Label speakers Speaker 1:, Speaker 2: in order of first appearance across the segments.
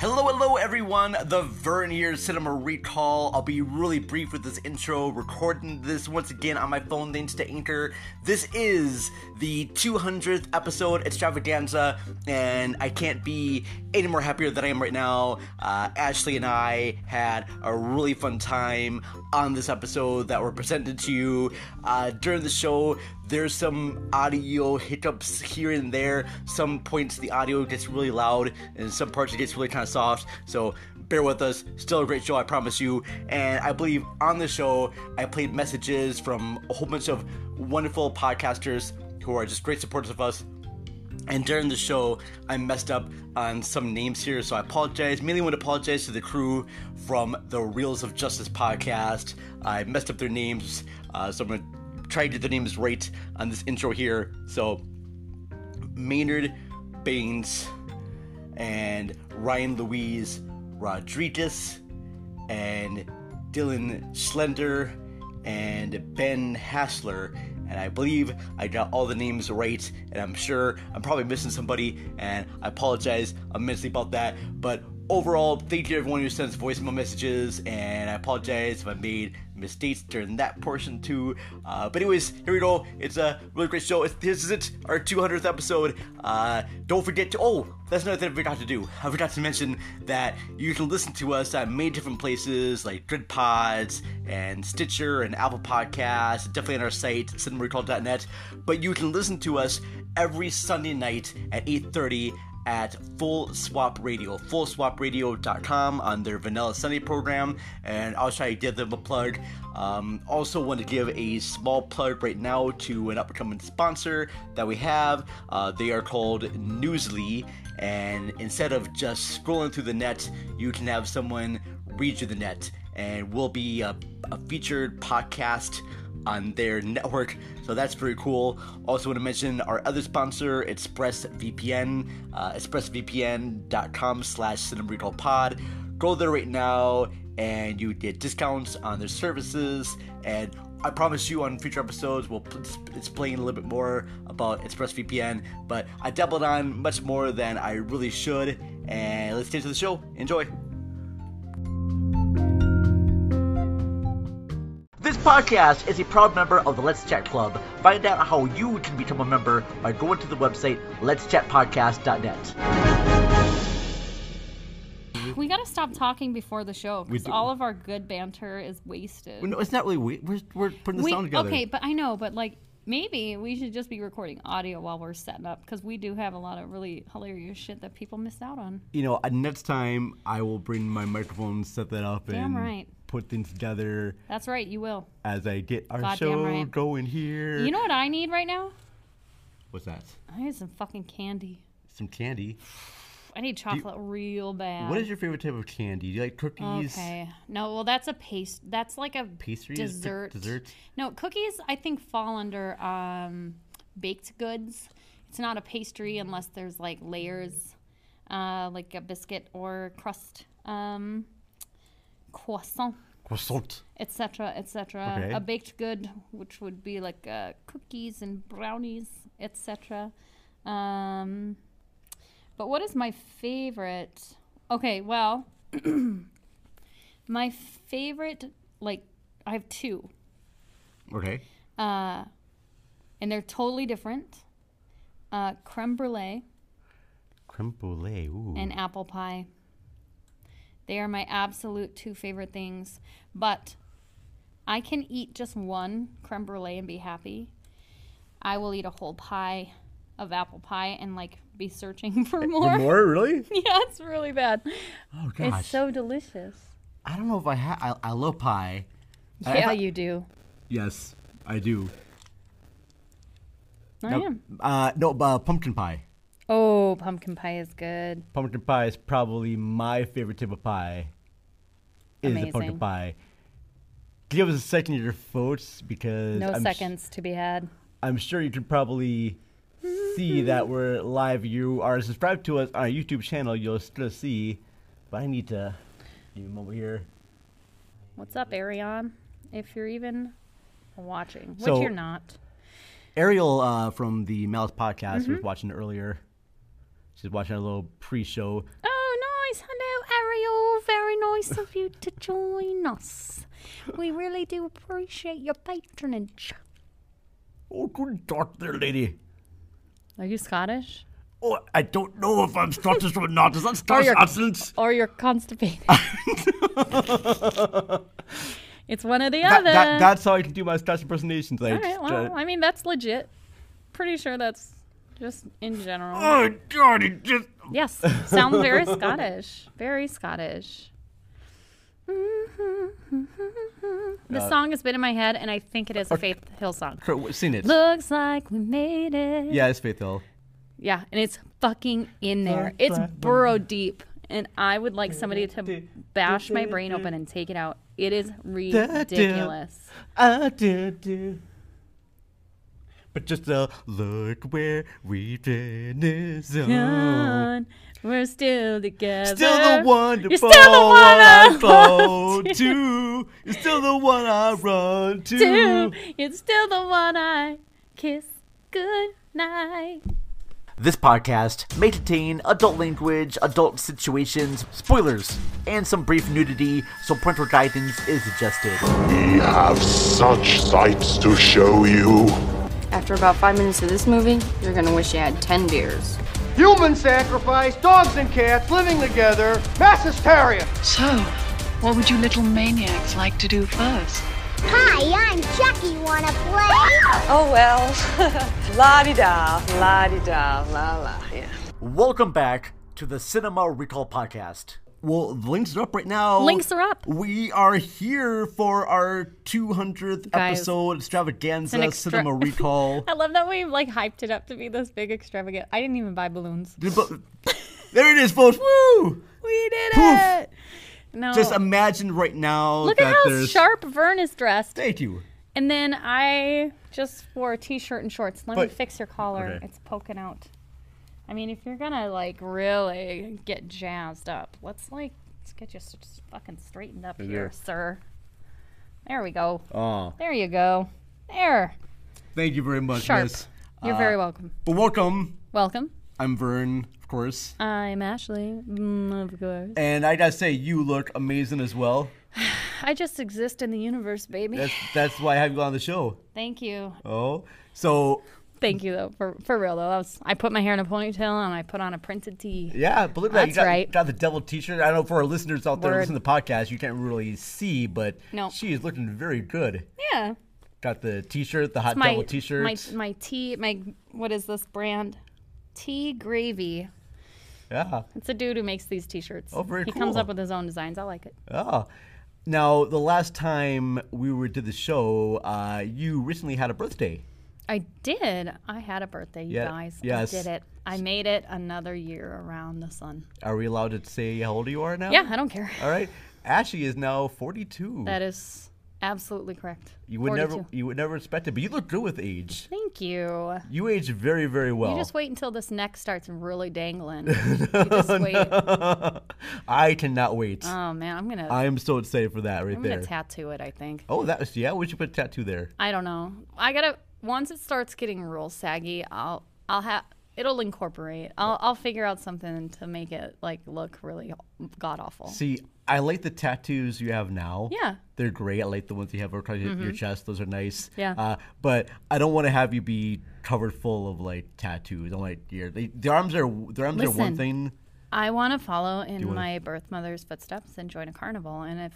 Speaker 1: Hello, hello, everyone. The Vernier Cinema Recall. I'll be really brief with this intro, recording this once again on my phone thanks to Anchor. This is the 200th episode extravaganza, and I can't be any more happier than I am right now. Uh, Ashley and I had a really fun time on this episode that were presented to you uh, during the show. There's some audio hiccups here and there. Some points the audio gets really loud, and some parts it gets really kind of soft. So bear with us. Still a great show, I promise you. And I believe on the show, I played messages from a whole bunch of wonderful podcasters who are just great supporters of us. And during the show, I messed up on some names here, so I apologize. Mainly want to apologize to the crew from the Reels of Justice podcast. I messed up their names, uh, so I'm going to try to get their names right on this intro here. So, Maynard Baines and Ryan Louise Rodriguez and Dylan Slender and Ben Hassler. And I believe I got all the names right, and I'm sure I'm probably missing somebody, and I apologize immensely about that. But overall, thank you to everyone who sends voicemail messages, and I apologize if I made mistakes during that portion too. Uh, but anyways, here we go. It's a really great show. It's, this is it, our 200th episode. Uh, don't forget to oh, that's another thing I forgot to do. I forgot to mention that you can listen to us at many different places like Grid Pods and Stitcher and Apple Podcasts. Definitely on our site cinemarecall.net. But you can listen to us every Sunday night at 8:30 at Full Swap Radio, fullswapradio.com on their Vanilla Sunday program, and I'll try to give them a plug. Um, also, want to give a small plug right now to an upcoming sponsor that we have. Uh, they are called Newsly, and instead of just scrolling through the net, you can have someone read you the net, and we'll be a, a featured podcast on their network, so that's pretty cool. Also, want to mention our other sponsor, ExpressVPN, uh, expressvpn.com/slash pod. Go there right now, and you get discounts on their services. And I promise you, on future episodes, we'll p- s- explain a little bit more about ExpressVPN. But I doubled on much more than I really should. And let's get to the show. Enjoy. This podcast is a proud member of the Let's Chat Club. Find out how you can become a member by going to the website letschatpodcast.net.
Speaker 2: We gotta stop talking before the show because
Speaker 1: do.
Speaker 2: all of our good banter is wasted.
Speaker 1: No, it's not really we we're, we're putting the
Speaker 2: We-
Speaker 1: sound together.
Speaker 2: okay, but I know, but like maybe we should just be recording audio while we're setting up because we do have a lot of really hilarious shit that people miss out on.
Speaker 1: You know, uh, next time I will bring my microphone, set that up,
Speaker 2: Damn
Speaker 1: and
Speaker 2: right.
Speaker 1: put things together
Speaker 2: That's right, you will.
Speaker 1: as I get our
Speaker 2: Goddamn
Speaker 1: show
Speaker 2: right.
Speaker 1: going here.
Speaker 2: You know what I need right now?
Speaker 1: What's that?
Speaker 2: I need some fucking candy.
Speaker 1: Some candy.
Speaker 2: I need chocolate real bad.
Speaker 1: What is your favorite type of candy? Do you like cookies?
Speaker 2: Okay. No, well, that's a paste. That's like a
Speaker 1: Pastries? Pic-
Speaker 2: dessert.
Speaker 1: desserts?
Speaker 2: No, cookies. I think fall under um, baked goods. It's not a pastry unless there's like layers, uh, like a biscuit or crust, um, croissant,
Speaker 1: Croissant.
Speaker 2: etc., etc.
Speaker 1: Okay.
Speaker 2: A baked good, which would be like uh, cookies and brownies, etc. Um, but what is my favorite? Okay, well, my favorite, like, I have two, uh,
Speaker 1: Okay.
Speaker 2: and they're totally different uh, creme brulee
Speaker 1: Creme brulee. Ooh.
Speaker 2: and apple pie. They are my absolute two favorite things, but I can eat just one creme brulee and be happy. I will eat a whole pie of apple pie and like be searching for more.
Speaker 1: More really?
Speaker 2: yeah, it's really bad.
Speaker 1: Oh gosh.
Speaker 2: It's so delicious.
Speaker 1: I don't know if I have. I, I love pie. I-
Speaker 2: Yeah,
Speaker 1: I-
Speaker 2: you do.
Speaker 1: Yes, I do.
Speaker 2: I
Speaker 1: Now-
Speaker 2: am.
Speaker 1: Uh, no, uh, pumpkin pie.
Speaker 2: Oh, pumpkin pie is good.
Speaker 1: Pumpkin pie is probably my favorite type of pie. Is the pumpkin
Speaker 2: Amazing.
Speaker 1: pie. Give us a second of your votes because
Speaker 2: No
Speaker 1: I'm,
Speaker 2: seconds to be had.
Speaker 1: am sure you could probably see that we're live. You are subscribed to us on our YouTube channel. You'll still see, but I need to leave him over here.
Speaker 2: What's up, Arion? If you're even watching, which
Speaker 1: So-
Speaker 2: you're not.
Speaker 1: Ariel uh, from the Malice
Speaker 2: Mm-hmm.
Speaker 1: podcast was watching earlier. She's watching a little pre-show.
Speaker 2: Oh, nice. Hello, nice of you to join us. We really do appreciate your patronage.
Speaker 1: Oh, good talk there, lady.
Speaker 2: Are you Scottish?
Speaker 1: Oh, I don't know if I'm Scottish or not. Is that Scottish
Speaker 2: Oh, you're-
Speaker 1: accents?
Speaker 2: Or you're constipated? it's one or the
Speaker 1: That,
Speaker 2: other.
Speaker 1: that, that's how I can do my Scottish impersonations. I
Speaker 2: All right,
Speaker 1: just,
Speaker 2: well,
Speaker 1: uh,
Speaker 2: I mean, that's legit. Pretty sure that's just in general.
Speaker 1: Oh, God, it just.
Speaker 2: Yes, sounds very Scottish. Very Scottish.
Speaker 1: Mm-hmm.
Speaker 2: The
Speaker 1: Uh,
Speaker 2: song has been in my head, and I think it is a Faith Hill song.
Speaker 1: Seen it.
Speaker 2: Looks like we made it.
Speaker 1: Yeah, it's Faith Hill.
Speaker 2: Yeah, and it's fucking in there. It's burrowed deep, and I would like somebody to bash my brain open and take it out. It is ridiculous.
Speaker 1: I do, do. But just uh, look where we finished. on.
Speaker 2: Done. We're still together.
Speaker 1: Oh. Still the one to
Speaker 2: You're still
Speaker 1: fall
Speaker 2: the one I
Speaker 1: I fall
Speaker 2: run
Speaker 1: to. You're still the one I run to.
Speaker 2: do. It's still the one I kiss goodnight.
Speaker 1: This podcast may contain adult language, adult situations, spoilers, and some brief nudity, so parental guidance is suggested.
Speaker 3: We have such sights to show you.
Speaker 4: After about five minutes of this movie, you're gonna wish you had 10 beers.
Speaker 5: Human sacrifice, dogs and cats living together, mass hysteria.
Speaker 6: So, what would you little maniacs like to do first?
Speaker 7: Hi, I'm Chucky. Wanna play?
Speaker 8: Oh well. la di da, la di da, la la, yeah.
Speaker 1: Welcome back to the Cinema Recall Podcast. Well, the links are up right now.
Speaker 2: Links are up.
Speaker 1: We are here for our 200th
Speaker 2: Guys,
Speaker 1: episode extravaganza
Speaker 2: an extra-
Speaker 1: Cinema Recall.
Speaker 2: I love that we like hyped it up to be this big extravagant. I didn't even buy balloons.
Speaker 1: there it is, folks. Woo!
Speaker 2: We did
Speaker 1: Poof.
Speaker 2: it. No.
Speaker 1: Just imagine right now
Speaker 2: Oh. Look
Speaker 1: that
Speaker 2: at how
Speaker 1: there's.
Speaker 2: sharp Vern is dressed.
Speaker 1: Thank you.
Speaker 2: And then I just wore a t-shirt and shorts. Let me
Speaker 1: But-
Speaker 2: fix your collar.
Speaker 1: okay.
Speaker 2: It's poking out. I mean, if you're gonna like really get jazzed up, let's like let's get you s- s- fucking straightened up here, sir. There we go.
Speaker 1: Oh,
Speaker 2: There you go. There.
Speaker 1: thank you very much,
Speaker 2: Sharp.
Speaker 1: miss.
Speaker 2: You're very welcome.
Speaker 1: But welcome.
Speaker 2: Welcome.
Speaker 1: I'm Vern, of course.
Speaker 2: I'm Ashley. Mm, of course.
Speaker 1: And I gotta say, you look amazing as well.
Speaker 2: I just exist in the universe, baby.
Speaker 1: That's that's why I have you on the show.
Speaker 2: Thank you.
Speaker 1: Oh, so
Speaker 2: Thank you though. For for real though. That was, I put my hair in a ponytail and I put on a printed tee.
Speaker 1: yeah, but look at that. You
Speaker 2: That's
Speaker 1: got,
Speaker 2: right.
Speaker 1: got the devil T-shirt. I know for our listeners out there
Speaker 2: Word.
Speaker 1: listening to the podcast, you can't really see, but
Speaker 2: No.
Speaker 1: she is looking very good.
Speaker 2: Yeah.
Speaker 1: Got the T-shirt, the hot
Speaker 2: my
Speaker 1: devil T-shirt.
Speaker 2: my my tea my what is this brand? Tea gravy.
Speaker 1: yeah.
Speaker 2: It's a dude who makes these t-shirts.
Speaker 1: Oh, very
Speaker 2: he comes
Speaker 1: cool.
Speaker 2: up with his own designs. I like it.
Speaker 1: Oh. Now, the last time we were did the show, uh, you recently had a birthday.
Speaker 2: I did. I had a birthday, you
Speaker 1: Yeah,
Speaker 2: guys.
Speaker 1: yes.
Speaker 2: I did it. I made it another year around the sun.
Speaker 1: Are we allowed to say how old you are now?
Speaker 2: Yeah, I don't care.
Speaker 1: All right. Ashley is now 42.
Speaker 2: That is absolutely correct.
Speaker 1: you would
Speaker 2: 42.
Speaker 1: never you would never expect it, but you look good with age.
Speaker 2: Thank you.
Speaker 1: You age very, very well.
Speaker 2: You just wait until this neck starts really dangling. you just wait.
Speaker 1: I cannot wait.
Speaker 2: Oh man, I'm gonna
Speaker 1: I am so excited for that right
Speaker 2: I'm
Speaker 1: there.
Speaker 2: gonna tattoo it. I think.
Speaker 1: oh, that was yeah. We should put a tattoo there.
Speaker 2: I don't know. I gotta once it starts getting real saggy, I'll I'll have it'll incorporate. I'll I'll figure out something to make it like look really god awful.
Speaker 1: See, I like the tattoos you have now.
Speaker 2: Yeah.
Speaker 1: they're great. I like the ones you have across your- your chest. Those are nice.
Speaker 2: Mm-hmm. Yeah.
Speaker 1: Uh, but I don't want to have you be covered full of like tattoos. I'm like, your they, the arms are the arms are one
Speaker 2: Listen.
Speaker 1: thing.
Speaker 2: I want to follow in my birth mother's footsteps and join a carnival. And if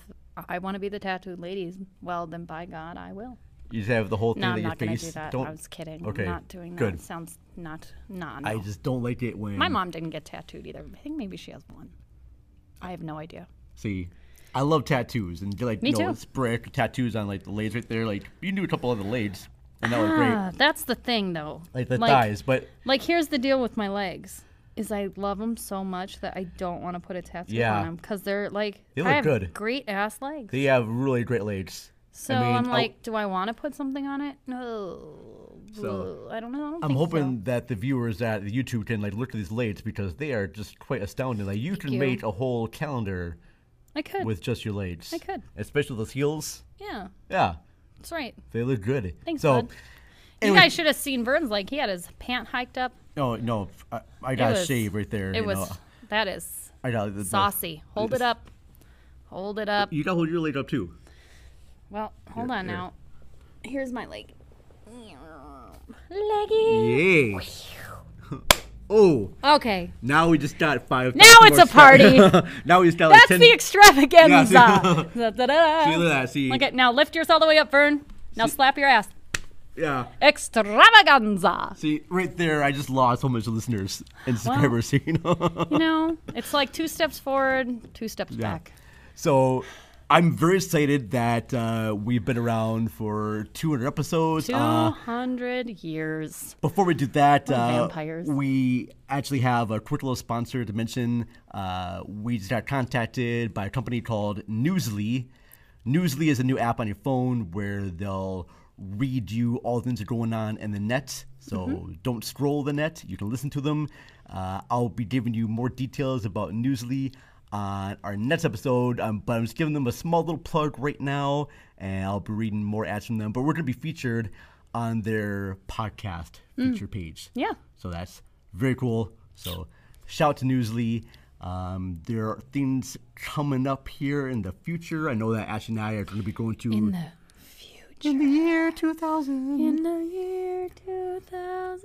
Speaker 2: I want to be the tattooed ladies, well then by God I will.
Speaker 1: You just have the whole thing
Speaker 2: No,
Speaker 1: that
Speaker 2: I'm
Speaker 1: your
Speaker 2: not gonna
Speaker 1: face.
Speaker 2: do that.
Speaker 1: Don't.
Speaker 2: I was kidding.
Speaker 1: Okay,
Speaker 2: I'm not doing that.
Speaker 1: good.
Speaker 2: Sounds not not.
Speaker 1: I just don't like it when
Speaker 2: my mom didn't get tattooed either. I think maybe she has one. I have no idea.
Speaker 1: See, I love tattoos and like
Speaker 2: Me
Speaker 1: you know
Speaker 2: too.
Speaker 1: spray tattoos on like the legs right there. Like you can do a couple of the legs, and that would be great.
Speaker 2: Ah, that's the thing though.
Speaker 1: Like the thighs, but
Speaker 2: Like here's the deal with my legs is I love them so much that I don't want to put a tattoo
Speaker 1: Yeah.
Speaker 2: on them because they're like
Speaker 1: They
Speaker 2: I
Speaker 1: look
Speaker 2: have
Speaker 1: good.
Speaker 2: great ass legs.
Speaker 1: they have really great legs.
Speaker 2: so
Speaker 1: mean,
Speaker 2: I'm
Speaker 1: I'll-
Speaker 2: like, do I want to put something on it? No,
Speaker 1: So,
Speaker 2: I don't know. I don't
Speaker 1: I'm
Speaker 2: think so.
Speaker 1: hoping that the viewers at YouTube can like look at these legs because they are just quite astounding. Like you can
Speaker 2: you.
Speaker 1: make a whole calendar
Speaker 2: I could.
Speaker 1: with just your legs.
Speaker 2: I could.
Speaker 1: Especially those heels.
Speaker 2: yeah,
Speaker 1: Yeah,
Speaker 2: that's right.
Speaker 1: they look good.
Speaker 2: Thanks,
Speaker 1: so,
Speaker 2: bud.
Speaker 1: anyway-
Speaker 2: you guys should have seen Burns. Like he had his pant hiked up.
Speaker 1: No, no, I, I got a
Speaker 2: was-
Speaker 1: shave right there.
Speaker 2: It
Speaker 1: you
Speaker 2: was
Speaker 1: know.
Speaker 2: that is
Speaker 1: I got the- the-
Speaker 2: saucy. Hold it up. Hold it up.
Speaker 1: You gotta hold your leg up too.
Speaker 2: Well, hold on
Speaker 1: here.
Speaker 2: now. Here's my leg. Leggy.
Speaker 1: Yeah. oh,
Speaker 2: Okay.
Speaker 1: now we just got five.
Speaker 2: Now it's a party.
Speaker 1: now we just got
Speaker 2: That's
Speaker 1: like ten.
Speaker 2: the extravaganza.
Speaker 1: Yeah,
Speaker 2: Da-da-da.
Speaker 1: See, look at that. See,
Speaker 2: Look at now. Lift yours all the way up, Vern. Now slap your ass.
Speaker 1: yeah.
Speaker 2: Extravaganza.
Speaker 1: See, right there, I just lost so much listeners and subscribers. you know.
Speaker 2: You know, it's like two steps forward, two steps back.
Speaker 1: So I'm very excited that uh, we've been around for 200 episodes.
Speaker 2: Two
Speaker 1: Uh,
Speaker 2: hundred years.
Speaker 1: before we do that, uh,
Speaker 2: vampires.
Speaker 1: we actually have a quick little sponsor to mention. Uh, we just got contacted by a company called Newsly. Newsly is a new app on your phone where they'll read you all the things that are going on in the net. So don't scroll the net. You can listen to them. Uh, I'll be giving you more details about Newsly on our next episode, um, but I'm just giving them a small little plug right now, and I'll be reading more ads from them. But we're going to be featured on their podcast feature page.
Speaker 2: Yeah.
Speaker 1: So that's very cool. So shout out to Newsly. Um, there are things coming up here in the future. I know that Ash and I are going to be going to
Speaker 2: In the future. In the year 2000. In the year 2000.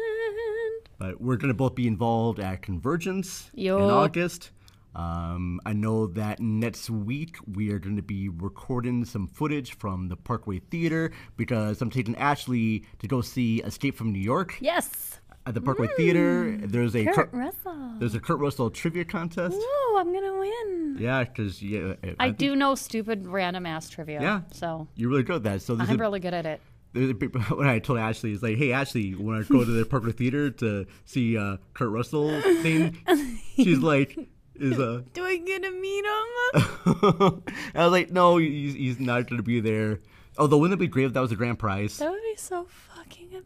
Speaker 1: But we're going to both be involved at Convergence in
Speaker 2: Yo.
Speaker 1: August. Um, I know that next week we are going to be recording some footage from the Parkway Theater because I'm taking Ashley to go see Escape from New York
Speaker 2: Yes.
Speaker 1: at the Parkway Theater. There's a
Speaker 2: Mm. Kurt
Speaker 1: Kurt-
Speaker 2: Russell.
Speaker 1: there's a Kurt Russell trivia contest.
Speaker 2: Ooh, I'm going to win.
Speaker 1: Yeah, because yeah,
Speaker 2: I,
Speaker 1: think
Speaker 2: do know stupid random ass trivia.
Speaker 1: Yeah.
Speaker 2: So
Speaker 1: You're really good at that. So there's
Speaker 2: I'm
Speaker 1: a-
Speaker 2: really good at it.
Speaker 1: there's a big- when I told Ashley, it's like, hey, Ashley, when I go to the Parkway Theater to see uh, Kurt Russell thing, she's like, is uh,
Speaker 2: Do I get to meet him?
Speaker 1: I was like, no, he's, he's not going to be there. Although, wouldn't it be great if that was a grand prize?
Speaker 2: that would be so fucking amazing.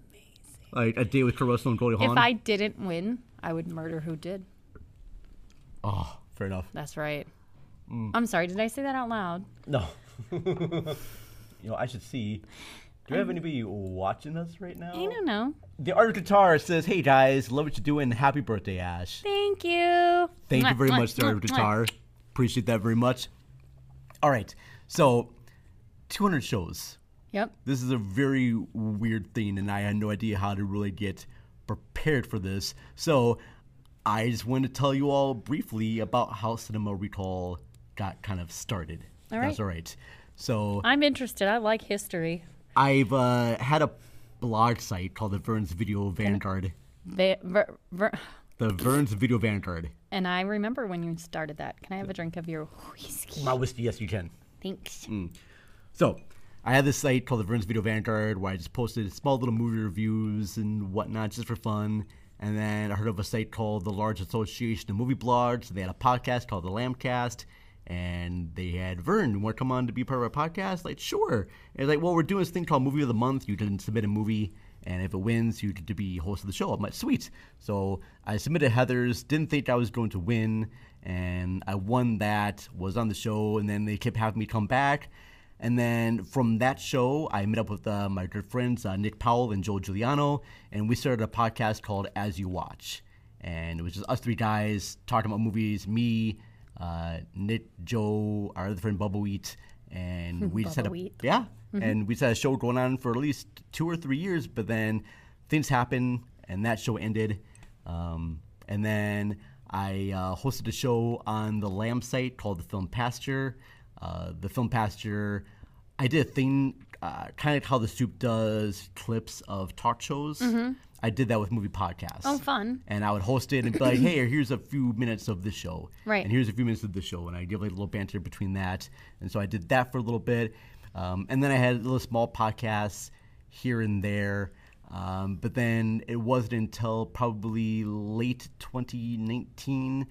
Speaker 1: like a date with Kurt Russell and Goldie Hawn?
Speaker 2: If I didn't win, I would murder who did.
Speaker 1: Oh, fair enough.
Speaker 2: That's right.
Speaker 1: Mm.
Speaker 2: I'm sorry, did I say that out loud?
Speaker 1: No. you know, I should see. Do we have anybody watching us right now?
Speaker 2: I don't know.
Speaker 1: The Art of Guitar says, hey, guys, love what you're doing. Happy birthday, Ash.
Speaker 2: Thank you.
Speaker 1: Thank you
Speaker 2: Mwah,
Speaker 1: very
Speaker 2: mwah,
Speaker 1: much, Star
Speaker 2: mwah, mwah.
Speaker 1: Guitar. Appreciate that very much. All right. So, 200 shows.
Speaker 2: Yep.
Speaker 1: This is a very weird thing, and I had no idea how to really get prepared for this. So, I just want to tell you all briefly about how Cinema Recall got kind of started.
Speaker 2: All right.
Speaker 1: That's all right. So,
Speaker 2: I'm interested. I like history.
Speaker 1: I've uh, had a blog site called the Vern's Video Vanguard.
Speaker 2: Ve- ver- ver-
Speaker 1: The Vern's Video Vanguard.
Speaker 2: and I remember when you started that. Can I have a drink of your whiskey?
Speaker 1: My whiskey, yes, you can.
Speaker 2: Thanks.
Speaker 1: Mm. So I had this site called the Vern's Video Vanguard where I just posted small little movie reviews and whatnot just for fun. And then I heard of a site called the Large Association of Movie Blogs. They had a podcast called the Lambcast. And they had Vern, you want to come on to be part of our podcast? Like, sure. And like, well, we're doing this thing called Movie of the Month. You can submit a movie, and if it wins, you get to be host of the show. I'm like, sweet. So I submitted Heather's, didn't think I was going to win, and I won that, was on the show, and then they kept having me come back. And then from that show, I met up with uh, my good friends uh, Nick Powell and Joe Giuliano, and we started a podcast called As You Watch. And it was just us three guys talking about movies me, uh, Nick, Joe, our other friend Bubble Eat, and we just had a
Speaker 2: Bubble Eat.
Speaker 1: yeah, and we just had a show going on for at least two or three years, but then things happened, and that show ended. Um, and then I uh, hosted a show on the Lamb site called The Film Pasture. Uh, the Film Pasture, I did a thing uh, kind of how The Soup does clips of talk shows. I did that with movie podcasts.
Speaker 2: Mm-hmm. Oh, fun.
Speaker 1: And I would host it and be like, hey, here's a few minutes of this show.
Speaker 2: Right.
Speaker 1: And here's a few minutes of this show. And I give like a little banter between that. And so I did that for a little bit. Um, and then I had little small podcasts here and there. Um, but then it wasn't until probably late 2019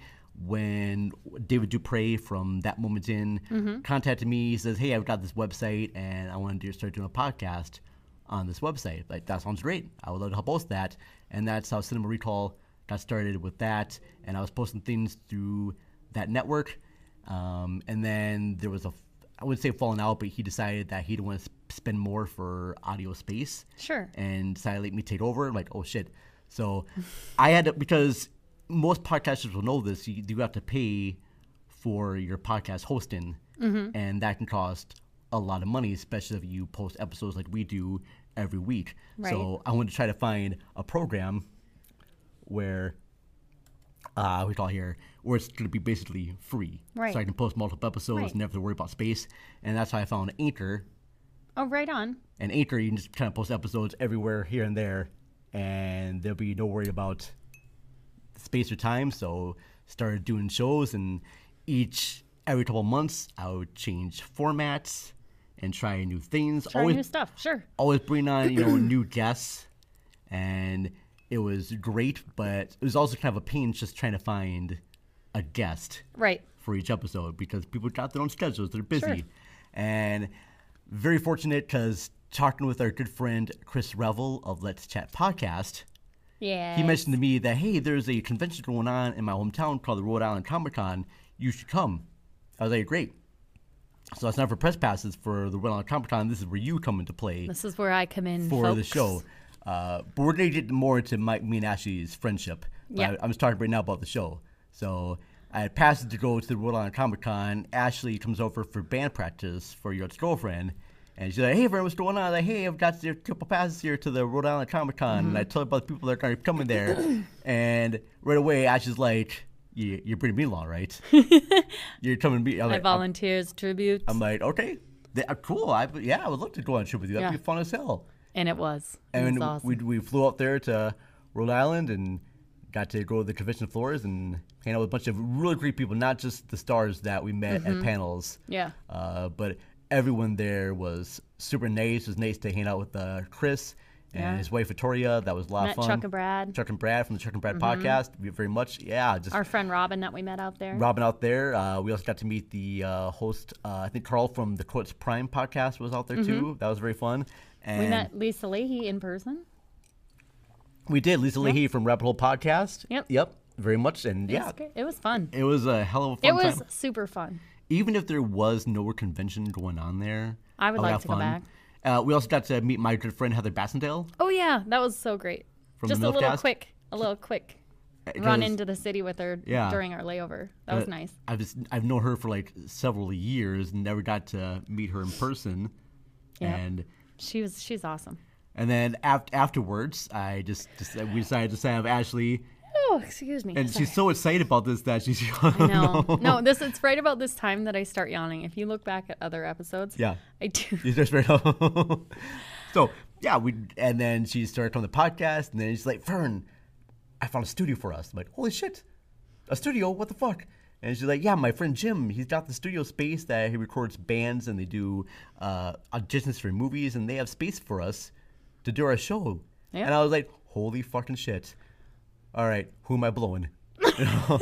Speaker 1: when David Dupre from That Moment In contacted me. He says, hey, I've got this website and I want to do, start doing a podcast on this website. Like that sounds great. I would love to help host that. And that's how Cinema Recall got started with that. And I was posting things through that network. Um, and then there was a, f- I wouldn't say falling out, but he decided that he'd want to sp- spend more for audio space.
Speaker 2: Sure.
Speaker 1: And decided to let me take over. like, oh shit. So I had to, because most podcasters will know this, you do have to pay for your podcast hosting, and that can cost a lot of money, especially if you post episodes like we do every week. So I wanted to try to find a program where uh, we call here, where it's going to be basically free.
Speaker 2: Right.
Speaker 1: So I can post multiple episodes,
Speaker 2: Right.
Speaker 1: never have to worry about space. And that's how I found Anchor.
Speaker 2: Oh, right on.
Speaker 1: And Anchor, you can just kind of post episodes everywhere, here and there, and there'll be no worry about space or time. So started doing shows, and each every couple months, I would change formats and try new things.
Speaker 2: Try
Speaker 1: always
Speaker 2: new stuff. Sure.
Speaker 1: always bring on you know new guests, and it was great, but it was also kind of a pain just trying to find a guest
Speaker 2: Right.
Speaker 1: for each episode because people got their own schedules. They're busy. And very fortunate because talking with our good friend Chris Revel of Let's Chat podcast,
Speaker 2: Yeah.
Speaker 1: he mentioned to me that, hey, there's a convention going on in my hometown called the Rhode Island Comic Con. You should come. I was like, great. So it's not for press passes for the Rhode Island Comic Con. This is where you come into play
Speaker 2: This is where I come in
Speaker 1: for the
Speaker 2: folks.
Speaker 1: show. Uh, but we're going to get more into Mike, me and Ashley's friendship. But
Speaker 2: Yeah.
Speaker 1: I, am just talking right now about the show. So I had passed to go to the Rhode Island Comic Con. Ashley comes over for band practice for your girlfriend. And she's like, hey, friend, what's going on? I'm like, hey, I've got your couple passes here to the Rhode Island Comic Con. And
Speaker 2: Mm-hmm.
Speaker 1: I tell her about the people that are going to be coming there. and right away, Ashley's like, you, you're bringing me along, right? you're coming to me. I'm
Speaker 2: I
Speaker 1: like,
Speaker 2: volunteers tribute,
Speaker 1: I'm like, okay. Th- uh, cool. I, yeah, I would love to go on a trip with you. That'd
Speaker 2: Yeah.
Speaker 1: be fun as hell.
Speaker 2: and it was. It
Speaker 1: And
Speaker 2: was awesome.
Speaker 1: we, we flew up there to Rhode Island and got to go to the convention floors and hang out with a bunch of really great people, not just the stars that we met
Speaker 2: Mm-hmm.
Speaker 1: at panels,
Speaker 2: yeah.
Speaker 1: uh, but everyone there was super nice. It was nice to hang out with uh, Chris and his wife, Victoria. That was a lot
Speaker 2: Met
Speaker 1: of fun.
Speaker 2: Chuck and Brad. Mm-hmm.
Speaker 1: Chuck and Brad from the Chuck and Brad podcast. We very much. Yeah, just
Speaker 2: Our friend Robin that we met out there.
Speaker 1: Robin out there. Uh, we also got to meet the uh, host, uh, I think Carl from the Quotes Prime podcast was out there too. That was very fun. And
Speaker 2: Mm-hmm. we met Lisa Leahy in person.
Speaker 1: We did. Lisa Leahy from Rabbit Hole Podcast.
Speaker 2: Yep.
Speaker 1: Yep. Very much. And yeah,
Speaker 2: It was, it was fun.
Speaker 1: it was a hell of a fun
Speaker 2: It was
Speaker 1: time.
Speaker 2: super fun.
Speaker 1: Even if there was no convention going on there,
Speaker 2: I would
Speaker 1: a lot
Speaker 2: like
Speaker 1: of
Speaker 2: to go
Speaker 1: fun.
Speaker 2: back.
Speaker 1: Uh, we also got to meet my good friend Heather Bassendale.
Speaker 2: Oh yeah, that was so great.
Speaker 1: From
Speaker 2: Just
Speaker 1: the
Speaker 2: a little
Speaker 1: Milfcast?
Speaker 2: quick, a little quick run into the city with her
Speaker 1: Yeah.
Speaker 2: during our layover. That was
Speaker 1: Uh,
Speaker 2: nice.
Speaker 1: I've just I've known her for like several years, and never got to meet her in person.
Speaker 2: Yeah.
Speaker 1: And
Speaker 2: She was she's awesome.
Speaker 1: and then af- afterwards, I just, just we decided to have Ashley,
Speaker 2: Oh, excuse me.
Speaker 1: and she's so excited about this that she's
Speaker 2: I know. no, this it's right about this time that I start yawning. If you look back at other episodes,
Speaker 1: Yeah.
Speaker 2: I do.
Speaker 1: He's just right so yeah, we and then she started on the podcast, and then she's like, "Fern, I found a studio for us." I'm like, "Holy shit, a studio? What the fuck?" And she's like, "Yeah, my friend Jim, he's got the studio space that he records bands, and they do uh, auditions for movies, and they have space for us to do our show."
Speaker 2: Yeah.
Speaker 1: And I was like, "Holy fucking shit! All right, who am I blowing?"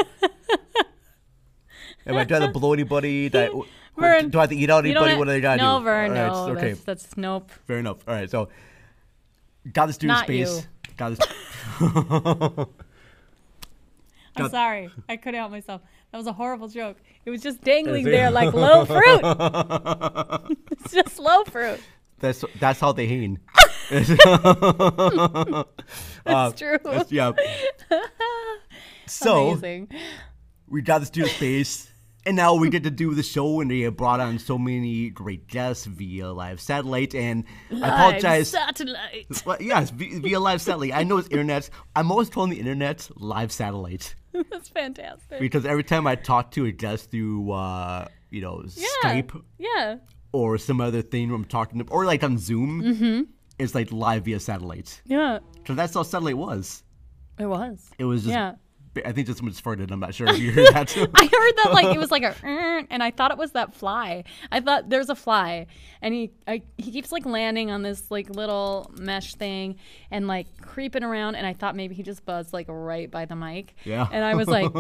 Speaker 1: Am I trying to blow anybody? Did I-
Speaker 2: Vern,
Speaker 1: do I have to eat out
Speaker 2: You don't
Speaker 1: anybody?
Speaker 2: ha-
Speaker 1: What do I got to do?
Speaker 2: no, Vern,
Speaker 1: All right,
Speaker 2: no,
Speaker 1: okay.
Speaker 2: that's, that's nope.
Speaker 1: Fair enough. All right, so got the studio
Speaker 2: Not
Speaker 1: space. Got the
Speaker 2: I'm
Speaker 1: Got-
Speaker 2: sorry, I couldn't help myself. That was a horrible joke. It was just dangling there like low fruit. it's just low fruit.
Speaker 1: that's that's how they hang.
Speaker 2: That's true.
Speaker 1: Uh,
Speaker 2: Ah,
Speaker 1: That's- yeah. so
Speaker 2: Amazing.
Speaker 1: we got the studio space, and now we get to do the show. And they have brought on so many great guests via live satellite. And I apologize.
Speaker 2: Satellite.
Speaker 1: Well, yes, vi- via live satellite. I know it's internet. I'm always calling the internet live satellite.
Speaker 2: That's fantastic.
Speaker 1: because every time I talk to a guest through, uh, you know, Skype
Speaker 2: Yeah.
Speaker 1: or some other thing where I'm talking to, or like on Zoom,
Speaker 2: Mm-hmm.
Speaker 1: it's like live via satellite.
Speaker 2: Yeah.
Speaker 1: So that's how satellite was.
Speaker 2: It was.
Speaker 1: It was just,
Speaker 2: Yeah.
Speaker 1: I think just someone just farted. I'm not sure if you heard that. Too.
Speaker 2: I heard that like it was like a "Er," and I thought it was that fly. I thought there's a fly and he I, he keeps like landing on this like little mesh thing and like creeping around and I thought maybe he just buzzed like right by the mic.
Speaker 1: Yeah.
Speaker 2: And I was like,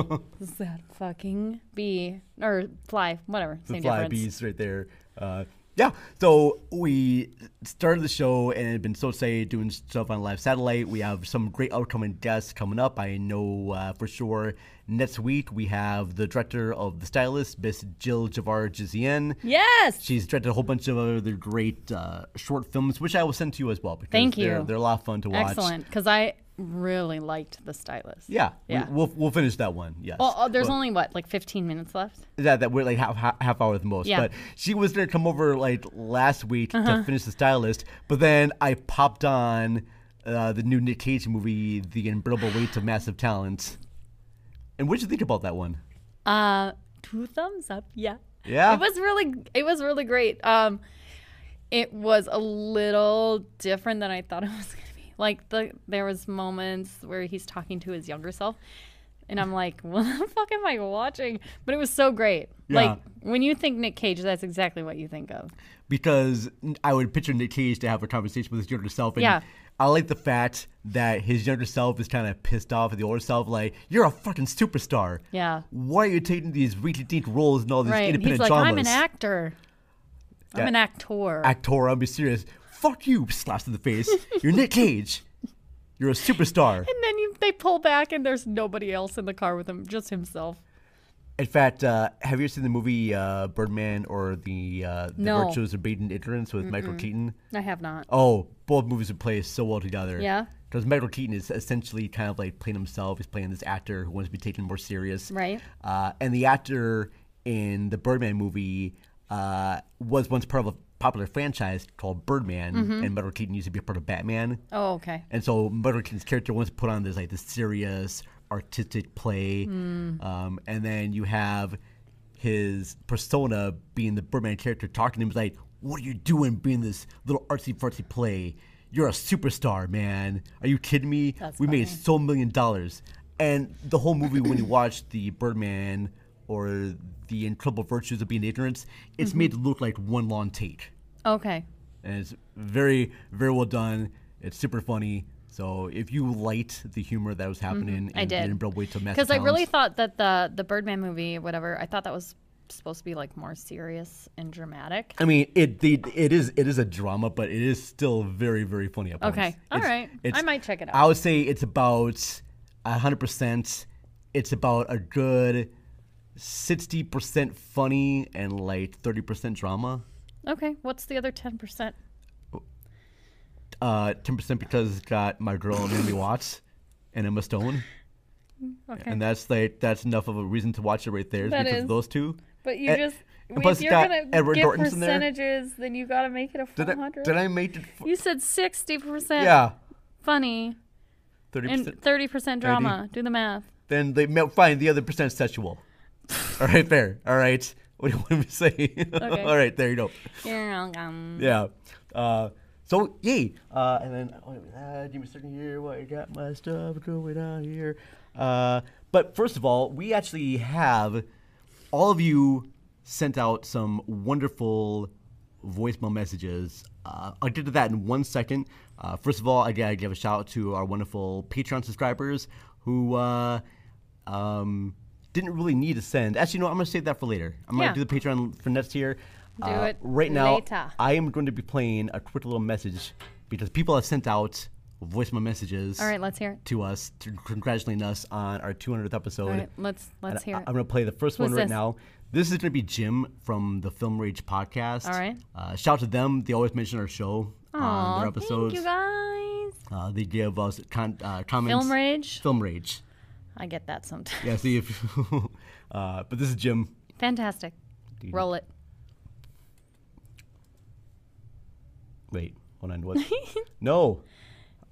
Speaker 2: is that a fucking bee or fly, whatever, same
Speaker 1: the fly
Speaker 2: difference.
Speaker 1: bees right there. Uh, yeah, so we started the show and it had been so excited doing stuff on live satellite. We have some great upcoming guests coming up. I know uh, for sure next week we have the director of The Stylist, Miss Jill Javar Jizian.
Speaker 2: Yes.
Speaker 1: She's directed a whole bunch of other great uh, short films, which I will send to you as well. Because
Speaker 2: Thank
Speaker 1: They're,
Speaker 2: you.
Speaker 1: they're a lot of fun to watch.
Speaker 2: Excellent. Cuz I really liked the stylus.
Speaker 1: Yeah,
Speaker 2: Yeah.
Speaker 1: We, will we'll finish that one. Yes.
Speaker 2: Well, oh, there's
Speaker 1: But-
Speaker 2: only what, like 15 minutes left?
Speaker 1: that that we're like half half, half hour at the most.
Speaker 2: Yeah. Uh-huh.
Speaker 1: But she was gonna come over like last week to finish the stylist, but then I popped on uh, the new Nick Cage movie, The Unbearable Weight of Massive Talent. And what'd you think about that one?
Speaker 2: Uh, two thumbs up. Yeah.
Speaker 1: Yeah.
Speaker 2: It was really it was really great. Um it was a little different than I thought it was going to be. Like the there was moments where he's talking to his younger self and I'm like, "What the fuck am I watching?" But it was so great. Like when you think Nick Cage, that's exactly what you think of.
Speaker 1: because I would picture Nick Cage to have a conversation with his younger self. And
Speaker 2: Yeah.
Speaker 1: I like the fact that his younger self is kind of pissed off at the older self, like, you're a fucking superstar.
Speaker 2: Yeah.
Speaker 1: Why are you taking these really deep roles and all these
Speaker 2: Right. He's
Speaker 1: independent
Speaker 2: like, "I'm an
Speaker 1: dramas?
Speaker 2: actor. I'm
Speaker 1: Yeah.
Speaker 2: an actor."
Speaker 1: actor, I'll be serious. Fuck you, slaps to the face. You're Nick Cage. You're a superstar.
Speaker 2: and then you, they pull back and there's nobody else in the car with him, just himself.
Speaker 1: In fact, uh, have you seen the movie uh, Birdman or the, uh, the
Speaker 2: No.
Speaker 1: Virtues of Baden Ignorance with Michael Keaton?
Speaker 2: I have not.
Speaker 1: Oh, both movies are played so well together.
Speaker 2: Yeah.
Speaker 1: Because Michael Keaton is essentially kind of like playing himself. He's playing this actor who wants to be taken more serious.
Speaker 2: Right.
Speaker 1: Uh, and the actor in the Birdman movie uh, was once part of a popular franchise called Birdman, and Michael Keaton used to be a part of Batman.
Speaker 2: Oh, okay.
Speaker 1: And so Michael Keaton's character wants to put on this like this serious artistic play, um, and then you have his persona being the Birdman character talking to him he's like, "What are you doing being this little artsy fartsy play? You're a superstar, man. Are you kidding me? we made so million dollars." And the whole movie, when you watch the Birdman or the Incredible Virtues of Being Ignorant, it's made to look like one long take
Speaker 2: Okay.
Speaker 1: and it's very very well done. It's super funny. So if you liked the humor that was happening, and
Speaker 2: Mm-hmm. I did.
Speaker 1: didn't build weight to mess
Speaker 2: Because I
Speaker 1: with
Speaker 2: really
Speaker 1: talents-
Speaker 2: thought that the the Birdman movie, whatever, I thought that was supposed to be like more serious and dramatic.
Speaker 1: I mean, it the, it is it is a drama, but it is still very very funny. At points.
Speaker 2: Okay. All
Speaker 1: It's-
Speaker 2: right. I
Speaker 1: it's-
Speaker 2: might check it out.
Speaker 1: I would say it's about hundred percent. It's about a good sixty percent funny and like thirty percent drama.
Speaker 2: Okay. What's the other ten percent?
Speaker 1: Uh, ten percent because it's got my girl Naomi Watts and Emma Stone.
Speaker 2: Okay.
Speaker 1: And that's like that's enough of a reason to watch it right there is
Speaker 2: That
Speaker 1: because
Speaker 2: is.
Speaker 1: of those two.
Speaker 2: But you
Speaker 1: and-
Speaker 2: just
Speaker 1: Eh, and plus
Speaker 2: if
Speaker 1: it's
Speaker 2: you're
Speaker 1: got
Speaker 2: gonna
Speaker 1: Edward
Speaker 2: give
Speaker 1: Norton's in there.
Speaker 2: percentages, then you gotta make it a
Speaker 1: Did
Speaker 2: four
Speaker 1: I,
Speaker 2: hundred.
Speaker 1: did I make it? f-
Speaker 2: You said sixty percent
Speaker 1: yeah,
Speaker 2: funny
Speaker 1: thirty
Speaker 2: and
Speaker 1: percent.
Speaker 2: thirty percent drama. Do the math.
Speaker 1: Then they ma- fine. The other percent sexual. All right, fair. All right. What do you want me to say? All right, there you go.
Speaker 2: You're welcome.
Speaker 1: Yeah. Uh, so yay. Uh, and then oh, uh, give me a second here. What I got my stuff going on here. Uh, but first of all, we actually have all of you sent out some wonderful voicemail messages. Uh, I'll get to that in one second. Uh, first of all, I gotta give a shout out to our wonderful Patreon subscribers who uh, um, didn't really need to send. Actually, no, I'm gonna save that for later. I'm
Speaker 2: Yeah.
Speaker 1: gonna do the Patreon for next year. Do
Speaker 2: it
Speaker 1: right now.
Speaker 2: later.
Speaker 1: I am going to be playing a quick little message because people have sent out voicemail messages.
Speaker 2: All right, let's hear it.
Speaker 1: To us, to congratulating us on our 200th episode.
Speaker 2: All right, let's let's hear
Speaker 1: I,
Speaker 2: it.
Speaker 1: am going to play the first
Speaker 2: Who's
Speaker 1: one right
Speaker 2: this?
Speaker 1: now. This is going to be Jim from the Film Rage podcast.
Speaker 2: All right.
Speaker 1: Uh, shout to them. They always mention our show on
Speaker 2: Aw,
Speaker 1: their episodes.
Speaker 2: Thank you guys.
Speaker 1: Uh, they give us con- uh, comments.
Speaker 2: Film rage.
Speaker 1: Film Rage.
Speaker 2: I get that sometimes.
Speaker 1: Yeah, see if. uh, but this is Jim.
Speaker 2: Fantastic. Roll it.
Speaker 1: Wait, hold on. What? no.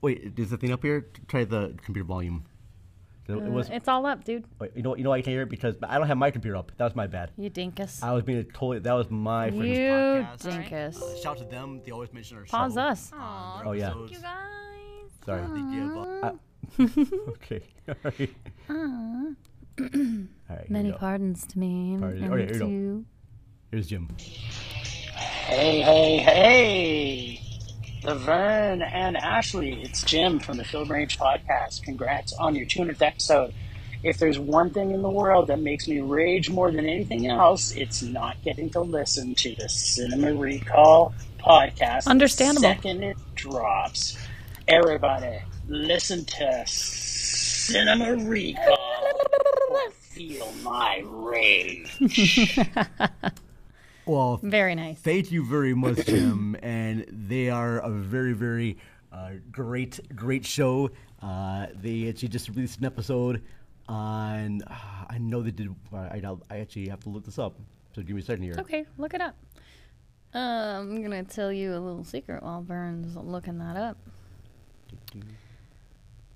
Speaker 1: Wait, is the thing up here? Try the computer volume. It was.
Speaker 2: It's all up, dude.
Speaker 1: wait, you know. You know. I can hear it because I don't have my computer up. That was my bad.
Speaker 2: You dinkus.
Speaker 1: I was being a totally. That was my friend's
Speaker 2: you
Speaker 1: podcast.
Speaker 2: dinkus.
Speaker 1: Uh, shout to them. They always mention our
Speaker 2: Pause
Speaker 1: show.
Speaker 2: us.
Speaker 1: Oh yeah.
Speaker 2: guys.
Speaker 1: Sorry. They give up. I- okay. All right. All right. Here
Speaker 2: Many
Speaker 1: we go.
Speaker 2: pardons to me.
Speaker 1: Pardon.
Speaker 2: and
Speaker 1: Okay, here we go.
Speaker 2: to you.
Speaker 1: Here's Jim.
Speaker 9: Hey, hey, hey! Laverne and Ashley, it's Jim from the Field Range Podcast. Congrats on your 200th episode. If there's one thing in the world that makes me rage more than anything else, it's not getting to listen to the Cinema Recall podcast.
Speaker 2: Understandable.
Speaker 9: The second it drops, everybody listen to Cinema Recall. or Feel my rage.
Speaker 1: Well,
Speaker 2: Very nice.
Speaker 1: Thank you very much, Jim. and they are a very, very Uh, great, great show. Uh, they actually just released an episode on. ah, I know they did. I, I actually have to look this up. So give me a second here.
Speaker 2: Okay, look it up. Uh, I'm gonna tell you a little secret while Vern's looking that up.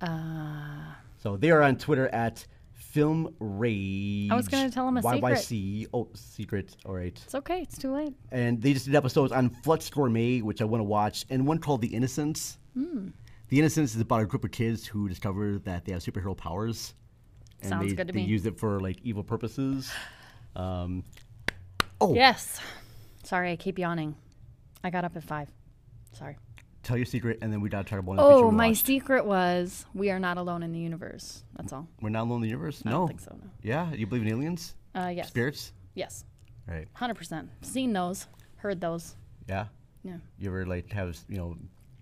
Speaker 2: Uh,
Speaker 1: So they are on Twitter at Film Rage.
Speaker 2: gonna tell 'em a
Speaker 1: YYC. Oh, secret. All right.
Speaker 2: it's okay. It's too late.
Speaker 1: And they just did episodes on Flux Gourmet, which I want to watch, and one called The Innocents.
Speaker 2: Hmm.
Speaker 1: The Innocents is about a group of kids who discover that they have superhero powers. And
Speaker 2: Sounds
Speaker 1: they,
Speaker 2: good to
Speaker 1: they
Speaker 2: me.
Speaker 1: use it for like evil purposes. Um, oh,
Speaker 2: Yes. Sorry, I keep yawning. I got up at five. Sorry.
Speaker 1: tell your secret, and then we gotta talk about another feature
Speaker 2: Oh,
Speaker 1: we
Speaker 2: my
Speaker 1: watched.
Speaker 2: secret was we are not alone in the universe. That's all.
Speaker 1: We're not alone in the universe.
Speaker 2: I
Speaker 1: no.
Speaker 2: don't think so, no.
Speaker 1: Yeah, you believe in aliens?
Speaker 2: Uh, yes.
Speaker 1: Spirits?
Speaker 2: Yes.
Speaker 1: All right.
Speaker 2: Hundred percent. Seen those. Heard those.
Speaker 1: Yeah.
Speaker 2: Yeah.
Speaker 1: You ever like have you know?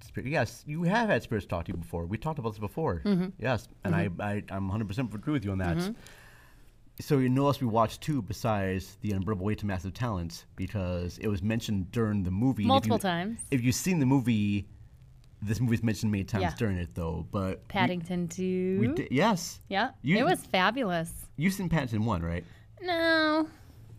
Speaker 1: Spirit? Yes, you have had spirits talk to you before. We talked about this before.
Speaker 2: Mhm.
Speaker 1: Yes, and
Speaker 2: Mhm.
Speaker 1: I, I I'm 100 percent agree with you on that.
Speaker 2: Mhm.
Speaker 1: So you know else we watched too besides the unbearable weight to massive talents because it was mentioned during the movie and if you-
Speaker 2: Multiple times.
Speaker 1: If you've seen the movie, this movie's mentioned many times
Speaker 2: Yeah.
Speaker 1: during it though. But we-
Speaker 2: Paddington two.
Speaker 1: we, did, yes,
Speaker 2: Yeah.
Speaker 1: You-
Speaker 2: it was fabulous.
Speaker 1: you've seen Paddington one, right?
Speaker 2: No.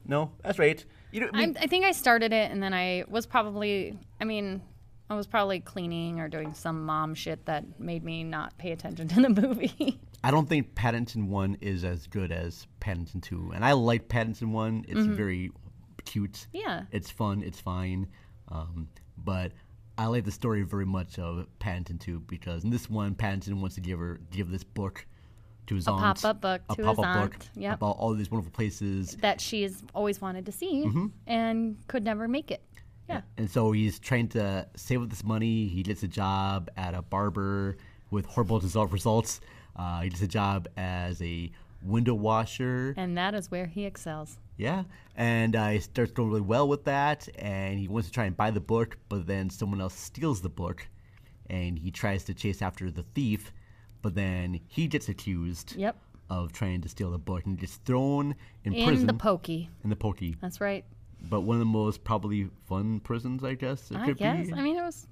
Speaker 1: No, that's right. You know,
Speaker 2: I, I think I started it and then I was probably, I mean, I was probably cleaning or doing some mom shit that made me not pay attention to the movie.
Speaker 1: I don't think Paddington One is as good as Paddington Two, and I like Paddington One. It's
Speaker 2: Mhm.
Speaker 1: very cute.
Speaker 2: Yeah.
Speaker 1: it's fun. It's fine, um, but I like the story very much of Paddington Two because in this one, Paddington wants to give her give this book to his
Speaker 2: A
Speaker 1: aunt,
Speaker 2: pop-up book
Speaker 1: a
Speaker 2: to his
Speaker 1: pop-up book
Speaker 2: aunt, yep.
Speaker 1: about all these wonderful places,
Speaker 2: that she's always wanted to see
Speaker 1: Mhm.
Speaker 2: and could never make it. Yeah.
Speaker 1: and so he's trying to save up this money. He gets a job at a barber with horrible result- results. Uh, he gets a job as a window washer.
Speaker 2: And that is where he excels.
Speaker 1: Yeah, and uh, he starts doing really well with that, and he wants to try and buy the book, but then someone else steals the book, and he tries to chase after the thief, but then he gets accused
Speaker 2: Yep.
Speaker 1: of trying to steal the book and gets thrown in,
Speaker 2: In
Speaker 1: prison
Speaker 2: the pokey.
Speaker 1: in the pokey.
Speaker 2: That's right.
Speaker 1: But one of the most probably fun prisons, I guess it
Speaker 2: I
Speaker 1: could
Speaker 2: guess.
Speaker 1: be.
Speaker 2: I mean, it was,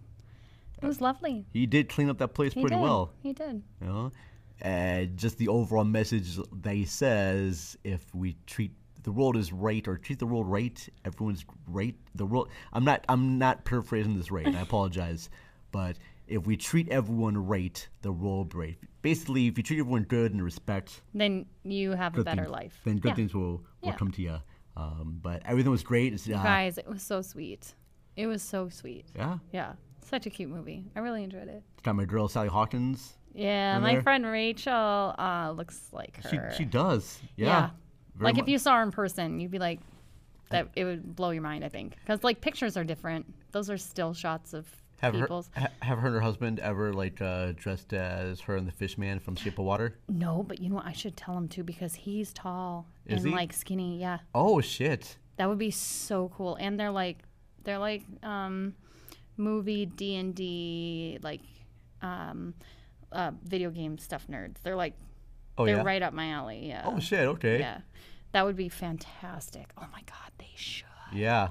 Speaker 2: it was lovely.
Speaker 1: he did clean up that place
Speaker 2: He
Speaker 1: pretty
Speaker 2: did.
Speaker 1: well.
Speaker 2: He did.
Speaker 1: You know? And just the overall message that he says if we treat the world as right or treat the world right, everyone's right. The world I'm not I'm not paraphrasing this right, I apologize. But if we treat everyone right, the world right. Basically if you treat everyone good and respect
Speaker 2: Then you have a
Speaker 1: good
Speaker 2: better
Speaker 1: things,
Speaker 2: life.
Speaker 1: Then good
Speaker 2: Yeah.
Speaker 1: things will, will
Speaker 2: Yeah.
Speaker 1: come to you. Um, but everything was great. It's, uh,
Speaker 2: You Guys, it was so sweet. It was so sweet.
Speaker 1: Yeah.
Speaker 2: Yeah. Such a cute movie. I really enjoyed it.
Speaker 1: it's got my girl Sally Hawkins.
Speaker 2: Yeah,
Speaker 1: in
Speaker 2: my
Speaker 1: there.
Speaker 2: friend Rachel uh, looks like
Speaker 1: She
Speaker 2: her.
Speaker 1: she does. Yeah. Very
Speaker 2: like
Speaker 1: mu-
Speaker 2: if you saw her in person, you'd be like, that it would blow your mind. I think because like pictures are different. Those are still shots of
Speaker 1: Have her,
Speaker 2: people's.
Speaker 1: ha- have her and her husband ever like uh, dressed as her and the Fishman from Shape of Water?
Speaker 2: No, but you know what? I should tell him too because he's tall
Speaker 1: Is
Speaker 2: and
Speaker 1: he?
Speaker 2: like skinny. Yeah,
Speaker 1: Oh shit!
Speaker 2: that would be so cool. And they're like, they're like um, movie D and D like um, uh, video game stuff nerds. They're like,
Speaker 1: Oh,
Speaker 2: they're
Speaker 1: yeah?
Speaker 2: right up my alley. Yeah.
Speaker 1: Oh shit! Okay.
Speaker 2: Yeah, that would be fantastic. Oh my God, they should.
Speaker 1: Yeah.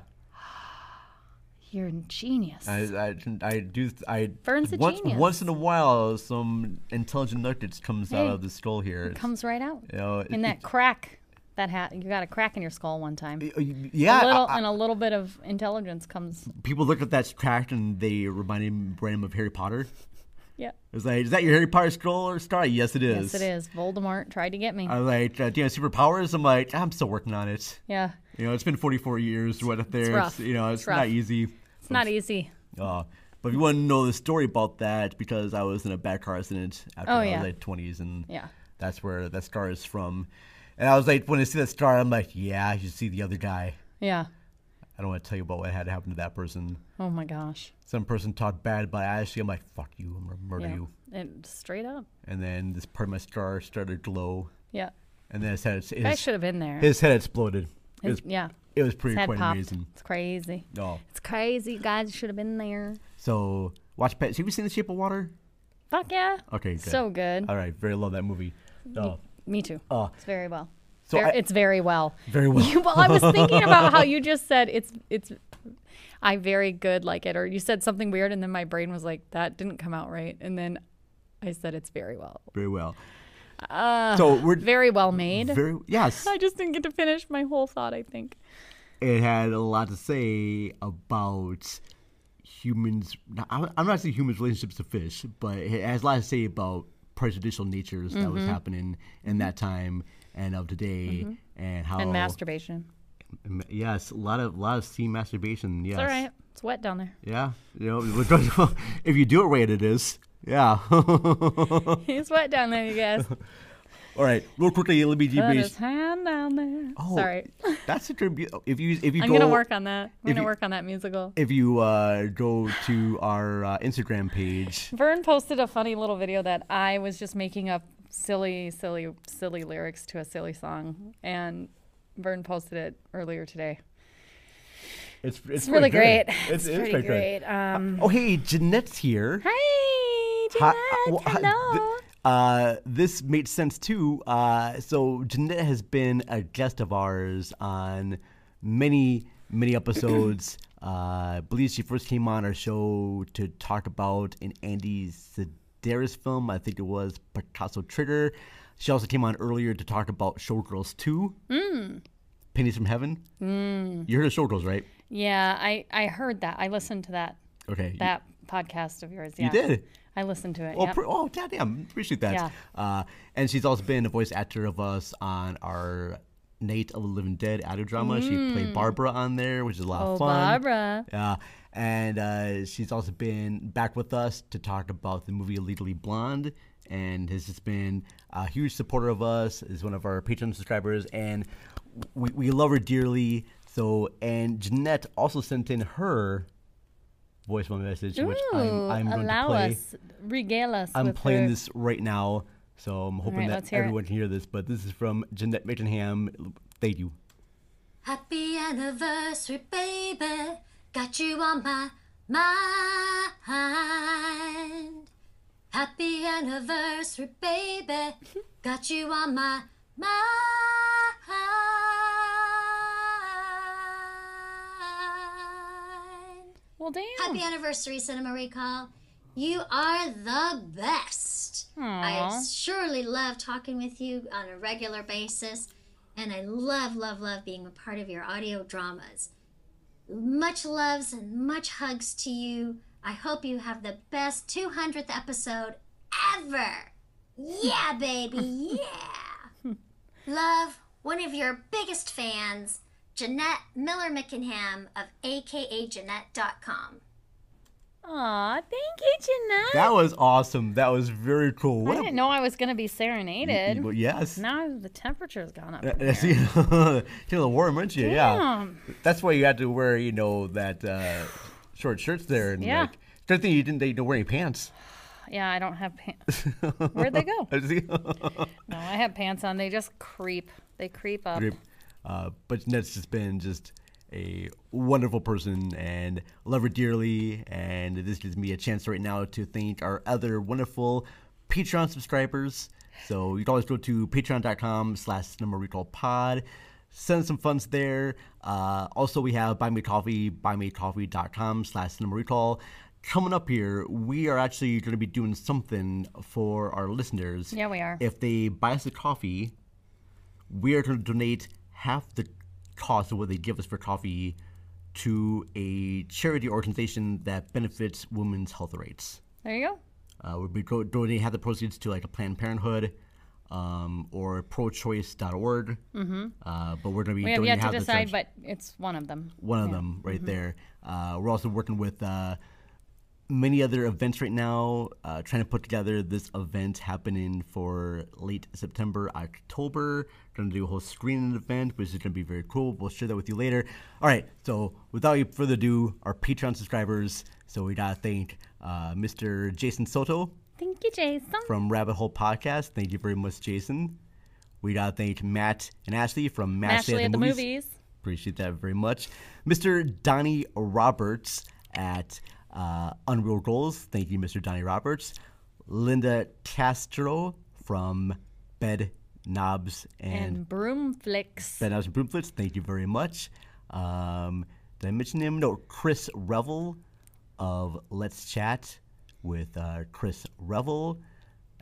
Speaker 2: You're a genius.
Speaker 1: I, I, I do th- I
Speaker 2: Vern's a
Speaker 1: once,
Speaker 2: genius.
Speaker 1: once in a while some intelligent nuggets comes out
Speaker 2: Hey,
Speaker 1: of the skull here.
Speaker 2: It
Speaker 1: It's-
Speaker 2: comes right out.
Speaker 1: you know,
Speaker 2: in
Speaker 1: it-
Speaker 2: that crack that hat you got a crack in your skull one time
Speaker 1: it-
Speaker 2: a
Speaker 1: yeah.
Speaker 2: little
Speaker 1: I- I-
Speaker 2: and a little bit of intelligence comes
Speaker 1: people look at that crack and they reminded me- brand him of Harry Potter.
Speaker 2: yeah
Speaker 1: It's like, is that your Harry Potter scroll or star? Yes, it is.
Speaker 2: yes it is voldemort tried to get me
Speaker 1: I was like, uh, do you have superpowers? I'm like, I'm still working on it.
Speaker 2: yeah
Speaker 1: You know, it's been 44 years. What up there?
Speaker 2: rough.
Speaker 1: you know,
Speaker 2: It's
Speaker 1: it's not
Speaker 2: rough.
Speaker 1: easy.
Speaker 2: it's not easy
Speaker 1: Uh, but if you want to know the story about that, because I was in a bad car accident after
Speaker 2: Oh,
Speaker 1: I
Speaker 2: yeah.
Speaker 1: was like 20s, and
Speaker 2: Yeah.
Speaker 1: that's where that scar is from. And I was like, when I see that scar, I'm like, yeah, you should see the other guy.
Speaker 2: yeah
Speaker 1: I don't want to tell you about what had happened to that person.
Speaker 2: oh my gosh
Speaker 1: Some person talked bad about Ashley. I'm like, fuck you, I'm gonna murder
Speaker 2: yeah
Speaker 1: you.
Speaker 2: and straight up
Speaker 1: And then this part of my scar started to glow,
Speaker 2: yeah
Speaker 1: and then his head, his,
Speaker 2: Guy should've been there.
Speaker 1: His head exploded. It
Speaker 2: His-
Speaker 1: was-
Speaker 2: yeah
Speaker 1: it was pretty
Speaker 2: His head
Speaker 1: quite
Speaker 2: popped.
Speaker 1: amazing.
Speaker 2: it's crazy
Speaker 1: Oh.
Speaker 2: it's crazy guys should have been there
Speaker 1: So watch Pet. Have you seen The Shape of Water?
Speaker 2: fuck yeah
Speaker 1: Okay, good.
Speaker 2: so good
Speaker 1: All right, very love that movie. Oh.
Speaker 2: me too
Speaker 1: Oh.
Speaker 2: it's very well
Speaker 1: So
Speaker 2: Ver-
Speaker 1: I-
Speaker 2: it's very well
Speaker 1: Very well.
Speaker 2: well i was thinking about how you just said it's it's I very good like it, or you said something weird, and then my brain was like, that didn't come out right, and then I said it's very well.
Speaker 1: Very well.
Speaker 2: Uh,
Speaker 1: So we're-
Speaker 2: very well made.
Speaker 1: Very yes.
Speaker 2: I just didn't get to finish my whole thought. I think.
Speaker 1: it had a lot to say about humans. not- I- I'm not saying humans' relationships to fish, but it has a lot to say about prejudicial natures that was
Speaker 2: Mhm.
Speaker 1: happening in that time and of today,
Speaker 2: Mhm.
Speaker 1: and how
Speaker 2: And masturbation.
Speaker 1: m- Yes, a lot of lot of steam masturbation. Yes.
Speaker 2: It's all right. It's wet down there.
Speaker 1: Yeah, you know, what- if you do it right, it is. Yeah. All
Speaker 2: it's wet down there, you guys.
Speaker 1: right, real quickly, let me
Speaker 2: Put his
Speaker 1: debrief.
Speaker 2: hand down there.
Speaker 1: Oh,
Speaker 2: Sorry.
Speaker 1: That's a tribute. If you if you
Speaker 2: I'm
Speaker 1: go,
Speaker 2: gonna work on that.
Speaker 1: if
Speaker 2: I'm gonna
Speaker 1: you-
Speaker 2: work on that musical.
Speaker 1: If you uh, go to our uh, Instagram page,
Speaker 2: Vern posted a funny little video that I was just making up silly, silly, silly lyrics to a silly song, and Vern posted it earlier today.
Speaker 1: it's it's,
Speaker 2: It's really
Speaker 1: pretty
Speaker 2: great.
Speaker 1: good.
Speaker 2: It's, pretty
Speaker 1: pretty good.
Speaker 2: great. Um,
Speaker 1: Oh, hey, Jeanette's here.
Speaker 2: Hi,
Speaker 1: Jeanette. hello. uh, this made sense too. Uh, so Jeanette has been a guest of ours on many, many episodes. uh, I believe she first came on our show to talk about an Andy Sedaris film. I think it was Picasso Trigger. She also came on earlier to talk about Showgirls 2,
Speaker 2: Mm.
Speaker 1: Pennies from Heaven.
Speaker 2: Mm.
Speaker 1: You heard of Showgirls, right?
Speaker 2: Yeah, I, I heard that. I listened to that.
Speaker 1: Okay.
Speaker 2: That podcast of yours.
Speaker 1: You
Speaker 2: Yeah.
Speaker 1: did?
Speaker 2: I listened to it.
Speaker 1: Oh,
Speaker 2: yep.
Speaker 1: pre- oh, goddamn! Appreciate that.
Speaker 2: Yeah.
Speaker 1: Uh, and she's also been a voice actor of us on our Night of the Living Dead audio drama. She
Speaker 2: Mm.
Speaker 1: played Barbara on there, which is a lot
Speaker 2: Oh,
Speaker 1: of fun.
Speaker 2: Barbara.
Speaker 1: Yeah. And uh, she's also been back with us to talk about the movie Legally Blonde and has just been a huge supporter of us, is one of our Patreon subscribers, and we, we love her dearly. So, and Jeanette also sent in her voicemail message, which I'm,
Speaker 2: Ooh,
Speaker 1: I'm going to
Speaker 2: allow
Speaker 1: play.
Speaker 2: us, regale us.
Speaker 1: I'm
Speaker 2: with
Speaker 1: playing
Speaker 2: her-
Speaker 1: this right now, so I'm hoping
Speaker 2: right, let's
Speaker 1: that
Speaker 2: hear it.
Speaker 1: everyone can hear this. But this is from Jeanette Mitchenham. Thank you.
Speaker 7: Happy anniversary, baby. Got you on my mind. Happy anniversary, baby. Got you on my mind.
Speaker 2: Well, damn.
Speaker 7: Happy anniversary, Cinema Recall. You are the best. I
Speaker 2: Aw.
Speaker 7: surely love talking with you on a regular basis, and I love, love, love being a part of your audio dramas. Much loves and much hugs to you. I hope you have the best 200th episode ever. Yeah, baby, yeah. Love, one of your biggest fans, Jeanette Miller Mickenham of akajeanette.com.
Speaker 2: Aw, thank you, Jeanette.
Speaker 1: That was awesome. That was very cool.
Speaker 2: I
Speaker 1: What a-
Speaker 2: didn't know I was gonna be serenaded.
Speaker 1: well, yes.
Speaker 2: Now the temperature's gone up.
Speaker 1: Uh, uh, see, you're a little warm, aren't you?
Speaker 2: Damn.
Speaker 1: Yeah. That's why you had to wear, you know, that uh, short shirts there. And,
Speaker 2: Yeah.
Speaker 1: Like, good thing you didn't. They don't wear any pants.
Speaker 2: Yeah, I don't have pants. Where'd they go?
Speaker 1: See?
Speaker 2: No, I have pants on. They just creep. They creep up.
Speaker 1: Great. Uh, but Jeanette's just been just a wonderful person and love her dearly. And this gives me a chance right now to thank our other wonderful Patreon subscribers. So you can always go to patreon.com slash number recall pod. Send some funds there. Uh, also, we have Buy Me Coffee, buymecoffee.com slash number recall. Coming up here, we are actually going to be doing something for our listeners.
Speaker 2: Yeah, we are.
Speaker 1: If they buy us a coffee, we are going to donate half the cost of what they give us for coffee to a charity organization that benefits women's health rights.
Speaker 2: There you go.
Speaker 1: Uh, we'll be go- donating half the proceeds to like a Planned Parenthood um, or prochoice.org.
Speaker 2: Mm-hmm.
Speaker 1: Uh, but we're going to be
Speaker 2: We have
Speaker 1: donating
Speaker 2: yet to
Speaker 1: half the
Speaker 2: decide,
Speaker 1: charge-
Speaker 2: but it's one of them.
Speaker 1: one of
Speaker 2: Yeah.
Speaker 1: them right
Speaker 2: Mhm.
Speaker 1: there. Uh, we're also working with uh, many other events right now, uh, trying to put together this event happening for late September, October. Going to do a whole screening event, which is going to be very cool. We'll share that with you later. All right, so without any further ado, our Patreon subscribers. So we got to thank uh, Mr. Jason Soto
Speaker 2: Thank you, Jason.
Speaker 1: from Rabbit Hole Podcast. Thank you very much, Jason. We got to thank Matt and Ashley from Matt
Speaker 2: Ashley at the movies.
Speaker 1: Appreciate that very much. Mr. Donnie Roberts at uh, Unreal Goals. Thank you, Mr. Donnie Roberts. Linda Castro from Bed Knobs and,
Speaker 2: and Broomflix.
Speaker 1: Bed Knobs and Broomflits. Thank you very much. Um, Did I mention him? No, Chris Revel of Let's Chat with uh, Chris Revel.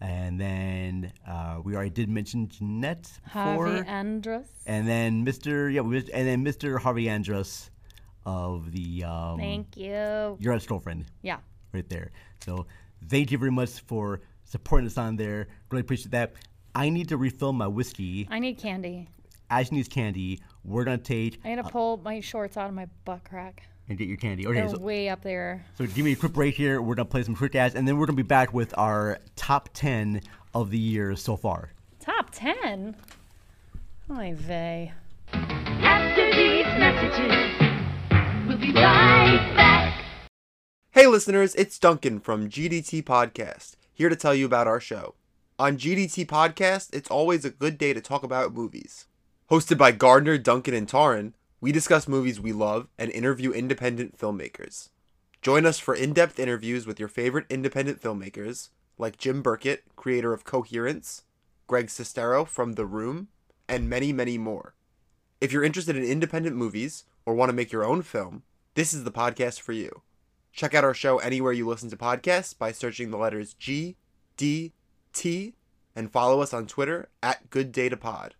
Speaker 1: And then uh, we already did mention Jeanette
Speaker 2: Harvey
Speaker 1: before.
Speaker 2: Andrus.
Speaker 1: and then Mr. Yeah, we, and then Mr. Harvey Andrus of the um,
Speaker 2: Thank you.
Speaker 1: your ex-girlfriend.
Speaker 2: Yeah.
Speaker 1: Right there. So thank you very much for supporting us on there. Really appreciate that. I need to refill my whiskey.
Speaker 2: I need candy.
Speaker 1: Ash needs candy. We're gonna take
Speaker 2: I need to pull my shorts out of my butt crack.
Speaker 1: and get your candy. Okay,
Speaker 2: They're
Speaker 1: so,
Speaker 2: way up there.
Speaker 1: so give me a quick break here. We're gonna play some quick ads, and then we're gonna be back with our top ten of the year so far.
Speaker 2: Top 10? Oy vey.
Speaker 10: After these messages, we'll be right
Speaker 11: Hey listeners, it's Duncan from GDT Podcast, here to tell you about our show. On GDT Podcast, it's always a good day to talk about movies. Hosted by Gardner, Duncan, and Taryn, we discuss movies we love and interview independent filmmakers. Join us for in depth interviews with your favorite independent filmmakers, like Jim Burkett, creator of Coherence, Greg Sestero from The Room, and many, many more. If you're interested in independent movies or want to make your own film, this is the podcast for you. Check out our show anywhere you listen to podcasts by searching the letters G, D, T, and follow us on Twitter at Good Data Pod.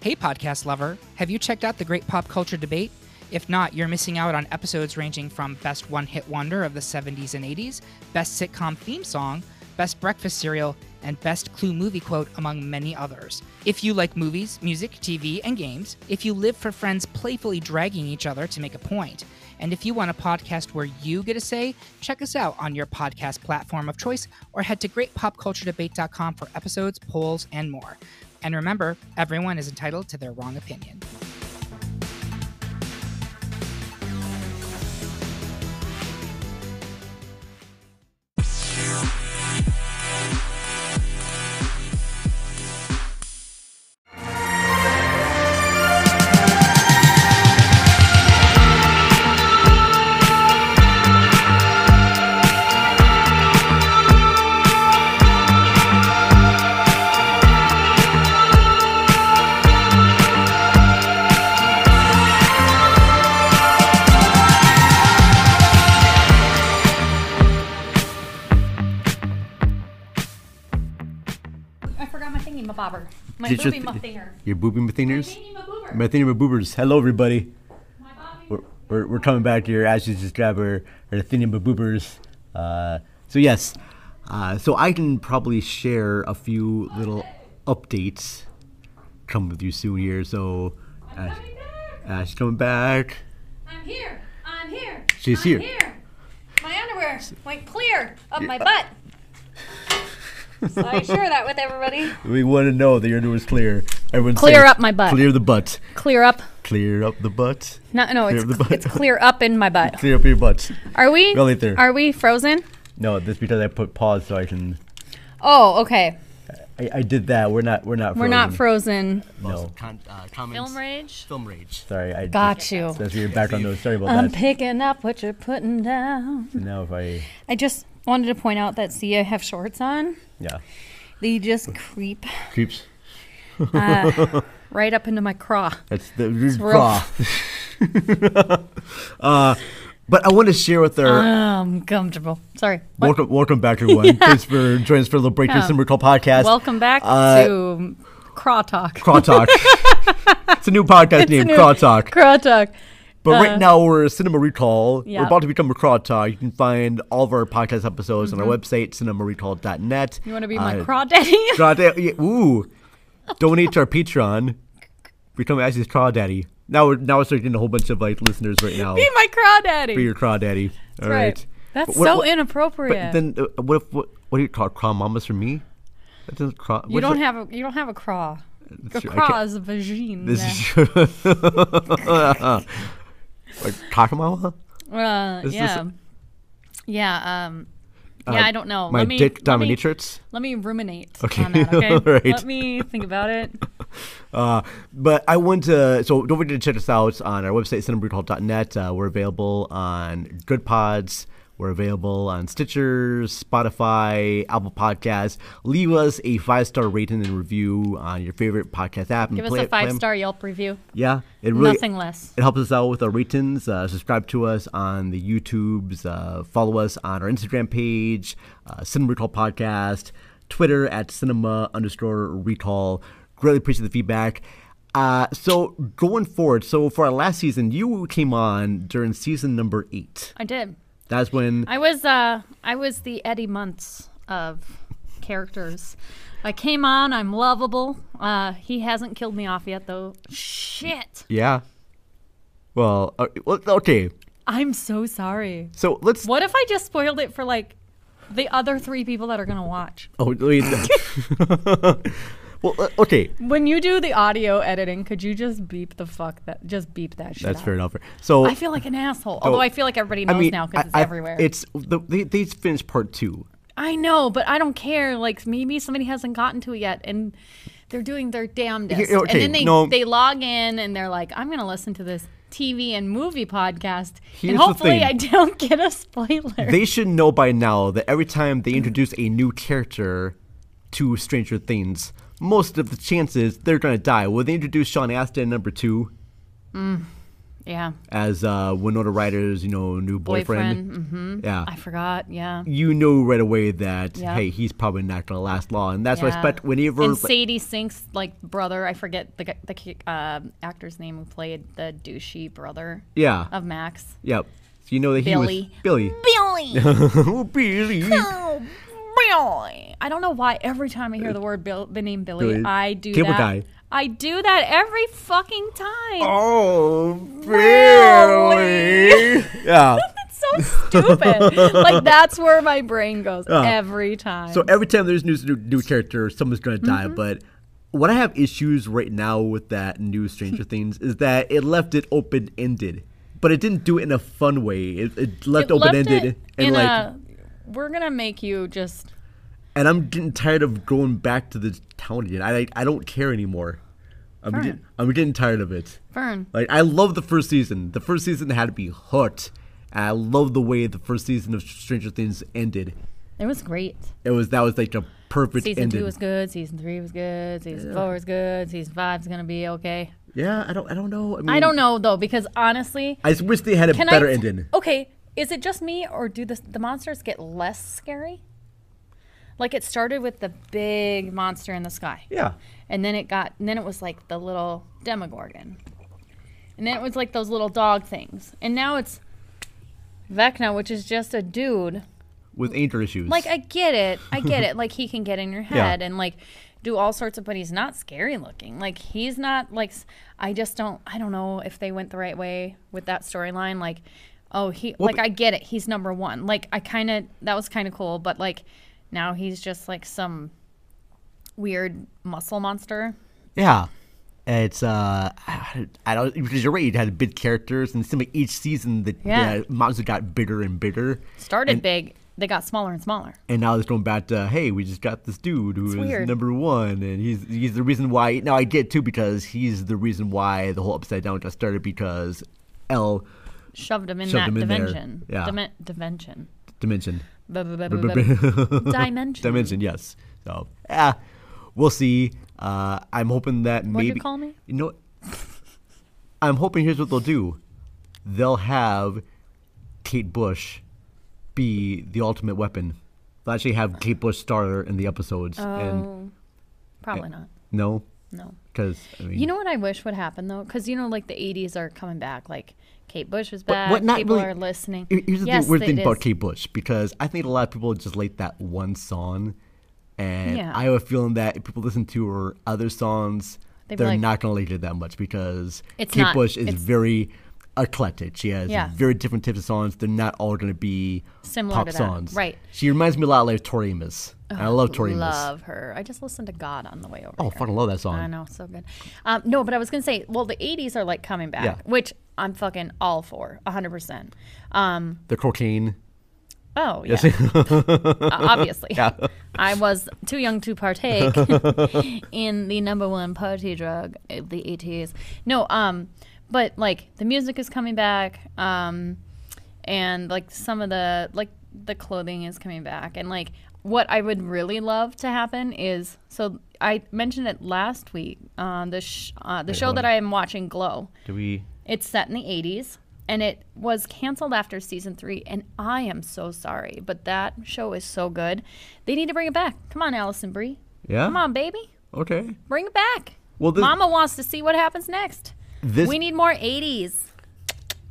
Speaker 12: Hey, podcast lover, have you checked out the great pop culture debate? If not, you're missing out on episodes ranging from Best One Hit Wonder of the 70s and 80s, Best Sitcom Theme Song, Best Breakfast Cereal, and Best Clue Movie Quote, among many others. If you like movies, music, TV, and games, if you live for friends playfully dragging each other to make a point, and if you want a podcast where you get a say, check us out on your podcast platform of choice or head to greatpopculturedebate.com for episodes, polls, and more. And remember, everyone is entitled to their wrong opinion.
Speaker 2: I forgot my thingy, my bobber. My
Speaker 1: Did you
Speaker 2: booby,
Speaker 1: th-
Speaker 2: my thinger.
Speaker 1: Your booby thingers? My thingy boobers. Hello, everybody. We're, we're, we're coming back here. Ashley just grabbed her, her thingy boobers. Uh, so, yes. Uh, so, I can probably share a few little updates come with you soon here. So, Ash, Ash coming back.
Speaker 2: I'm here. I'm here.
Speaker 1: She's
Speaker 2: I'm
Speaker 1: here.
Speaker 2: My underwear went clear of
Speaker 1: Yeah.
Speaker 2: my butt. so I share that with everybody.
Speaker 1: We want to know that your underwear's clear. Everyone
Speaker 2: Clear
Speaker 1: say,
Speaker 2: up my butt.
Speaker 1: Clear the butt.
Speaker 2: Clear up.
Speaker 1: Clear up the butt.
Speaker 2: No, no,
Speaker 1: Clear
Speaker 2: it's,
Speaker 1: up the
Speaker 2: cl-
Speaker 1: butt.
Speaker 2: it's clear up in my butt.
Speaker 1: Clear up your butt.
Speaker 2: Are we?
Speaker 1: Go later.
Speaker 2: Are we frozen?
Speaker 1: No, that's because I put pause so I can.
Speaker 2: Oh, okay.
Speaker 1: I, I did that. We're not. We're not.
Speaker 2: We're not frozen.
Speaker 1: No. uh,
Speaker 2: Film rage.
Speaker 13: Film rage.
Speaker 1: Sorry. I
Speaker 2: Got you.
Speaker 1: That's your background noise. Sorry about
Speaker 2: I'm
Speaker 1: that.
Speaker 2: picking up what you're putting down.
Speaker 1: now if I.
Speaker 2: I just wanted to point out that see, I have shorts on.
Speaker 1: Yeah.
Speaker 2: They just creep
Speaker 1: Creeps.
Speaker 2: Uh, right up into my craw.
Speaker 1: That's the
Speaker 2: It's real-
Speaker 1: raw. uh, but I want to share with our
Speaker 2: Um, comfortable. Sorry. What?
Speaker 1: Welcome, welcome back, everyone. Thanks for joining us for a little break.
Speaker 2: Yeah.
Speaker 1: This summer call podcast.
Speaker 2: Welcome back
Speaker 1: Uh,
Speaker 2: to Craw Talk.
Speaker 1: Craw Talk. it's a new podcast
Speaker 2: It's a
Speaker 1: named
Speaker 2: new-
Speaker 1: Craw Talk.
Speaker 2: Craw Talk.
Speaker 1: But
Speaker 2: Uh,
Speaker 1: right now we're Cinema Recall.
Speaker 2: Yeah.
Speaker 1: We're about to become a Craw Talk. You can find all of our podcast episodes on our
Speaker 2: Mhm.
Speaker 1: website, cinemarecall.net.
Speaker 2: You want to be my
Speaker 1: Uh,
Speaker 2: Craw Daddy?
Speaker 1: Craw Daddy. yeah, Ooh. Donate to our Patreon. Become Ashley's Craw Daddy. Now we're now we're starting a whole bunch of like listeners right now.
Speaker 2: be my Craw Daddy.
Speaker 1: Be your Craw Daddy. all
Speaker 2: right.
Speaker 1: right.
Speaker 2: That's
Speaker 1: But what-
Speaker 2: so
Speaker 1: what-
Speaker 2: inappropriate.
Speaker 1: But then uh, what if what, what do you call Craw Mamas for me? That doesn't craw,
Speaker 2: you
Speaker 1: what's
Speaker 2: don't
Speaker 1: that?
Speaker 2: have a you don't have a craw. A
Speaker 1: That's true, I
Speaker 2: craw
Speaker 1: can't-
Speaker 2: is a vagine.
Speaker 1: This is true. Like Kakamama?
Speaker 2: Uh,
Speaker 1: Is this-
Speaker 2: yeah. yeah. Um, yeah,
Speaker 1: Uh,
Speaker 2: I don't know.
Speaker 1: my
Speaker 2: let me,
Speaker 1: dick
Speaker 2: let me-
Speaker 1: dominatrix?
Speaker 2: Let me, ruminate
Speaker 1: Okay.
Speaker 2: on that, okay?
Speaker 1: All right.
Speaker 2: Let me think about it.
Speaker 1: Uh, but I want to, so don't forget to check us out on our website, cinemabrewhall.net. Uh, we're available on Good Pods. We're available on Stitcher, Spotify, Apple Podcasts. Leave us a five star rating and review on your favorite podcast app. and
Speaker 2: Give us
Speaker 1: play
Speaker 2: a
Speaker 1: it- play 'em.
Speaker 2: five star Yelp review.
Speaker 1: Yeah, it really
Speaker 2: Nothing less.
Speaker 1: It helps us out with our ratings. Uh, subscribe to us on the YouTubes. Uh, follow us on our Instagram page, uh, Cinema Recall Podcast, Twitter at cinema underscore recall. Greatly appreciate the feedback. Uh, so going forward, so for our last season, you came on during season number eight.
Speaker 2: I did.
Speaker 1: That's when
Speaker 2: I was uh I was the Eddie Muntz of characters. I came on, I'm lovable. Uh he hasn't killed me off yet though. Shit.
Speaker 1: yeah. Well, uh, well, okay.
Speaker 2: I'm so sorry.
Speaker 1: So let's.
Speaker 2: What if I just spoiled it for like the other three people that are gonna watch?
Speaker 1: Oh wait. well, uh, okay.
Speaker 2: When you do the audio editing, could you just beep the fuck that just beep that shit?
Speaker 1: That's
Speaker 2: out?
Speaker 1: fair enough. So
Speaker 2: I feel like an asshole.
Speaker 1: So-
Speaker 2: Although I feel like everybody knows now because
Speaker 1: I-
Speaker 2: it's
Speaker 1: I-
Speaker 2: everywhere.
Speaker 1: It's the, they, they finished part two.
Speaker 2: I know, but I don't care. Like maybe somebody hasn't gotten to it yet, and they're doing their damnedest.
Speaker 1: Here- okay,
Speaker 2: and then they
Speaker 1: no.
Speaker 2: they log in and they're like, "I'm going to listen to this TV and movie podcast,
Speaker 1: Here's
Speaker 2: and
Speaker 1: the
Speaker 2: hopefully
Speaker 1: thing.
Speaker 2: I don't get a spoiler."
Speaker 1: They should know by now that every time they introduce a new character to Stranger Things, most of the chances they're gonna die. Will they introduce Sean Astin in number two
Speaker 2: Mm, yeah,
Speaker 1: as uh, Winona Ryder's you know new boyfriend?
Speaker 2: hmm
Speaker 1: Yeah.
Speaker 2: I forgot. Yeah.
Speaker 1: You know right away that
Speaker 2: Yeah.
Speaker 1: hey, he's probably not gonna last long, and that's why I
Speaker 2: Yeah.
Speaker 1: expect whenever
Speaker 2: and
Speaker 1: like-
Speaker 2: Sadie Sink's like brother, I forget the gu- the ki- uh, actor's name who played the douchey brother.
Speaker 1: Yeah.
Speaker 2: Of Max.
Speaker 1: Yep. So you know that he
Speaker 2: Billy.
Speaker 1: was Billy.
Speaker 2: Billy.
Speaker 1: oh, Billy.
Speaker 2: Oh, Billy. I don't know why every time I hear the word Bill, the name Billy,
Speaker 1: Billy.
Speaker 2: I do
Speaker 1: Cable
Speaker 2: that.
Speaker 1: guy.
Speaker 2: I do that every fucking time.
Speaker 1: Oh, Billy. yeah.
Speaker 2: It's so stupid. like that's where my brain goes
Speaker 1: Yeah.
Speaker 2: every time.
Speaker 1: Uh. So every time there's new new, new character, someone's gonna die.
Speaker 2: Mm-hmm.
Speaker 1: But what I have issues right now with that new Stranger Things is that it left it open ended, but it didn't do it in a fun way. It, it left
Speaker 2: It
Speaker 1: open ended
Speaker 2: it
Speaker 1: and
Speaker 2: in
Speaker 1: like,
Speaker 2: a- we're gonna make you just.
Speaker 1: and I'm getting tired of going back to the town again. I I don't care anymore. I'm
Speaker 2: Fern.
Speaker 1: getting, I'm getting tired of it.
Speaker 2: Fern.
Speaker 1: Like I love the first season. The first season had to be hooked. And I love the way the first season of Stranger Things ended.
Speaker 2: It was great.
Speaker 1: It was that was like a perfect
Speaker 2: season
Speaker 1: ending.
Speaker 2: two was good. Season three was good. Season
Speaker 1: Yeah.
Speaker 2: four was good. Season five's gonna be okay.
Speaker 1: Yeah, I don't I don't know. I, mean,
Speaker 2: I don't know though because honestly,
Speaker 1: I just wish they had a
Speaker 2: Can I
Speaker 1: Mm. better
Speaker 2: t- Oh.
Speaker 1: ending.
Speaker 2: Okay, is it just me or do the the monsters get less scary? Like it started with the big monster in the sky.
Speaker 1: Yeah.
Speaker 2: And then it got and then it was like the little demogorgon. And then it was like those little dog things. And now it's Vecna, which is just a dude.
Speaker 1: With anger issues.
Speaker 2: Like I get it. I get it. Like he can get in your
Speaker 1: Yeah.
Speaker 2: head and like do all sorts of but he's not scary looking. Like he's not like s- I just don't I don't know if they went the right way with that storyline like oh he
Speaker 8: Well,
Speaker 2: like I get it. He's number 1. Like I kind of that was kind of cool, but like now he's just like some weird muscle monster.
Speaker 1: Yeah. It's uh, I I don't because you're right. You had big characters, and it seemed like each season the,
Speaker 2: Yeah.
Speaker 1: the monster got bigger and bigger.
Speaker 2: Started
Speaker 1: And-
Speaker 2: big, they got smaller and smaller.
Speaker 1: And now it's going back to hey, we just got this dude who
Speaker 2: It's
Speaker 1: is
Speaker 2: weird.
Speaker 1: number one, and he's he's the reason why. Now I get too because he's the reason why the whole upside down got started because L
Speaker 2: Shoved him in
Speaker 1: Shoved
Speaker 2: that
Speaker 1: him in there.
Speaker 2: dimension.
Speaker 1: Yeah.
Speaker 2: Dimen- dimension.
Speaker 1: dimension.
Speaker 2: Bu- bu- bu-
Speaker 1: Bu-
Speaker 2: bu-
Speaker 1: bu- bu-
Speaker 2: Dimension.
Speaker 1: Dimension, yes. So yeah, we'll see. Uh, I'm hoping that
Speaker 2: What'd
Speaker 1: maybe
Speaker 2: you call me?
Speaker 1: You know, what? I'm hoping here's what they'll do. They'll have Kate Bush be the ultimate weapon. They'll actually have Kate Bush star in the episodes. and
Speaker 2: Oh, probably not.
Speaker 1: No.
Speaker 2: No.
Speaker 1: Because I mean,
Speaker 2: You know what I wish would happen though, because you know, like the '80s are coming back. Like Kate Bush is
Speaker 1: But
Speaker 2: back.
Speaker 1: what not
Speaker 2: People
Speaker 1: really-
Speaker 2: are listening.
Speaker 1: Here- Here's the
Speaker 2: yes,
Speaker 1: thing, weird
Speaker 2: it
Speaker 1: thing
Speaker 2: is.
Speaker 1: about Kate Bush because I think a lot of people just like that one song, and
Speaker 2: Yeah.
Speaker 1: I have a feeling that if people listen to her other songs,
Speaker 2: They'd be
Speaker 1: they're
Speaker 2: like-
Speaker 1: not gonna like it that much because
Speaker 2: It's
Speaker 1: Kate
Speaker 2: not-
Speaker 1: Bush is
Speaker 2: it's-
Speaker 1: very eclectic. She has
Speaker 2: Yeah.
Speaker 1: very different types of songs. They're not all gonna be
Speaker 2: Similar
Speaker 1: pop
Speaker 2: to that,
Speaker 1: songs.
Speaker 2: right.
Speaker 1: She reminds me a lot like Tori Amos. and I
Speaker 2: Oh,
Speaker 1: love Tori Amos.
Speaker 2: Love her. I just listened to God on the way over.
Speaker 1: Oh,
Speaker 2: here.
Speaker 1: fucking love that song.
Speaker 2: I know, so good. Um, no, but I was gonna say, well, the '80s are like coming back,
Speaker 1: Yeah.
Speaker 2: which I'm fucking all for, 100. percent Um,
Speaker 1: The cocaine.
Speaker 2: oh yeah,
Speaker 1: Yes.
Speaker 2: Uh, obviously.
Speaker 1: Yeah.
Speaker 2: I was too young to partake in the number one party drug eh, of the 80s. No, um, but like the music is coming back. Um, and like some of the like the clothing is coming back and like what i would really love to happen is so i mentioned it last week on the sh- uh, the
Speaker 1: Wait,
Speaker 2: show
Speaker 1: hold
Speaker 2: that
Speaker 1: on.
Speaker 2: i am watching glow
Speaker 1: Do we?
Speaker 2: it's set in the 80s and it was canceled after season three. And I am so sorry, but that show is so good. They need to bring it back. Come on, Allison Brie.
Speaker 1: Yeah?
Speaker 2: Come on, baby.
Speaker 1: Okay.
Speaker 2: Bring it back.
Speaker 1: Well, this-
Speaker 2: Mama wants to see what happens next.
Speaker 1: This-
Speaker 2: we need more 80s.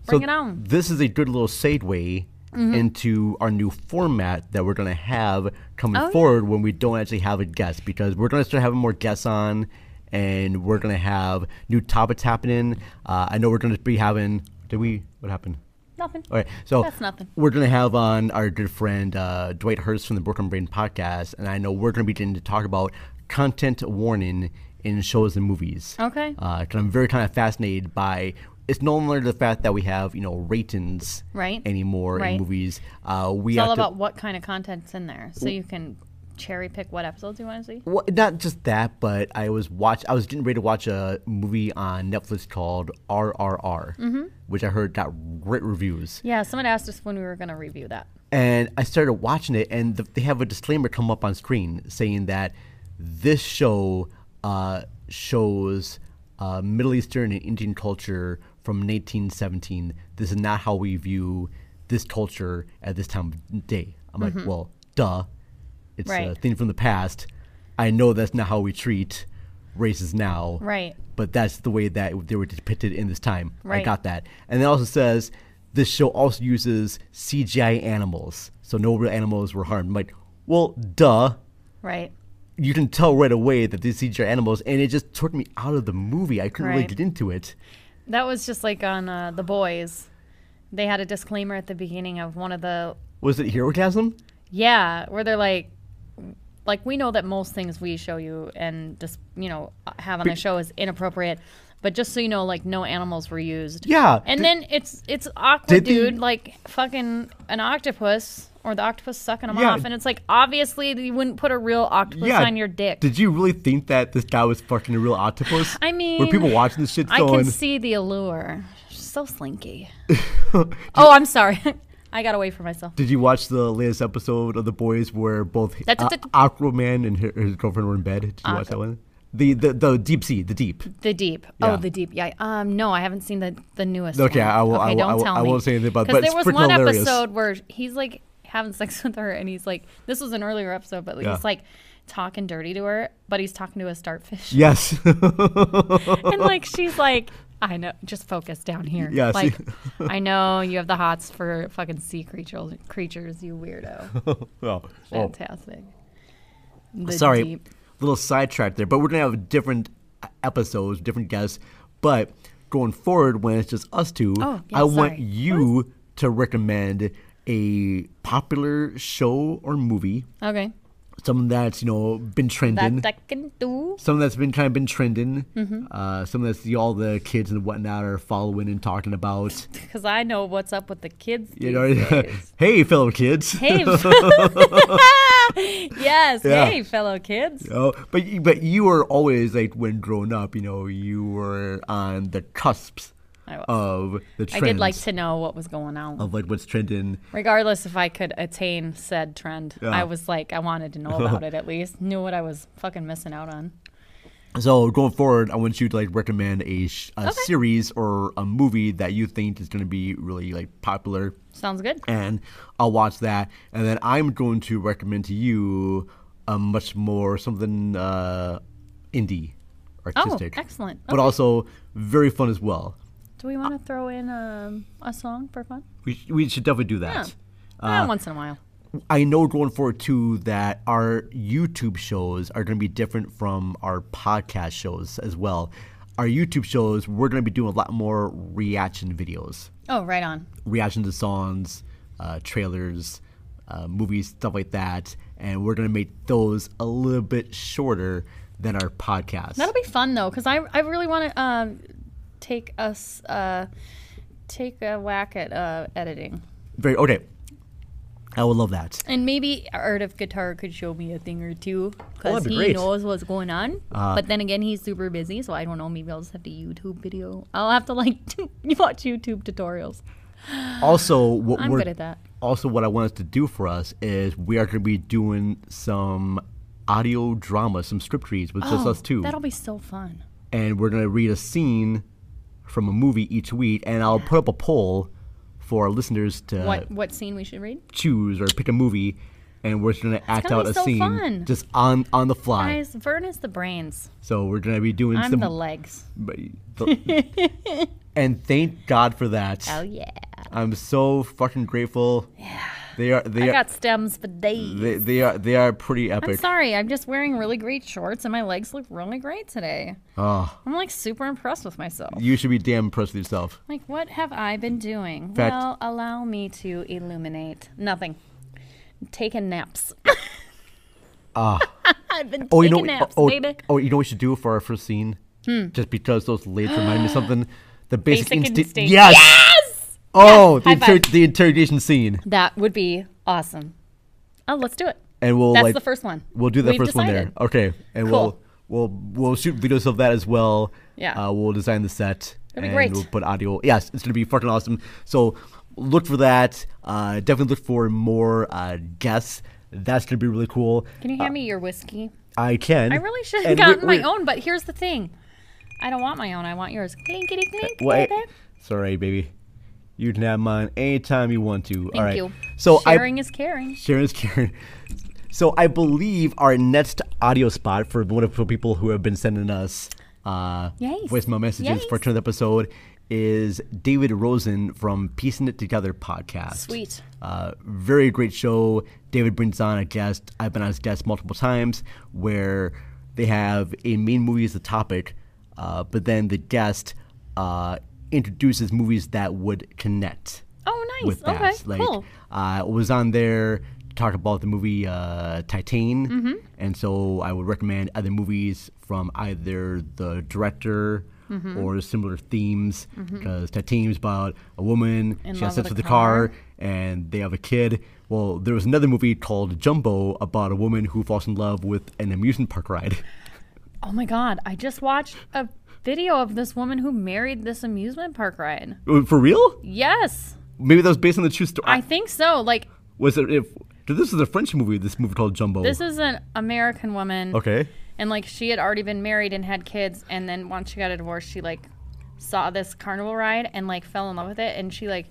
Speaker 2: Bring
Speaker 1: so
Speaker 2: it on.
Speaker 1: This is a good little segue
Speaker 2: Mhm.
Speaker 1: into our new format that we're going to have coming
Speaker 2: Oh, yeah.
Speaker 1: forward when we don't actually have a guest because we're going to start having more guests on and we're going to have new topics happening. Uh, I know we're going to be having. Did we? What happened?
Speaker 2: Nothing.
Speaker 1: All right. So
Speaker 2: That's nothing.
Speaker 1: We're going to have on our good friend uh, Dwight Hurst from the Broken Brain podcast. And I know we're going to be getting to talk about content warning in shows and movies.
Speaker 2: Okay.
Speaker 1: Because uh, I'm very kind of fascinated by it's no longer the fact that we have you know ratings
Speaker 2: Right.
Speaker 1: anymore
Speaker 2: Right.
Speaker 1: in movies. Uh, we
Speaker 2: It's all
Speaker 1: have to-
Speaker 2: about what kind of content's in there. So you can cherry pick what episodes you want to see.
Speaker 1: Well, not just that, but I was watch. I was getting ready to watch a movie on Netflix called RRR,
Speaker 2: Mhm.
Speaker 1: which I heard got great reviews.
Speaker 2: Yeah, someone asked us when we were going to review that.
Speaker 1: And I started watching it, and th they have a disclaimer come up on screen saying that this show uh, shows uh, Middle Eastern and Indian culture from 1917. This is not how we view this culture at this time of day. I'm
Speaker 2: Mhm.
Speaker 1: like, well, duh. It's a
Speaker 2: Right.
Speaker 1: thing from the past. I know that's not how we treat races now.
Speaker 2: Right.
Speaker 1: But that's the way that they were depicted in this time. I
Speaker 2: Right.
Speaker 1: got that. And it also says this show also uses CGI animals, so no real animals were harmed. I'm like, well, duh.
Speaker 2: Right.
Speaker 1: You can tell right away that these CGI animals, and it just took me out of the movie. I couldn't really
Speaker 2: Right.
Speaker 1: get into it.
Speaker 2: That was just like on uh, The Boys. They had a disclaimer at the beginning of one of the
Speaker 1: Was it Herogasm?
Speaker 2: yeah, where they're like like we know that most things we show you and just, you know, uh, have on the show is inappropriate, but just so you know like no animals were used.
Speaker 1: Yeah,
Speaker 2: And
Speaker 1: did-
Speaker 2: then it's it's awkward,
Speaker 1: Did they-
Speaker 2: dude, like fucking an octopus or the octopus sucking them
Speaker 1: Yeah.
Speaker 2: off and it's like obviously you wouldn't put a real octopus on your dick.
Speaker 1: Did you really think that this guy was fucking a real octopus?
Speaker 2: I mean,
Speaker 1: were people watching this shit
Speaker 2: I
Speaker 1: going?
Speaker 2: can see the allure. She's so slinky. oh, I'm sorry. I got away from myself.
Speaker 1: Did you watch the latest episode of The Boys where both
Speaker 2: That's-
Speaker 1: uh,
Speaker 2: that's-
Speaker 1: Aquaman and her, his girlfriend were in bed? Did you watch
Speaker 2: Aqu-
Speaker 1: that one? The, the the deep sea, the deep.
Speaker 2: The deep.
Speaker 1: Yeah.
Speaker 2: Oh, the deep. Yeah. Um. No, I haven't seen the the newest.
Speaker 1: Okay,
Speaker 2: one.
Speaker 1: I will- I
Speaker 2: Okay,
Speaker 1: will-
Speaker 2: don't
Speaker 1: I will-
Speaker 2: tell
Speaker 1: I
Speaker 2: me.
Speaker 1: won't say anything about it,
Speaker 2: 'Cause
Speaker 1: but
Speaker 2: there was
Speaker 1: it's freaking
Speaker 2: one
Speaker 1: hilarious.
Speaker 2: episode where he's like having sex with her, and he's like, this was an earlier episode, but
Speaker 1: Yeah.
Speaker 2: he's like talking dirty to her, but he's talking to a starfish.
Speaker 1: Yes.
Speaker 2: and like she's like, I know. Just focus down here.
Speaker 1: Yeah, she-
Speaker 2: Like, I know you have the hots for fucking sea creatures. Creatures, you weirdo.
Speaker 1: Oh. well, well,
Speaker 2: Fantastic. The
Speaker 1: sorry,
Speaker 2: deep-
Speaker 1: little sidetrack there, but we're gonna have different e-, episodes, different guests. But going forward, when it's just us two,
Speaker 8: Oh, yeah,
Speaker 1: I want
Speaker 8: sorry.
Speaker 1: you to recommend a popular show or movie,
Speaker 2: Okay.
Speaker 1: something that's you know been trending.
Speaker 2: That I can do.
Speaker 1: Something that's been kind of been trending,
Speaker 2: Mhm.
Speaker 1: uh, something that's all the kids and whatnot are following and talking about.
Speaker 2: Because I know what's up with the kids.
Speaker 1: You know,
Speaker 2: these days.
Speaker 1: hey, fellow kids.
Speaker 2: Hey. yes.
Speaker 1: Yeah.
Speaker 2: Hey, fellow kids.
Speaker 1: Oh, but y- but you were always like when growing up, you know, you were on the cusps
Speaker 2: I was.
Speaker 1: of the
Speaker 2: I
Speaker 1: Uh, trends Oh.
Speaker 2: did like to know what was going on.
Speaker 1: of like what's trending.
Speaker 2: Regardless if I could attain said trend,
Speaker 1: Yeah.
Speaker 2: I was like, I wanted to know about it at least. Knew what I was fucking missing out on.
Speaker 1: So going forward, I want you to like recommend a, sh- a series or a movie that you think is going to be really like popular.
Speaker 2: Sounds good.
Speaker 1: And I'll watch that, and then I'm going to recommend to you a much more something uh, indie, artistic,
Speaker 2: Oh, excellent.
Speaker 1: but
Speaker 2: Okay.
Speaker 1: also very fun as well.
Speaker 2: Do we want to throw in um, a song for fun?
Speaker 1: We, sh- we should definitely do that.
Speaker 2: Yeah. Eh,
Speaker 1: Uh,
Speaker 2: once in a while.
Speaker 1: I know going forward too that our YouTube shows are going to be different from our podcast shows as well. Our YouTube shows, we're going to be doing a lot more reaction videos,
Speaker 2: Oh, right on.
Speaker 1: reaction to songs, uh, trailers, uh, movies, stuff like that. And we're going to make those a little bit shorter than our podcast.
Speaker 2: That'll be fun though, because I I really want to um, take us uh, take a whack at uh, editing,
Speaker 1: Very okay. I would love that.
Speaker 2: and maybe Art of Guitar could show me a thing or two, because
Speaker 1: Oh, that'd be
Speaker 2: he
Speaker 1: great.
Speaker 2: knows what's going on.
Speaker 1: Uh,
Speaker 2: but then again, he's super busy, so I don't know. Maybe I'll just have to YouTube video. I'll have to like watch YouTube tutorials.
Speaker 1: Also, what
Speaker 2: Uh, I'm
Speaker 1: we're,
Speaker 2: good at that.
Speaker 1: Also, what I want us to do for us is we are going to be doing some audio drama, some script reads with just
Speaker 2: Oh,
Speaker 1: us two,
Speaker 2: That'll be so fun.
Speaker 1: and we're going to read a scene from a movie each week, and I'll put up a poll for our listeners to
Speaker 2: what what scene we should read?
Speaker 1: choose or pick a movie, and we're just going to act
Speaker 2: gonna
Speaker 1: out
Speaker 2: be
Speaker 1: a
Speaker 2: so
Speaker 1: scene
Speaker 2: fun.
Speaker 1: just on on the fly.
Speaker 2: Guys, Vern is the brains.
Speaker 1: So we're going to be doing
Speaker 2: I'm
Speaker 1: some.
Speaker 2: the legs.
Speaker 1: but- and thank God for that.
Speaker 2: Oh yeah.
Speaker 1: I'm so fucking grateful. Yeah. They are. They
Speaker 2: I
Speaker 1: are.
Speaker 2: got stems for days.
Speaker 1: they, they are. They are pretty
Speaker 2: I'm
Speaker 1: epic.
Speaker 2: sorry, I'm just wearing really great shorts and my legs look really great today.
Speaker 1: Oh,
Speaker 2: I'm like super impressed with myself.
Speaker 1: you should be damn impressed with yourself.
Speaker 2: Like, what have I been doing?
Speaker 1: Fact-
Speaker 2: Well, allow me to illuminate. Nothing. Taking naps.
Speaker 1: Ah.
Speaker 2: I've been
Speaker 1: oh, you
Speaker 2: taking
Speaker 1: know.
Speaker 2: naps,
Speaker 1: oh,
Speaker 2: baby.
Speaker 1: oh, you know what we should do for our first scene?
Speaker 2: Hmm.
Speaker 1: Just because those leads remind me of something. The basic,
Speaker 2: Basic
Speaker 1: Insti-
Speaker 2: Instinct.
Speaker 1: Yes.
Speaker 2: Yes!
Speaker 1: Oh,
Speaker 2: Yes!
Speaker 1: the
Speaker 2: High five.
Speaker 1: inter- the interrogation scene,
Speaker 2: That would be awesome. Oh, let's do it.
Speaker 1: and we'll
Speaker 2: That's
Speaker 1: like
Speaker 2: the first one.
Speaker 1: We'll do the
Speaker 2: We've
Speaker 1: first one
Speaker 2: decided.
Speaker 1: there. Okay, and
Speaker 2: Cool.
Speaker 1: we'll we'll we'll shoot videos of that as well.
Speaker 2: Yeah.
Speaker 1: Uh, we'll design the set.
Speaker 2: It'll be
Speaker 1: and
Speaker 2: great.
Speaker 1: We'll put audio. Yes, it's gonna be fucking awesome. So look for that. Uh, definitely look for more uh, guests. That's gonna be really cool.
Speaker 2: Can you hand me your whiskey?
Speaker 1: I can.
Speaker 2: I really should have
Speaker 1: Uh, and
Speaker 2: gotten
Speaker 1: we're-
Speaker 2: my own, but here's the thing. I don't want my own. I want yours. Clinkety clink.
Speaker 1: Wait.
Speaker 2: baby.
Speaker 1: Sorry, baby. You can have mine anytime you want to. All
Speaker 2: Thank
Speaker 1: right.
Speaker 2: you.
Speaker 1: So I-
Speaker 2: Sharing is caring.
Speaker 1: Sharing is caring. So I believe our next audio spot for one of the people who have been sending us uh,
Speaker 2: Yes.
Speaker 1: voicemail messages for
Speaker 2: Yes.
Speaker 1: today's episode is David Rosen from Piecing It Together podcast.
Speaker 2: Sweet.
Speaker 1: Uh, very great show. David brings on a guest. I've been on his guest multiple times where they have a main movie as the topic, uh, but then the guest uh, introduces movies that would connect.
Speaker 2: Oh, nice.
Speaker 1: With that.
Speaker 2: Okay,
Speaker 1: Like,
Speaker 2: cool.
Speaker 1: I was on there to talk about the movie uh, Titan,
Speaker 2: Mhm.
Speaker 1: and so I would recommend other movies from either the director
Speaker 2: Mm-hmm.
Speaker 8: Mhm.
Speaker 1: or similar themes,
Speaker 8: Mhm.
Speaker 1: because Titan is about a woman,
Speaker 8: In
Speaker 1: she
Speaker 8: love
Speaker 1: has sex
Speaker 8: with
Speaker 1: with
Speaker 8: a
Speaker 1: a car. and they have a kid. Well, there was another movie called Jumbo about a woman who falls in love with an amusement park ride.
Speaker 2: Oh my god, I just watched a video of this woman who married this amusement park ride.
Speaker 1: Uh, For real?
Speaker 2: Yes,
Speaker 1: Maybe that was based on the true story.
Speaker 2: I think so. Like
Speaker 1: Was it if? This is a French movie. This movie called Jumbo.
Speaker 2: this is an American woman.
Speaker 1: okay.
Speaker 2: And like she had already been married and had kids and then once she got a divorce, she like saw this carnival ride and like fell in love with it and she like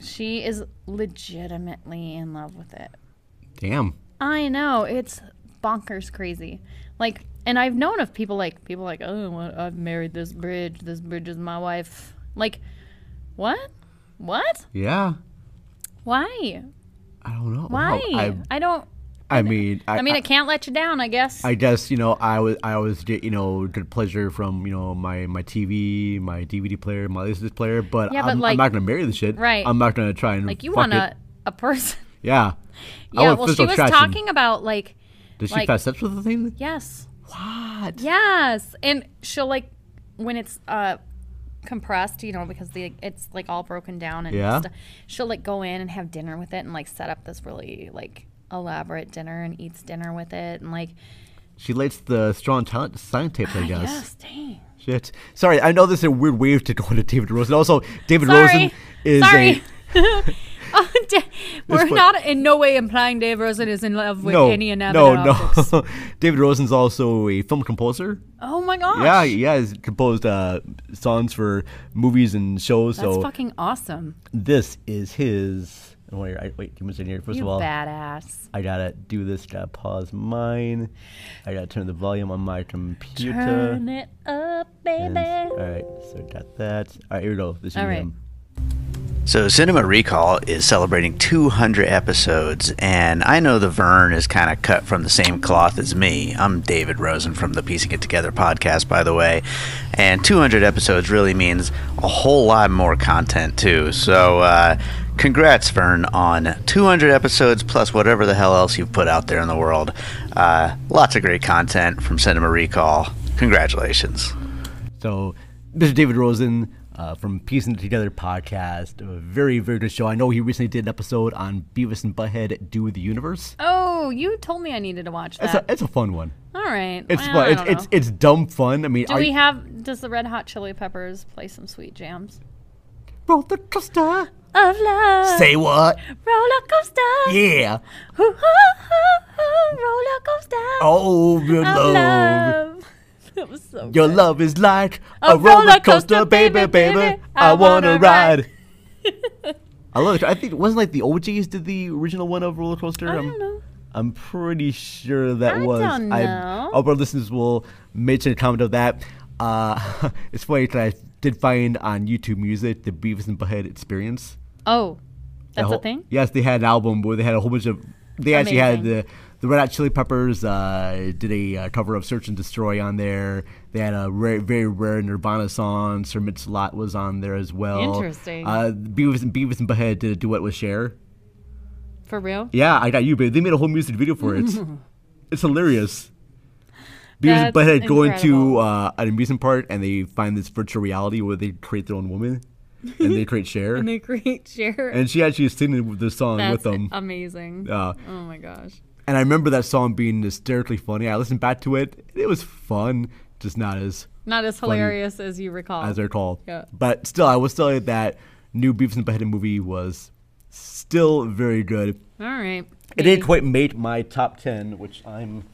Speaker 2: she is legitimately in love with it.
Speaker 1: Damn.
Speaker 2: I know it's bonkers crazy. Like, and I've known of people like people like, oh, well, I've married this bridge. This bridge is my wife. Like, what? What?
Speaker 1: Yeah.
Speaker 2: Why?
Speaker 1: I don't know.
Speaker 2: Why?
Speaker 1: Wow, I,
Speaker 2: I, don't.
Speaker 1: I mean, I,
Speaker 2: I, mean, it can't let you down. I guess.
Speaker 1: I guess you know I was I always get you know good pleasure from you know my my TV, my DVD player, my Lexus player, but,
Speaker 2: Yeah, but
Speaker 1: I'm, I'm
Speaker 2: like-
Speaker 1: not gonna marry the shit.
Speaker 2: right.
Speaker 1: I'm not gonna try and
Speaker 2: like, you
Speaker 1: fuck
Speaker 2: want
Speaker 1: it.
Speaker 2: a a person?
Speaker 1: Yeah. I
Speaker 2: yeah.
Speaker 1: want
Speaker 2: Well, she
Speaker 1: physical
Speaker 2: was
Speaker 1: attraction.
Speaker 2: talking about like.
Speaker 1: Did she
Speaker 2: like-
Speaker 1: have sex with the thing?
Speaker 2: Yes. What? Yes, and she'll like when it's uh compressed, you know, because the it's like all broken down and
Speaker 1: Yeah.
Speaker 2: stuff. She'll like go in and have dinner with it and like set up this really like elaborate dinner and eats dinner with it and like
Speaker 1: She lights the strong talent sign tapes, I guess.
Speaker 2: Ah, yes, dang.
Speaker 1: Shit. Sorry, I know this is a weird wave to go to David Rosen. Also, David Rosen
Speaker 2: Sorry.
Speaker 1: is
Speaker 2: Sorry.
Speaker 1: a
Speaker 2: Oh, da- We're
Speaker 1: what-
Speaker 2: not in no way implying Dave Rosen is in love with
Speaker 1: no,
Speaker 2: any inanimate
Speaker 1: no,
Speaker 2: object.
Speaker 1: no. David Rosen's also a film composer.
Speaker 2: Oh my gosh.
Speaker 1: Yeah, yeah, he's composed uh, songs for movies and shows.
Speaker 2: That's
Speaker 1: so
Speaker 2: fucking awesome.
Speaker 1: this is his. oh, Wait, I- wait, give me a second here. First
Speaker 2: you
Speaker 1: of all,
Speaker 2: badass.
Speaker 1: I gotta do this. Gotta pause mine. I gotta turn the volume on my computer.
Speaker 2: Turn it up,
Speaker 1: And-
Speaker 2: baby.
Speaker 1: all right, so got that. All right, here we go. This should
Speaker 2: All
Speaker 1: be
Speaker 2: right.
Speaker 1: him.
Speaker 14: So, Cinema Recall is celebrating 200 episodes, and I know the Vern is kind of cut from the same cloth as me. I'm David Rosen from the Piecing It Together podcast, by the way. And 200 episodes really means a whole lot more content, too. So, uh, congrats, Vern, on 200 episodes plus whatever the hell else you've put out there in the world. Uh, lots of great content from Cinema Recall. Congratulations.
Speaker 1: So, this is David Rosen uh, from Piecing It Together podcast. A very, very good show. I know he recently did an episode on Beavis and Butthead Do the Universe.
Speaker 2: Oh, you told me I needed to watch
Speaker 1: It's a,
Speaker 2: that.
Speaker 1: it's a fun one.
Speaker 2: All right.
Speaker 1: It's
Speaker 2: Uh, Well,
Speaker 1: fun.
Speaker 2: I
Speaker 1: It's,
Speaker 2: don't
Speaker 1: it's
Speaker 2: know.
Speaker 1: it's dumb fun. I mean,
Speaker 2: Do
Speaker 1: are
Speaker 2: we
Speaker 1: you-
Speaker 2: have? Does the Red Hot Chili Peppers play some sweet jams?
Speaker 1: roller coaster
Speaker 2: of love.
Speaker 1: Say what?
Speaker 2: Roller coaster.
Speaker 1: Yeah.
Speaker 2: Hoo, hoo, hoo, hoo, roller coaster.
Speaker 1: Oh, your
Speaker 2: of
Speaker 1: love.
Speaker 2: love. That was so
Speaker 1: Your love is like a, roller coaster, baby, baby. I wanna ride. I love it. I think wasn't like the OGs did the original one of roller coaster. I don't
Speaker 2: know.
Speaker 1: I'm pretty sure that
Speaker 2: I
Speaker 1: was.
Speaker 2: don't know.
Speaker 1: I, all of our listeners will mention a comment of that. Uh, it's funny because I did find on YouTube Music the Beavis and Butthead Experience.
Speaker 2: Oh,
Speaker 1: That
Speaker 2: that's
Speaker 1: whole-
Speaker 2: a thing?
Speaker 1: Yes, they had an album where they had a whole bunch of. They actually had the the Red Hot Chili Peppers uh, did a uh, cover of "Search and Destroy" on there. They had a rare, very rare Nirvana song. Sir Mix-a-Lot was on there as well.
Speaker 2: Interesting.
Speaker 1: Uh, Beavis and Beavis and Butthead did a duet with Cher.
Speaker 2: For real?
Speaker 1: Yeah, I got you, babe. They made a whole music video for it. it's hilarious. Beavis and
Speaker 2: That's
Speaker 1: Butthead go into
Speaker 2: incredible.
Speaker 1: uh, an amusement park and they find this virtual reality where they create their own woman and they create Cher.
Speaker 2: And they create share.
Speaker 1: And she actually is singing the song
Speaker 2: That's
Speaker 1: with them.
Speaker 2: amazing.
Speaker 1: Uh,
Speaker 2: oh my gosh.
Speaker 1: And I remember that song being hysterically funny. I listened back to it. It was fun, just not as
Speaker 2: Not as
Speaker 1: funny
Speaker 2: hilarious as you recall.
Speaker 1: as I recall.
Speaker 2: Yeah.
Speaker 1: But still, I will tell you that new Beavis and Butthead movie was still very good.
Speaker 2: All right.
Speaker 1: It
Speaker 2: Mm.
Speaker 1: didn't quite make my top ten, which I'm.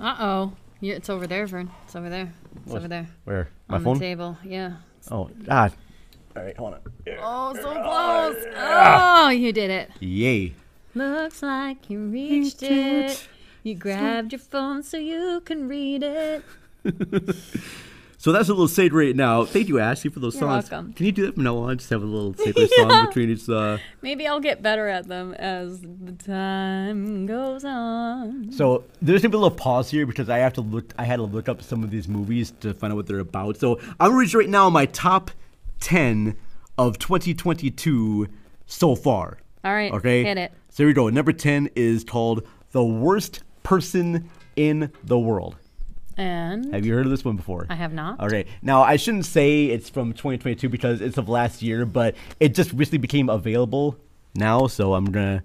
Speaker 2: Uh oh. Yeah, it's over there, Vern. It's over there. It's
Speaker 1: What?
Speaker 2: over there.
Speaker 1: Where? My
Speaker 2: On
Speaker 1: phone?
Speaker 2: the table. Yeah.
Speaker 1: Oh God! All right, hold on.
Speaker 2: Oh, so close.
Speaker 1: Ah.
Speaker 2: Oh, you did it.
Speaker 1: Yay!
Speaker 2: Looks like you reached it. You grabbed your phone so you can read it.
Speaker 1: So that's a little save right now. Thank you, Ashley, for those
Speaker 2: You're
Speaker 1: songs.
Speaker 2: welcome.
Speaker 1: Can you do that from now on? Just have a little sacred song
Speaker 2: Yeah.
Speaker 1: between each. Uh...
Speaker 2: Maybe I'll get better at them as the time goes on.
Speaker 1: So there's gonna be a little pause here because I have to look. I had to look up some of these movies to find out what they're about. So I'm gonna reach right now my top ten of 2022 so far.
Speaker 2: All right.
Speaker 1: Okay.
Speaker 2: Hit it.
Speaker 1: So here we go. Number ten is called "The Worst Person in the World."
Speaker 2: And
Speaker 1: Have you heard of this one before?
Speaker 2: I have not.
Speaker 1: All right. Now, I shouldn't say it's from 2022 because it's of last year, but it just recently became available now, so I'm going to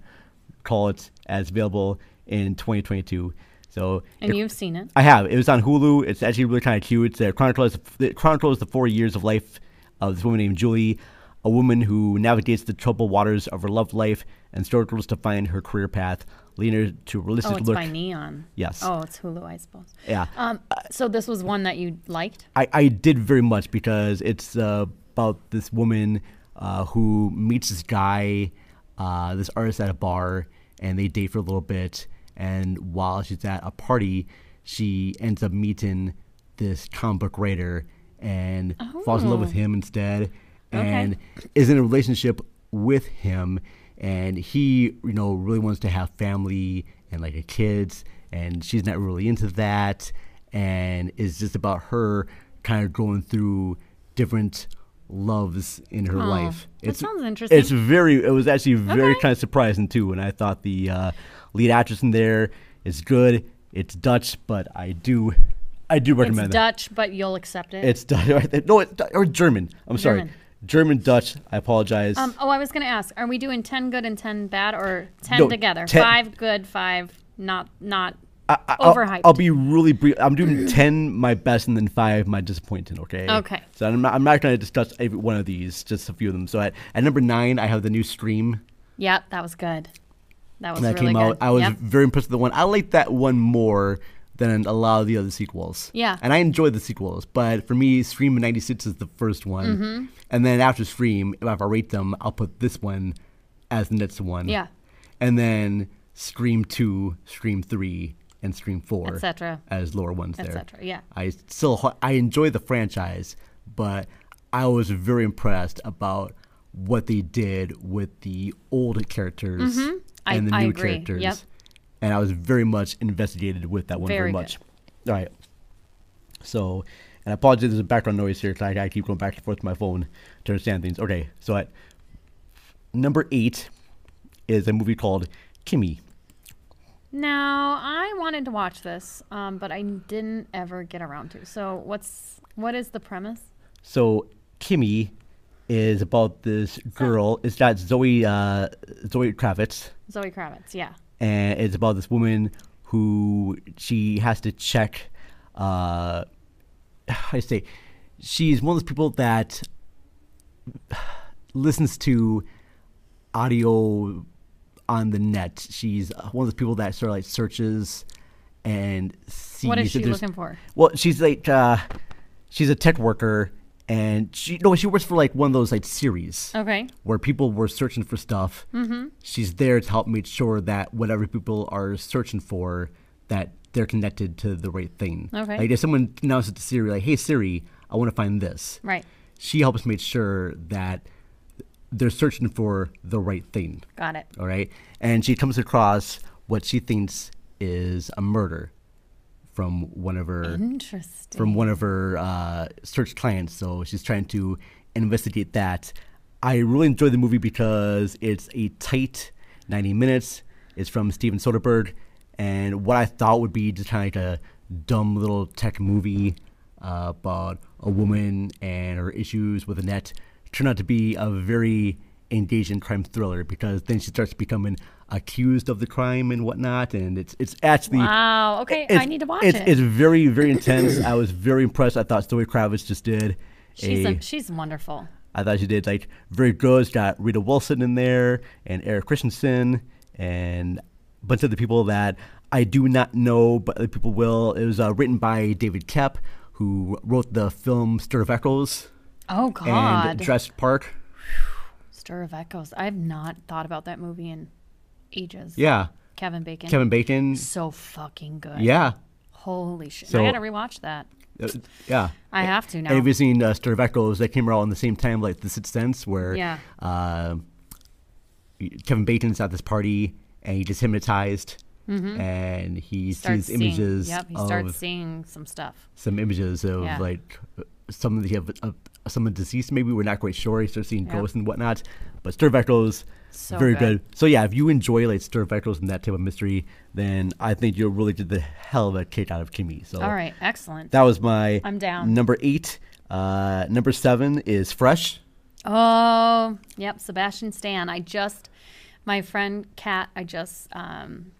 Speaker 1: call it as available in 2022. So
Speaker 2: And
Speaker 1: it-
Speaker 2: you've seen it.
Speaker 1: I have. It was on Hulu. It's actually really kind of cute. It's, uh, chronicles, it chronicles the four years of life of this woman named Julie, a woman who navigates the troubled waters of her love life and struggles to find her career path, leading her to a realistic
Speaker 2: oh, it's
Speaker 1: look.
Speaker 2: by Neon.
Speaker 1: Yes.
Speaker 2: Oh, it's Hulu, I suppose.
Speaker 1: Yeah.
Speaker 2: Um. So this was one that you liked.
Speaker 1: I, I did very much because it's uh, about this woman uh, who meets this guy, uh, this artist at a bar, and they date for a little bit. And while she's at a party, she ends up meeting this comic book writer and falls in love with
Speaker 8: Oh.
Speaker 1: him instead,
Speaker 8: Okay.
Speaker 1: and is in a relationship with him. And he, you know, really wants to have family and like a kids, and she's not really into that and it's just about her kind of going through different loves in her
Speaker 2: Oh,
Speaker 1: life.
Speaker 2: that
Speaker 1: It's,
Speaker 2: sounds interesting.
Speaker 1: It's very. It was actually very
Speaker 2: Okay.
Speaker 1: kind of surprising too, and I thought the uh, lead actress in there is good. It's Dutch, but I do, I do recommend
Speaker 2: it's
Speaker 1: that.
Speaker 2: Dutch, but you'll accept it.
Speaker 1: It's Dutch. No, it's Dutch- or German. I'm sorry,
Speaker 2: German.
Speaker 1: German Dutch. I apologize.
Speaker 2: Um, oh, I was gonna ask: Are we doing ten good and ten bad, or ten
Speaker 1: No,
Speaker 2: together?
Speaker 1: 10
Speaker 2: Five good, five not not
Speaker 1: I- I'll-
Speaker 2: overhyped.
Speaker 1: I'll be really brief. I'm doing 10 my best and then 5 my disappointing, okay?
Speaker 2: Mm. Okay.
Speaker 1: So I'm not, I'm not going to discuss every one of these, just a few of them. So at, at number 9, I have the new Stream
Speaker 2: Yep, that was good. That was
Speaker 1: that
Speaker 2: really
Speaker 1: came
Speaker 2: good.
Speaker 1: out. I was
Speaker 2: Yep.
Speaker 1: very impressed with the one. I like that one more than a lot of the other sequels.
Speaker 2: Yeah.
Speaker 1: And I enjoy the sequels, but for me, Stream 96 is the first one.
Speaker 2: Mhm.
Speaker 1: And then after Stream, if I rate them, I'll put this one as the next one.
Speaker 2: Yeah.
Speaker 1: And then Scream 2, Scream 3, and Scream 4.
Speaker 2: Et cetera.
Speaker 1: As lower ones
Speaker 2: Et
Speaker 1: there.
Speaker 2: cetera, yeah.
Speaker 1: I still, ho- I enjoy the franchise, but I was very impressed about what they did with the old characters
Speaker 2: Mhm. I-
Speaker 1: and the
Speaker 2: I
Speaker 1: new
Speaker 2: agree.
Speaker 1: characters.
Speaker 2: Yep.
Speaker 1: And I was very much investigated with that one very,
Speaker 2: Very good.
Speaker 1: much. All right. So, and I apologize, there's a background noise here because I, I keep going back and forth to my phone to understand things. Okay, so at number eight is a movie called Kimmy.
Speaker 2: Now I wanted to watch this, um, but I didn't ever get around to. So what's what is the premise?
Speaker 1: So Kimmy is about this girl. It's got Zoe uh, Zoe Kravitz,
Speaker 2: Zoe Kravitz. Yeah.
Speaker 1: and it's about this woman who she has to check. Uh, how do you say? she's one of those people that listens to audio on the net. She's one of those people that sort of like searches and sees.
Speaker 2: What is
Speaker 1: if
Speaker 2: she
Speaker 1: there's-
Speaker 2: looking for?
Speaker 1: Well, she's like uh, she's a tech worker, and she no, she works for like one of those like series.
Speaker 2: Okay.
Speaker 1: Where people were searching for stuff.
Speaker 2: Mhm.
Speaker 1: She's there to help make sure that whatever people are searching for, that they're connected to the right thing.
Speaker 2: Okay.
Speaker 1: Like if someone announces to Siri, like, "Hey Siri, I want to find this."
Speaker 2: Right.
Speaker 1: She helps make sure that they're searching for the right thing.
Speaker 2: Got it.
Speaker 1: All right. And she comes across what she thinks is a murder from one of her from one of her uh, search clients. So she's trying to investigate that. I really enjoyed the movie because it's a tight 90 minutes. It's from Steven Soderbergh, and what I thought would be just kind of like a dumb little tech movie uh, about a woman and her issues with the net turned out to be a very engaging crime thriller because then she starts becoming accused of the crime and whatnot, and it's it's actually
Speaker 2: Wow. Okay,
Speaker 1: it's-
Speaker 2: I need to watch
Speaker 1: it's,
Speaker 2: it.
Speaker 1: It's very very intense. I was very impressed. I thought Zoe Kravitz just did.
Speaker 2: She's
Speaker 1: a-
Speaker 2: a, she's wonderful.
Speaker 1: I thought she did like very good. It's got Rita Wilson in there and Eric Christensen and a bunch of the people that I do not know, but other people will. It was uh, written by David Kep, who wrote the film Stir of Echoes.
Speaker 2: Oh, God.
Speaker 1: And Dressed Park.
Speaker 2: Stir of Echoes. I've not thought about that movie in ages.
Speaker 1: Yeah.
Speaker 2: Kevin Bacon.
Speaker 1: Kevin Bacon.
Speaker 2: So fucking good.
Speaker 1: Yeah.
Speaker 2: Holy shit.
Speaker 1: So-
Speaker 2: I gotta rewatch that.
Speaker 1: Uh, yeah.
Speaker 2: I have to
Speaker 1: And
Speaker 2: now.
Speaker 1: Have you seen uh, Stir of Echoes that came out in the same time, like The Sixth Sense, where
Speaker 2: Yeah.
Speaker 1: uh, Kevin Bacon's at this party and he's just hypnotized
Speaker 2: Mhm.
Speaker 1: and he
Speaker 2: Starts
Speaker 1: sees images
Speaker 2: Seeing, yep, he
Speaker 1: of
Speaker 2: starts seeing some stuff.
Speaker 1: some images of
Speaker 2: Yeah.
Speaker 1: like some of the of, of some of the deceased. Maybe we're not quite sure. He starts seeing
Speaker 2: Yeah.
Speaker 1: ghosts and whatnot. But Stir of Echoes,
Speaker 2: So
Speaker 1: very
Speaker 2: good.
Speaker 1: good. So yeah, if you enjoy like Stir of Echoes and that type of mystery, then I think you'll really get the hell of a kick out of Kimmy. So
Speaker 2: All right, excellent.
Speaker 1: that was my
Speaker 2: I'm down.
Speaker 1: number eight. Uh, number seven is Fresh.
Speaker 2: Oh, yep, Sebastian Stan. I just, my friend Kat, I just um,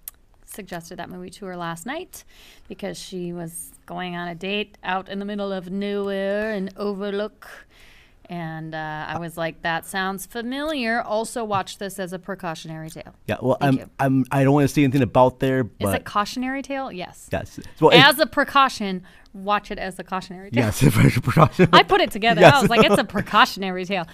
Speaker 2: suggested that movie to her last night because she was going on a date out in the middle of nowhere in Overlook. And uh, I was like, that sounds familiar. Also, watch this as a precautionary tale.
Speaker 1: Yeah, well,
Speaker 2: Thank
Speaker 1: I'm, I'm I don't want to say anything about there,
Speaker 2: Is
Speaker 1: but
Speaker 2: it cautionary tale? Yes.
Speaker 1: yes, well, it-
Speaker 2: as a precaution, watch it as a cautionary tale.
Speaker 1: yes, if I should precaution.
Speaker 2: I put it together. I
Speaker 1: Yes.
Speaker 2: was like, it's a precautionary tale.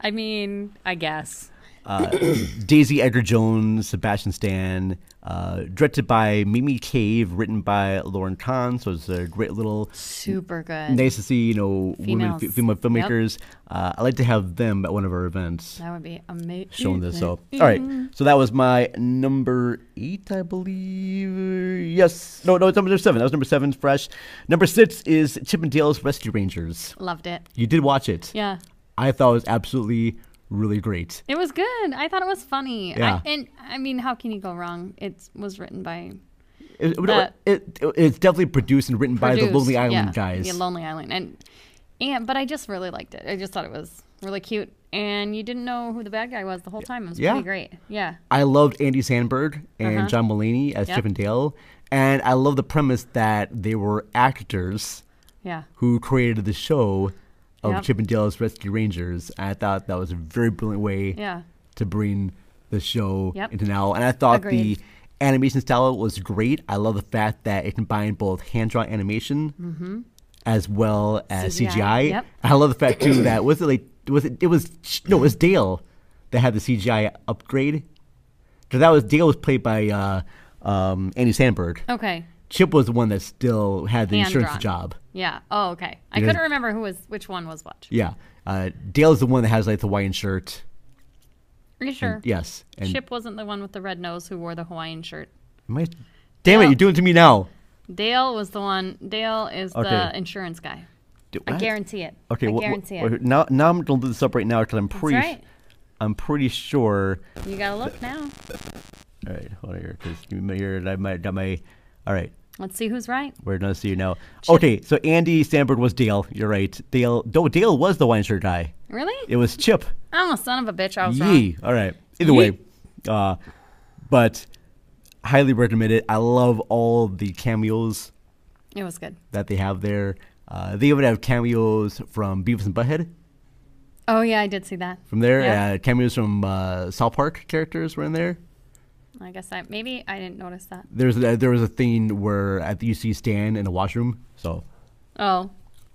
Speaker 2: I mean, I guess.
Speaker 1: uh, Daisy Edgar Jones, Sebastian Stan, uh, directed by Mimi Cave, written by Lauren Kahn. So it's a great little
Speaker 2: Super good.
Speaker 1: Nice to see you know women,
Speaker 2: Females.
Speaker 1: female
Speaker 2: Yep.
Speaker 1: filmmakers. Uh, I'd like to have them at one of our events.
Speaker 2: That would be amazing.
Speaker 1: Showing this, so
Speaker 2: Mm-hmm.
Speaker 1: all right. So that was my number eight, I believe. Yes, no, no, it's number seven. That was number seven, fresh. Number six is Chip and Dale's Rescue Rangers.
Speaker 2: Loved it.
Speaker 1: You did watch it.
Speaker 2: Yeah.
Speaker 1: I thought it was absolutely really great.
Speaker 2: It was good. I thought it was funny.
Speaker 1: Yeah.
Speaker 2: I, and I mean, how can you go wrong? It was written by.
Speaker 1: It, it-
Speaker 2: Uh,
Speaker 1: it- it- it's definitely produced and written by the
Speaker 2: produced,
Speaker 1: Lonely Island
Speaker 2: yeah,
Speaker 1: guys.
Speaker 2: Yeah, Lonely Island, and and but I just really liked it. I just thought it was really cute, and you didn't know who the bad guy was the whole time. It was
Speaker 1: Yeah.
Speaker 2: pretty great. Yeah.
Speaker 1: I loved Andy Sandberg and
Speaker 2: Uh-huh.
Speaker 1: John Mulaney as
Speaker 2: Yep.
Speaker 1: Chip and Dale, and I love the premise that they were actors
Speaker 2: Yeah.
Speaker 1: who created the show of
Speaker 2: Yep.
Speaker 1: Chip and Dale's Rescue Rangers. I thought that was a very brilliant way
Speaker 2: Yeah.
Speaker 1: to bring the show
Speaker 2: Yep.
Speaker 1: into now, and I thought
Speaker 2: Agreed.
Speaker 1: the animation style was great. I love the fact that it combined both hand-drawn animation
Speaker 2: Mm-hmm.
Speaker 1: as well as
Speaker 2: CGI,
Speaker 1: CGI.
Speaker 2: yep.
Speaker 1: I love the fact too that was it like was it it was no it was Dale that had the CGI upgrade. So that was Dale was played by uh, um, Andy Sandberg.
Speaker 2: Okay.
Speaker 1: Chip was the one that still had the insurance
Speaker 2: Hand-drawn.
Speaker 1: job.
Speaker 2: Yeah. Oh, okay. I
Speaker 1: You know-
Speaker 2: couldn't remember who was which one was what.
Speaker 1: Yeah, uh, Dale's the one that has like the Hawaiian shirt.
Speaker 2: Are you sure?
Speaker 1: yes, and-
Speaker 2: Chip wasn't the one with the red nose who wore the Hawaiian shirt.
Speaker 1: Am I, damn it, you're doing it to me now.
Speaker 2: Dale was the one. Dale is the
Speaker 1: Okay.
Speaker 2: insurance guy.
Speaker 1: Do-
Speaker 2: I
Speaker 1: what?
Speaker 2: guarantee it.
Speaker 1: Okay,
Speaker 2: I
Speaker 1: wha- wha-
Speaker 2: guarantee
Speaker 1: okay,
Speaker 2: it.
Speaker 1: now now I'm gonna do this up right now because I'm pretty
Speaker 2: right.
Speaker 1: I'm pretty sure
Speaker 2: You gotta look now.
Speaker 1: All right, hold on here, because give me here, and I might got my. All right,
Speaker 2: Let's see who's right.
Speaker 1: we're gonna see you now. Okay, so Andy Sandberg was Dale. You're right. Dale, no, Dale was the wine shirt guy.
Speaker 2: Really?
Speaker 1: It was Chip.
Speaker 2: Oh, son of a bitch! I was wrong.
Speaker 1: Yee. All right. Either way, uh, but highly recommend it. I love all the cameos
Speaker 2: It was good.
Speaker 1: that they have there. Uh, they even have cameos from Beavis and Butthead
Speaker 2: Oh yeah, I did see that.
Speaker 1: from there.
Speaker 2: Yeah.
Speaker 1: Uh, cameos from uh, South Park characters were in there.
Speaker 2: I guess I maybe I didn't notice that.
Speaker 1: There's a, there was a thing where at the UC Stan in the washroom. So
Speaker 2: Oh,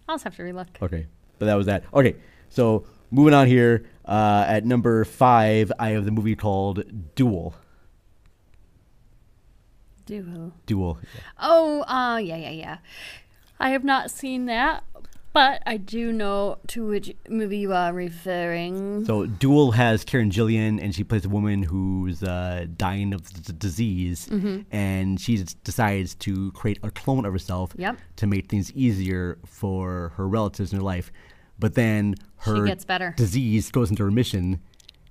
Speaker 2: I'll just have to relook.
Speaker 1: okay, but that was that. Okay, so moving on here uh, at number five, I have the movie called Duel.
Speaker 2: Duo.
Speaker 1: Duel.
Speaker 2: Oh, uh, yeah, yeah, yeah. I have not seen that, but I do know to which movie you are referring.
Speaker 1: So Duel has Karen Gillian, and she plays a woman who's uh, dying of the d- disease,
Speaker 2: Mhm.
Speaker 1: and she s- decides to create a clone of herself
Speaker 2: Yep.
Speaker 1: to make things easier for her relatives in her life. But then
Speaker 2: She
Speaker 1: her
Speaker 2: gets better.
Speaker 1: disease goes into remission,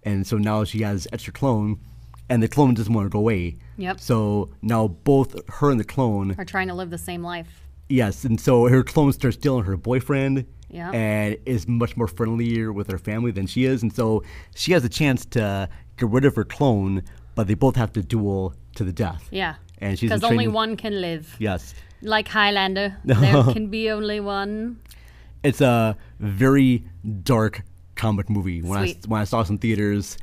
Speaker 1: and so now she has extra clone, and the clone doesn't want to go away.
Speaker 2: Yep.
Speaker 1: So now both her and the clone
Speaker 2: are trying to live the same life.
Speaker 1: Yes, and so her clone starts dealing her boyfriend,
Speaker 2: Yeah.
Speaker 1: and is much more friendlier with her family than she is, and so she has a chance to get rid of her clone, but they both have to duel to the death.
Speaker 2: Yeah.
Speaker 1: and she's in
Speaker 2: Because only
Speaker 1: training-
Speaker 2: one can live.
Speaker 1: Yes,
Speaker 2: Like Highlander, there can be only one.
Speaker 1: it's a very dark comic movie. When I
Speaker 2: Sweet.
Speaker 1: when I saw some theaters,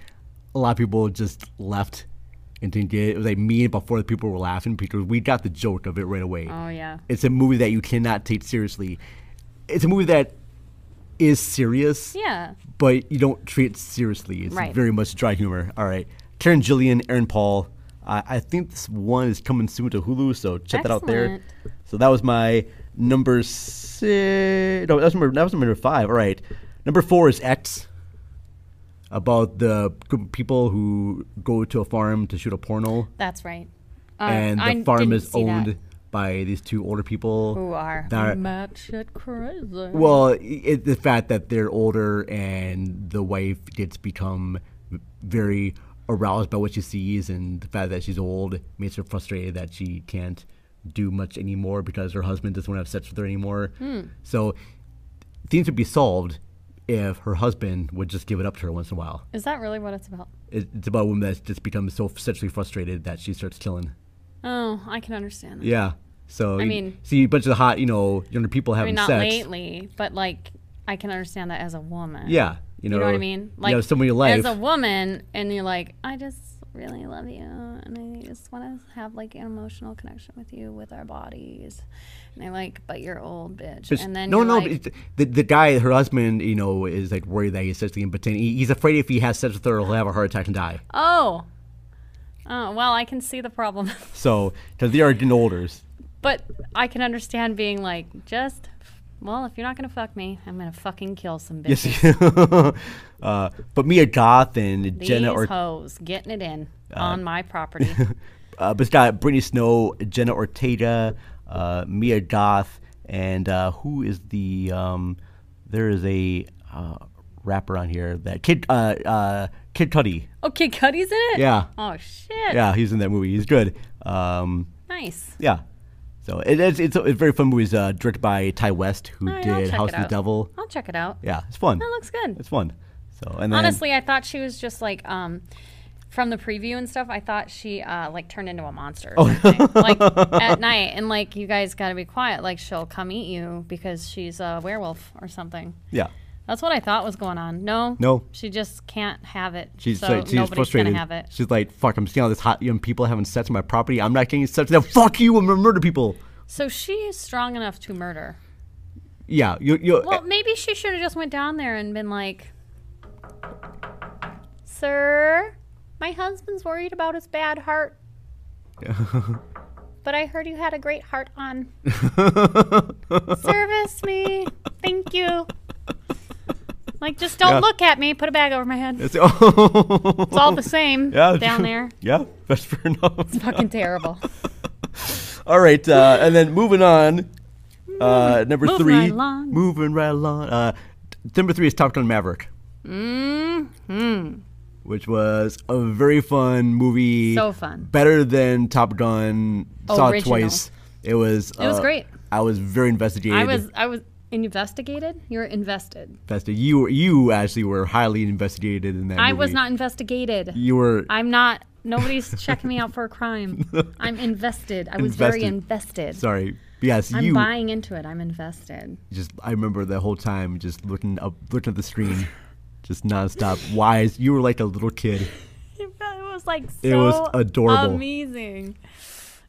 Speaker 1: a lot of people just left and didn't get it. It was like me and about four other people were laughing because we got the joke of it right away.
Speaker 2: Oh, yeah.
Speaker 1: It's a movie that you cannot take seriously. It's a movie that is serious.
Speaker 2: Yeah.
Speaker 1: But you don't treat it seriously. It's
Speaker 2: Right.
Speaker 1: very much dry humor. All right. Karen Gillian, Aaron Paul. I I think this one is coming soon to Hulu, so check that out there.
Speaker 2: Excellent.
Speaker 1: So that was my number six. No, that was number, that was number five. All right. Number four is X, about the group of people who go to a farm to shoot a porno
Speaker 2: That's right. Uh,
Speaker 1: and the
Speaker 2: I
Speaker 1: farm
Speaker 2: didn't
Speaker 1: is
Speaker 2: see that.
Speaker 1: owned by these two older people
Speaker 2: Who are
Speaker 1: that are-
Speaker 2: mad shit crazy.
Speaker 1: well, it, the fact that they're older and the wife gets become very aroused by what she sees, and the fact that she's old makes her frustrated that she can't do much anymore because her husband doesn't want to have sex with her anymore.
Speaker 2: Hmm.
Speaker 1: So things would be solved if her husband would just give it up to her once in a while.
Speaker 2: Is that really what it's about?
Speaker 1: It, it's about a woman that's just become so sexually frustrated that she starts killing.
Speaker 2: Oh, I can understand that.
Speaker 1: Yeah. So
Speaker 2: I
Speaker 1: you
Speaker 2: mean-
Speaker 1: see a bunch of hot, you know, younger people
Speaker 2: I mean,
Speaker 1: having
Speaker 2: not
Speaker 1: sex.
Speaker 2: lately, but like I can understand that as a woman.
Speaker 1: Yeah, you
Speaker 2: you know, what
Speaker 1: know,
Speaker 2: I mean.
Speaker 1: you have someone you like.
Speaker 2: as a woman, and you're like, I just really love you, and I just want to have like an emotional connection with you, with our bodies. And they're like, but you're old, bitch.
Speaker 1: It's-
Speaker 2: and then
Speaker 1: no,
Speaker 2: you're
Speaker 1: no,
Speaker 2: like,
Speaker 1: but it's- the the guy, her husband, you know, is like worried that he's sexually impotent. He, he's afraid if he has sex with her, he'll have a heart attack and die.
Speaker 2: oh, oh, well, I can see the problem,
Speaker 1: So, because they are getting older.
Speaker 2: but I can understand being like, just well, if you're not gonna fuck me, I'm gonna fucking kill some
Speaker 1: Yes.
Speaker 2: bitches.
Speaker 1: uh, but Mia Goth and
Speaker 2: These
Speaker 1: Jenna or
Speaker 2: hoes getting it in
Speaker 1: Uh,
Speaker 2: on my property.
Speaker 1: uh, but it's got Brittany Snow, Jenna Ortega, uh, Mia Goth, and uh, who is the? Um, there is a uh, rapper on here that Kid uh, uh, Kid Cudi.
Speaker 2: Oh, Kid Cudi's in it?
Speaker 1: Yeah.
Speaker 2: Oh shit.
Speaker 1: Yeah, he's in that movie. He's good. Um,
Speaker 2: Nice.
Speaker 1: Yeah. So it, it's, it's a it's a very fun movie. It's uh, directed by Ty West, who
Speaker 2: All right, I'll
Speaker 1: did
Speaker 2: check
Speaker 1: House
Speaker 2: it
Speaker 1: of the
Speaker 2: out.
Speaker 1: Devil.
Speaker 2: I'll check it out.
Speaker 1: Yeah, it's fun.
Speaker 2: That looks good.
Speaker 1: It's fun. So and then,
Speaker 2: Honestly, I thought she was just like um from the preview and stuff, I thought she uh like turned into a monster. or
Speaker 1: Oh.
Speaker 2: something. like at night and like you guys got to be quiet like she'll come eat you because she's a werewolf or something.
Speaker 1: yeah,
Speaker 2: That's what I thought was going on. No.
Speaker 1: No.
Speaker 2: She just can't have it.
Speaker 1: she's
Speaker 2: so
Speaker 1: like, she's
Speaker 2: nobody's
Speaker 1: frustrated.
Speaker 2: gonna have it.
Speaker 1: She's like, "Fuck! I'm seeing all this hot young people having sex on my property. I'm not getting sex. Now, fuck you! I'm gonna murder people."
Speaker 2: So she is strong enough to murder.
Speaker 1: Yeah, you you.
Speaker 2: Well, maybe she should have just went down there and been like, "Sir, my husband's worried about his bad heart, but I heard you had a great heart on. Service me, thank you. Like, just don't
Speaker 1: Yeah.
Speaker 2: look at me. Put a bag over my head.
Speaker 1: It's, oh.
Speaker 2: It's all the same down there.
Speaker 1: eh, Yeah, that's fair enough. It's
Speaker 2: fucking terrible.
Speaker 1: All right, uh, and then moving on. Uh, number
Speaker 2: moving
Speaker 1: three,
Speaker 2: right along.
Speaker 1: moving right along. Uh, t- number three is Top Gun Maverick,
Speaker 2: Mm-hmm.
Speaker 1: which was a very fun movie.
Speaker 2: So fun.
Speaker 1: Better than Top Gun. Saw it
Speaker 2: Original.
Speaker 1: twice. It was.
Speaker 2: It was
Speaker 1: uh,
Speaker 2: great.
Speaker 1: I was very investigated.
Speaker 2: I was, I was investigated. You're invested.
Speaker 1: invested. You you actually were highly investigated in that.
Speaker 2: I
Speaker 1: movie.
Speaker 2: was not investigated.
Speaker 1: You were.
Speaker 2: I'm not Nobody's checking me out for a crime. I'm invested. I was very invested.
Speaker 1: Sorry. Yes,
Speaker 2: I'm
Speaker 1: you
Speaker 2: buying into it. I'm invested.
Speaker 1: just I remember the whole time just looking up looking at the screen just nonstop. Why is you were like a little kid.
Speaker 2: It was like so
Speaker 1: It was adorable.
Speaker 2: amazing.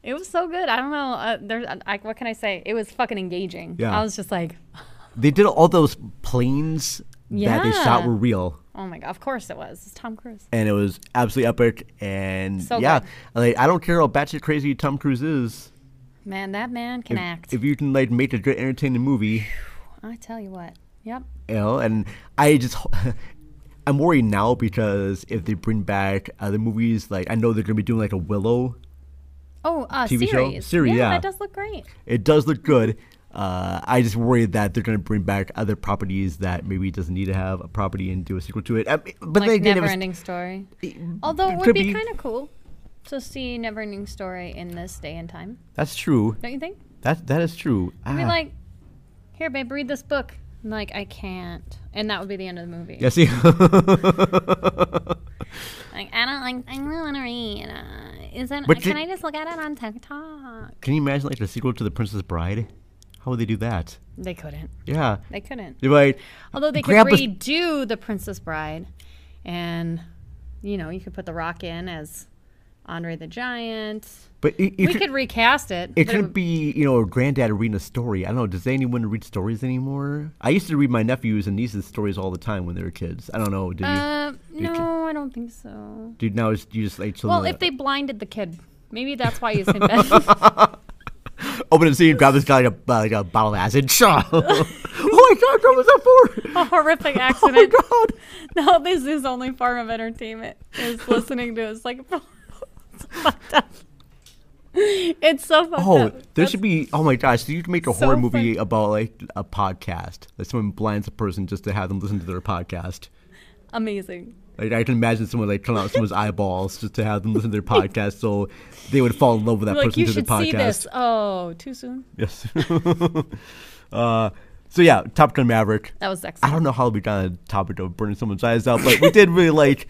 Speaker 2: It was so good. I don't know. Uh, there's, I, what can I say? It was fucking engaging.
Speaker 1: Yeah.
Speaker 2: I was just like,
Speaker 1: They did all those planes that they shot
Speaker 2: Yeah.
Speaker 1: were real.
Speaker 2: oh my god. Of course it was. It's Tom Cruise.
Speaker 1: And it was absolutely epic and
Speaker 2: So
Speaker 1: yeah.
Speaker 2: good.
Speaker 1: Like I don't care how batshit crazy Tom Cruise is.
Speaker 2: Man, that man can
Speaker 1: if,
Speaker 2: act.
Speaker 1: if you can like make a great entertaining movie,
Speaker 2: I tell you what. Yep.
Speaker 1: you know, and I just I'm worried now because if they bring back other movies, like I know they're gonna be doing like a Willow.
Speaker 2: Oh, uh,
Speaker 1: TV show?
Speaker 2: series.
Speaker 1: Series, yeah.
Speaker 2: that does look great.
Speaker 1: It does look good. Uh, I just worry that they're gonna bring back other properties that maybe doesn't need to have a property and do a sequel to it. I mean, but
Speaker 2: like
Speaker 1: then again, it was-
Speaker 2: never-ending story. Although it would
Speaker 1: could
Speaker 2: be,
Speaker 1: be.
Speaker 2: kind of cool to see never-ending story in this day and time.
Speaker 1: that's true.
Speaker 2: Don't you think?
Speaker 1: That that is true.
Speaker 2: I'd be
Speaker 1: Ah.
Speaker 2: like, "Here, babe, read this book." I'm like, "I can't," and that would be the end of the movie.
Speaker 1: yeah, see.
Speaker 2: Like, I don't like. I don't want to read. Uh, is it?
Speaker 1: But
Speaker 2: can
Speaker 1: you-
Speaker 2: I just look at it on TikTok?
Speaker 1: Can you imagine like the sequel to The Princess Bride? How would they do that?
Speaker 2: They couldn't.
Speaker 1: Yeah.
Speaker 2: They couldn't.
Speaker 1: They're like,
Speaker 2: Although they
Speaker 1: Grandpa's-
Speaker 2: could redo The Princess Bride, and you know, you could put The Rock in as Andre the Giant.
Speaker 1: But it, it
Speaker 2: we could recast it.
Speaker 1: It
Speaker 2: but
Speaker 1: could be, you know, a granddad reading a story. I don't know. Does anyone read stories anymore? I used to read my nephews and nieces stories all the time when they were kids. I don't know. Did
Speaker 2: Uh,
Speaker 1: you? uh, did you-
Speaker 2: no, I don't think so.
Speaker 1: Dude, now it's you just like children.
Speaker 2: Well, if they blinded the kid, maybe that's why you said that.
Speaker 1: open a scene, grab this guy like a, uh, like a bottle of acid. Shaw. oh my god, what was Oh that for?
Speaker 2: a horrific accident. Oh my god! No, this is only form of entertainment. Is listening to it's like it's fucked up. It's so fucked
Speaker 1: Oh,
Speaker 2: up.
Speaker 1: there should be. Oh my gosh, you could make a
Speaker 2: so
Speaker 1: horror movie about like a podcast. Like someone blinds a person just to have them listen to their podcast.
Speaker 2: Amazing.
Speaker 1: Like I can imagine someone like pulling out someone's eyeballs just to have them listen to their podcast, so they would fall in love with that
Speaker 2: like
Speaker 1: person
Speaker 2: you
Speaker 1: through
Speaker 2: should
Speaker 1: the
Speaker 2: see
Speaker 1: podcast.
Speaker 2: this. Oh, too soon.
Speaker 1: Yes. uh, so yeah, Top Gun Maverick.
Speaker 2: That was
Speaker 1: I don't know how we got on the topic of burning someone's eyes out, but we did really like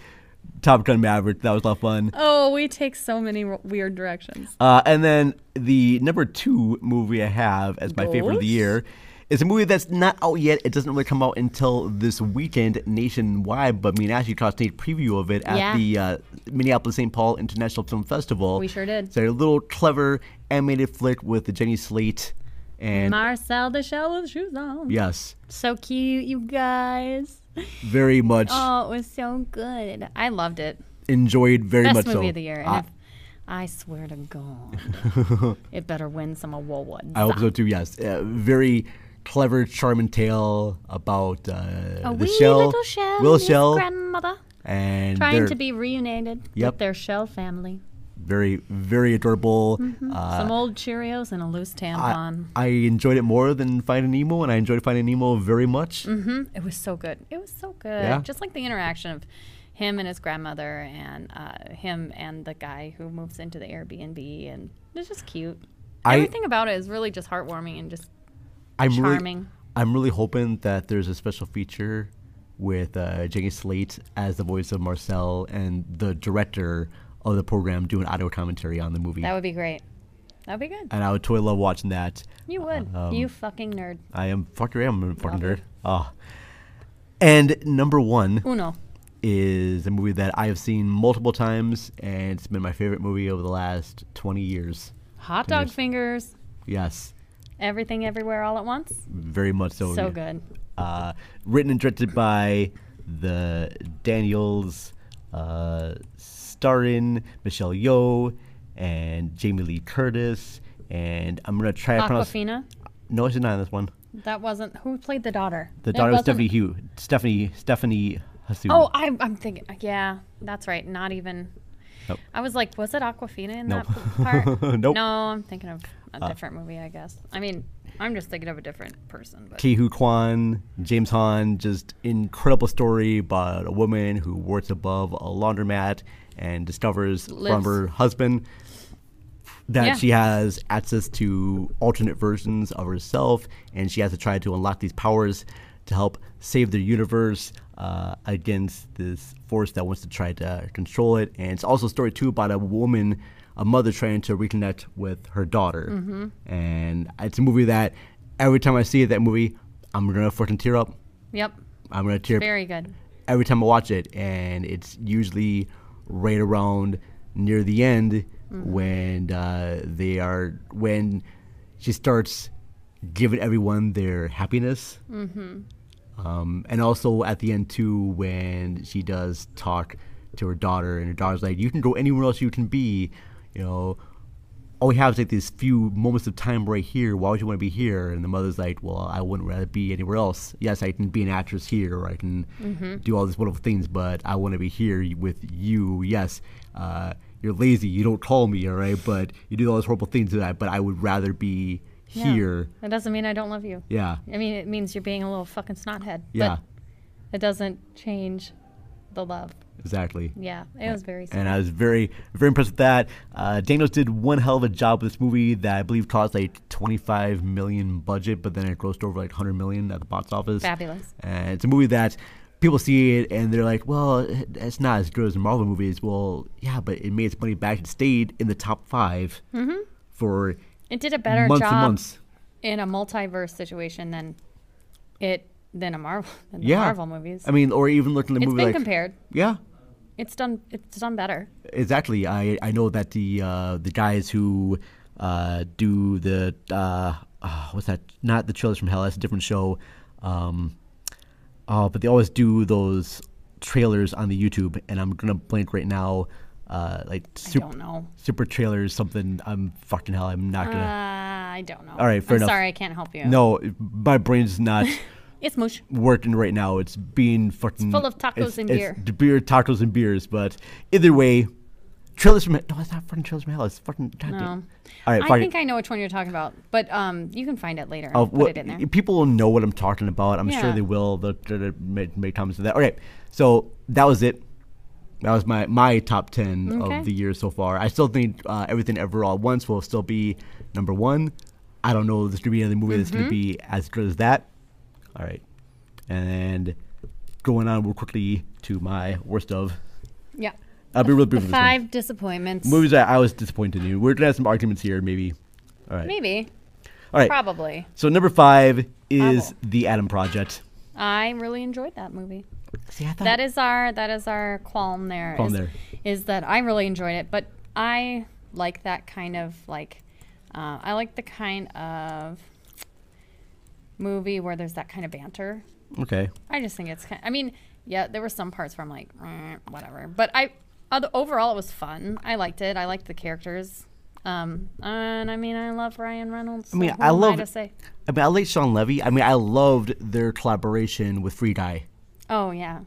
Speaker 1: Top Gun Maverick. That was a lot of fun.
Speaker 2: Oh, we take so many ro- weird directions.
Speaker 1: Uh, and then the number two movie I have as my favorite of
Speaker 2: Ghost?
Speaker 1: the year is a movie that's not out yet. It doesn't really come out until this weekend nationwide, but me and Ashley caught a sneak preview of it at
Speaker 2: Yeah.
Speaker 1: the uh, Minneapolis St. Paul International Film Festival.
Speaker 2: We sure did.
Speaker 1: It's a little clever animated flick with Jenny Slate and
Speaker 2: Marcel the Shell with shoes on.
Speaker 1: yes,
Speaker 2: So cute, you guys.
Speaker 1: very much
Speaker 2: Oh, it was so good. I loved it.
Speaker 1: enjoyed very
Speaker 2: Best
Speaker 1: much
Speaker 2: movie
Speaker 1: so.
Speaker 2: of the year. And
Speaker 1: I-
Speaker 2: if, I swear to God, it better win some awards.
Speaker 1: I hope so too. Yes, uh, very clever, charming tale about uh,
Speaker 2: A
Speaker 1: the
Speaker 2: wee
Speaker 1: shell,
Speaker 2: little shell,
Speaker 1: Will
Speaker 2: and his
Speaker 1: Shell,
Speaker 2: grandmother,
Speaker 1: and
Speaker 2: trying
Speaker 1: they're
Speaker 2: to be reunited
Speaker 1: Yep.
Speaker 2: with their shell family.
Speaker 1: very, very adorable.
Speaker 2: Mhm.
Speaker 1: Uh,
Speaker 2: some old Cheerios and a loose
Speaker 1: I,
Speaker 2: tampon.
Speaker 1: I enjoyed it more than Finding Nemo, and I enjoyed Finding Nemo very much.
Speaker 2: hmm It was so good. It was so good.
Speaker 1: Yeah.
Speaker 2: Just like the interaction of him and his grandmother, and uh, him and the guy who moves into the Airbnb, and it's just cute.
Speaker 1: I-
Speaker 2: Everything about it is really just heartwarming and just
Speaker 1: I'm really,
Speaker 2: charming.
Speaker 1: I'm really hoping that there's a special feature with uh, Jenny Slate as the voice of Marcel and the director of the program doing audio commentary on the movie.
Speaker 2: That would be great. That would be good.
Speaker 1: and I would totally love watching that.
Speaker 2: You would.
Speaker 1: Um,
Speaker 2: you fucking nerd.
Speaker 1: I am fuck you, I'm a fucking nerd. Ah. And number one
Speaker 2: Uno.
Speaker 1: is a movie that I have seen multiple times, and it's been my favorite movie over the last 20 years.
Speaker 2: Hot
Speaker 1: 10
Speaker 2: dog
Speaker 1: years.
Speaker 2: fingers.
Speaker 1: Yes,
Speaker 2: Everything everywhere all at once.
Speaker 1: very much so.
Speaker 2: So
Speaker 1: yeah.
Speaker 2: good.
Speaker 1: Uh, written and directed by the Daniels, uh, starring Michelle Yeoh and Jamie Lee Curtis. And I'm gonna try to pronounce.
Speaker 2: Aquafina.
Speaker 1: No, she's not in this one.
Speaker 2: That wasn't who played the daughter.
Speaker 1: The
Speaker 2: It
Speaker 1: daughter of
Speaker 2: wasn't-
Speaker 1: Stephanie Hugh. Stephanie Stephanie Hsu.
Speaker 2: Oh, I, I'm thinking. Yeah, that's right. Not even.
Speaker 1: Nope.
Speaker 2: I was like, was it Aquafina in
Speaker 1: Nope.
Speaker 2: that p- part?
Speaker 1: Nope.
Speaker 2: No, I'm thinking of a
Speaker 1: Uh,
Speaker 2: different movie, I guess. I mean, I'm just thinking of a different person. But
Speaker 1: Ki Hu Kwan, James Han, just incredible story about a woman who works above a laundromat and discovers from
Speaker 14: Lives.
Speaker 1: her husband that
Speaker 14: Yeah.
Speaker 1: she has access to alternate versions of herself and she has to try to unlock these powers to help save the universe. uh, against this force that wants to try to control it. And it's also a story too about a woman, a mother trying to reconnect with her daughter.
Speaker 2: Mhm.
Speaker 1: And it's a movie that every time I see that movie, I'm gonna fucking tear up.
Speaker 2: Yep.
Speaker 1: I'm gonna tear up
Speaker 2: Very good.
Speaker 1: every time I watch it, and it's usually right around near the end
Speaker 2: Mhm.
Speaker 1: when uh, they are when she starts giving everyone their happiness,
Speaker 2: Mm-hmm.
Speaker 1: um, and also at the end too when she does talk to her daughter, and her daughter's like, "You can go anywhere else you can be," you know. All oh, we have is like these few moments of time right here. Why would you want to be here? And the mother's like, "Well, I wouldn't rather be anywhere else. Yes, I can be an actress here, or I can
Speaker 2: Mhm.
Speaker 1: do all these wonderful things, but I want to be here with you. Yes, uh, you're lazy. You don't call me, all right? But you do all these horrible things to that. But I would rather be
Speaker 2: Yeah.
Speaker 1: here.
Speaker 2: That doesn't mean I don't love you.
Speaker 1: Yeah.
Speaker 2: I mean, it means you're being a little fucking snothead.
Speaker 1: Yeah,
Speaker 2: It doesn't change the love.
Speaker 1: exactly.
Speaker 2: Yeah, it was very
Speaker 1: And
Speaker 2: sweet.
Speaker 1: I was very, very impressed with that. Uh, Daniels did one hell of a job with this movie that I believe cost like 25 million budget, but then it grossed over like 100 million at the box office.
Speaker 2: Fabulous.
Speaker 1: And Uh, it's a movie that people see it and they're like, well, it- it's not as good as the Marvel movies. Well, yeah, but it made its money back. It stayed in the top five
Speaker 2: Mhm.
Speaker 1: for
Speaker 2: It did a better
Speaker 1: months
Speaker 2: job
Speaker 1: and months.
Speaker 2: in a multiverse situation than it than a Marvel than the
Speaker 1: yeah.
Speaker 2: Marvel movies.
Speaker 1: I mean, or even looking at the
Speaker 2: It's
Speaker 1: movie
Speaker 2: been
Speaker 1: like,
Speaker 2: compared.
Speaker 1: Yeah,
Speaker 2: It's done. It's done better.
Speaker 1: exactly. I, I know that the uh, the guys who uh, do the uh, uh, what's that? Not the trailers from hell. That's a different show. Um, uh, but they always do those trailers on the YouTube, and I'm gonna blank right now. Uh, like super,
Speaker 2: don't know.
Speaker 1: super trailers, something. I'm fucking hell. I'm not gonna.
Speaker 2: Uh, I don't know.
Speaker 1: All right, fair
Speaker 2: I'm
Speaker 1: enough.
Speaker 2: Sorry, I can't help you.
Speaker 1: No, my brain's not
Speaker 2: It's mush.
Speaker 1: working right now. It's being fucking
Speaker 2: full of tacos
Speaker 1: it's-
Speaker 2: and
Speaker 1: it's
Speaker 2: beer.
Speaker 1: d- beer, tacos and beers. But either way, trailers from no, it's not fucking trailers from hell. It's fucking goddamn.
Speaker 2: No.
Speaker 1: All right,
Speaker 2: I
Speaker 1: fuck it.
Speaker 2: think I know which one you're talking about, but um, you can find it later.
Speaker 1: Uh,
Speaker 2: I'll put
Speaker 1: what-
Speaker 2: it in there.
Speaker 1: People will know what I'm talking about. I'm sure
Speaker 2: Yeah.
Speaker 1: they will. They'll, they'll- they'll make, make comments to that. Okay, so that was it. That was my, my top 10
Speaker 2: Okay.
Speaker 1: of the year so far. I still think uh, Everything Ever All at Once will still be number one. I don't know if there's going to be another movie that's going
Speaker 2: Mhm.
Speaker 1: to be as good as that. All right. And going on real quickly to my worst of.
Speaker 2: Yeah.
Speaker 1: I'll be real brief
Speaker 2: The
Speaker 1: with this one.
Speaker 2: five disappointments.
Speaker 1: Movies that I was disappointed in. We're going to have some arguments here, maybe. All right.
Speaker 2: Maybe.
Speaker 1: All right.
Speaker 2: Probably.
Speaker 1: So number five is The Adam Project.
Speaker 2: I really enjoyed that movie.
Speaker 1: See, I thought
Speaker 2: that is our that is our qualm there.
Speaker 1: Qualm
Speaker 2: is-
Speaker 1: there.
Speaker 2: is that I really enjoyed it, but I like that kind of like uh, I like the kind of movie where there's that kind of banter.
Speaker 1: Okay.
Speaker 2: I just think it's kind. I mean, yeah, there were some parts where I'm like, "Eh, whatever. But I, oth- overall, it was fun. I liked it. I liked the characters. Um, and I mean, I love Ryan Reynolds.
Speaker 1: I mean,
Speaker 2: so who
Speaker 1: I
Speaker 2: am
Speaker 1: love.
Speaker 2: to say,
Speaker 1: I mean, I like Sean Levy. I mean, I loved their collaboration with Free Guy,
Speaker 2: oh yeah,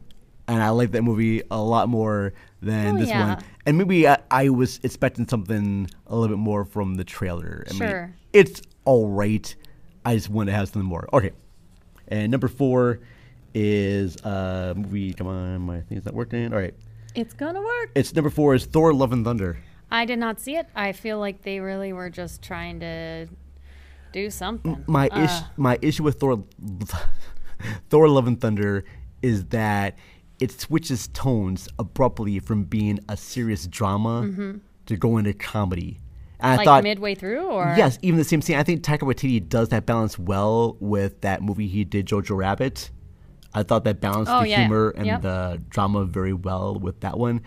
Speaker 1: and I like that movie a lot more than
Speaker 2: Oh,
Speaker 1: this
Speaker 2: yeah.
Speaker 1: one. And maybe I, I was expecting something a little bit more from the trailer. I mean,
Speaker 2: Sure.
Speaker 1: it's all right. I just want to have something more. Okay. And number four is uh movie. Come on, my thing's not working. All right.
Speaker 2: it's gonna work.
Speaker 1: It's number four is Thor: Love and Thunder.
Speaker 2: I did not see it. I feel like they really were just trying to do something.
Speaker 1: my
Speaker 2: Uh,
Speaker 1: ish, my issue with Thor, Thor: Love and Thunder is that it switches tones abruptly from being a serious drama
Speaker 2: Mhm.
Speaker 1: to going to comedy. And I
Speaker 2: like
Speaker 1: thought,
Speaker 2: midway through, or
Speaker 1: yes, even the same scene. I think Taika Waititi does that balance well with that movie he did, Jojo Rabbit. I thought that balanced
Speaker 2: Oh,
Speaker 1: the
Speaker 2: yeah.
Speaker 1: humor and
Speaker 2: Yep.
Speaker 1: the drama very well with that one.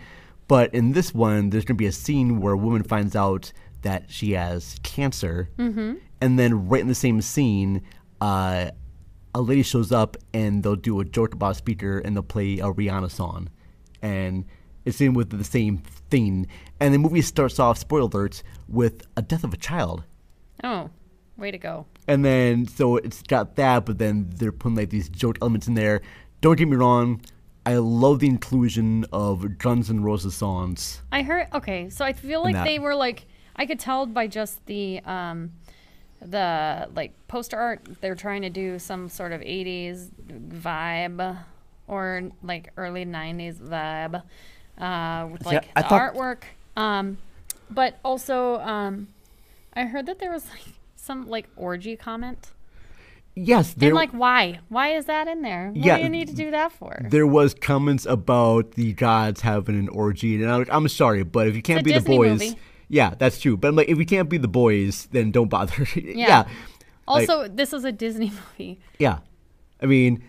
Speaker 1: But in this one, there's going to be a scene where a woman finds out that she has cancer.
Speaker 2: Mm-hmm.
Speaker 1: And then right in the same scene, uh, a lady shows up and they'll do a joke about a speaker and they'll play a Rihanna song. And it's in with the same thing. And the movie starts off, spoiler alert, with a death of a child.
Speaker 2: Oh, way to go.
Speaker 1: And then so it's got that, but then they're putting like these joke elements in there. Don't get me wrong, I love the inclusion of Guns N' Roses songs.
Speaker 2: I heard. Okay, so I feel
Speaker 1: And
Speaker 2: like
Speaker 1: that.
Speaker 2: they were like I could tell by just the um, the like poster art. They're trying to do some sort of '80s vibe or like early '90s vibe uh, with
Speaker 9: See,
Speaker 2: like
Speaker 9: I- I
Speaker 2: the
Speaker 9: thought-
Speaker 2: artwork. Um, but also, um, I heard that there was like some like orgy comment.
Speaker 1: Yes, there,
Speaker 2: and like, why? Why is that in there? What
Speaker 1: Yeah,
Speaker 2: do you need to do that for?
Speaker 1: there was comments about the gods having an orgy, and I'm, like, I'm sorry, but if you can't
Speaker 2: a
Speaker 1: be
Speaker 2: Disney
Speaker 1: the boys,
Speaker 2: movie.
Speaker 1: yeah, that's true. But I'm like, if you can't be the boys, then don't bother. yeah. Like,
Speaker 2: Also, this is a Disney movie.
Speaker 1: yeah. I mean,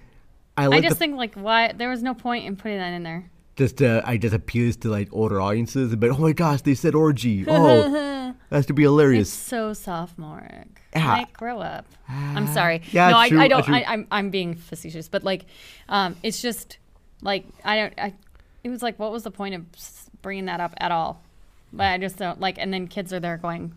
Speaker 1: I like
Speaker 2: I just
Speaker 1: the,
Speaker 2: think like, why? There was no point in putting that in there.
Speaker 1: just uh, I just appeals to like older audiences, but oh my gosh, they said orgy. Oh, that's to be
Speaker 2: It's
Speaker 1: hilarious.
Speaker 2: so sophomoric.
Speaker 1: Yeah. Ah.
Speaker 2: Like, grow up. I'm sorry.
Speaker 1: Yeah,
Speaker 2: no, I,
Speaker 1: true,
Speaker 2: I don't.
Speaker 1: true.
Speaker 2: I, I'm I'm being facetious, but like, um, it's just like I don't. I, it was like, what was the point of s- bringing that up at all? But I just don't like. And then kids are there going,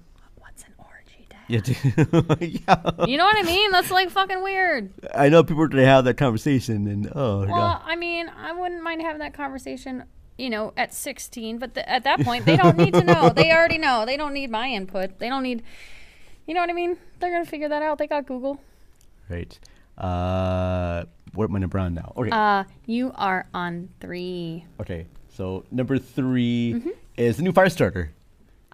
Speaker 1: Yeah, dude. yeah.
Speaker 2: you know what I mean? That's like fucking weird.
Speaker 1: I know people are gonna have that conversation, and oh my
Speaker 2: Well,
Speaker 1: god,
Speaker 2: I mean, I wouldn't mind having that conversation, you know, at 16, but th- at that point, they don't need to know. They already know. They don't need my input. They don't need, you know what I mean? They're going to figure that out. They got Google.
Speaker 1: right? Uh, what am I number on now? Okay,
Speaker 2: Uh, you are on three.
Speaker 1: okay. So number 3
Speaker 2: Mm-hmm.
Speaker 1: is the new Firestarter,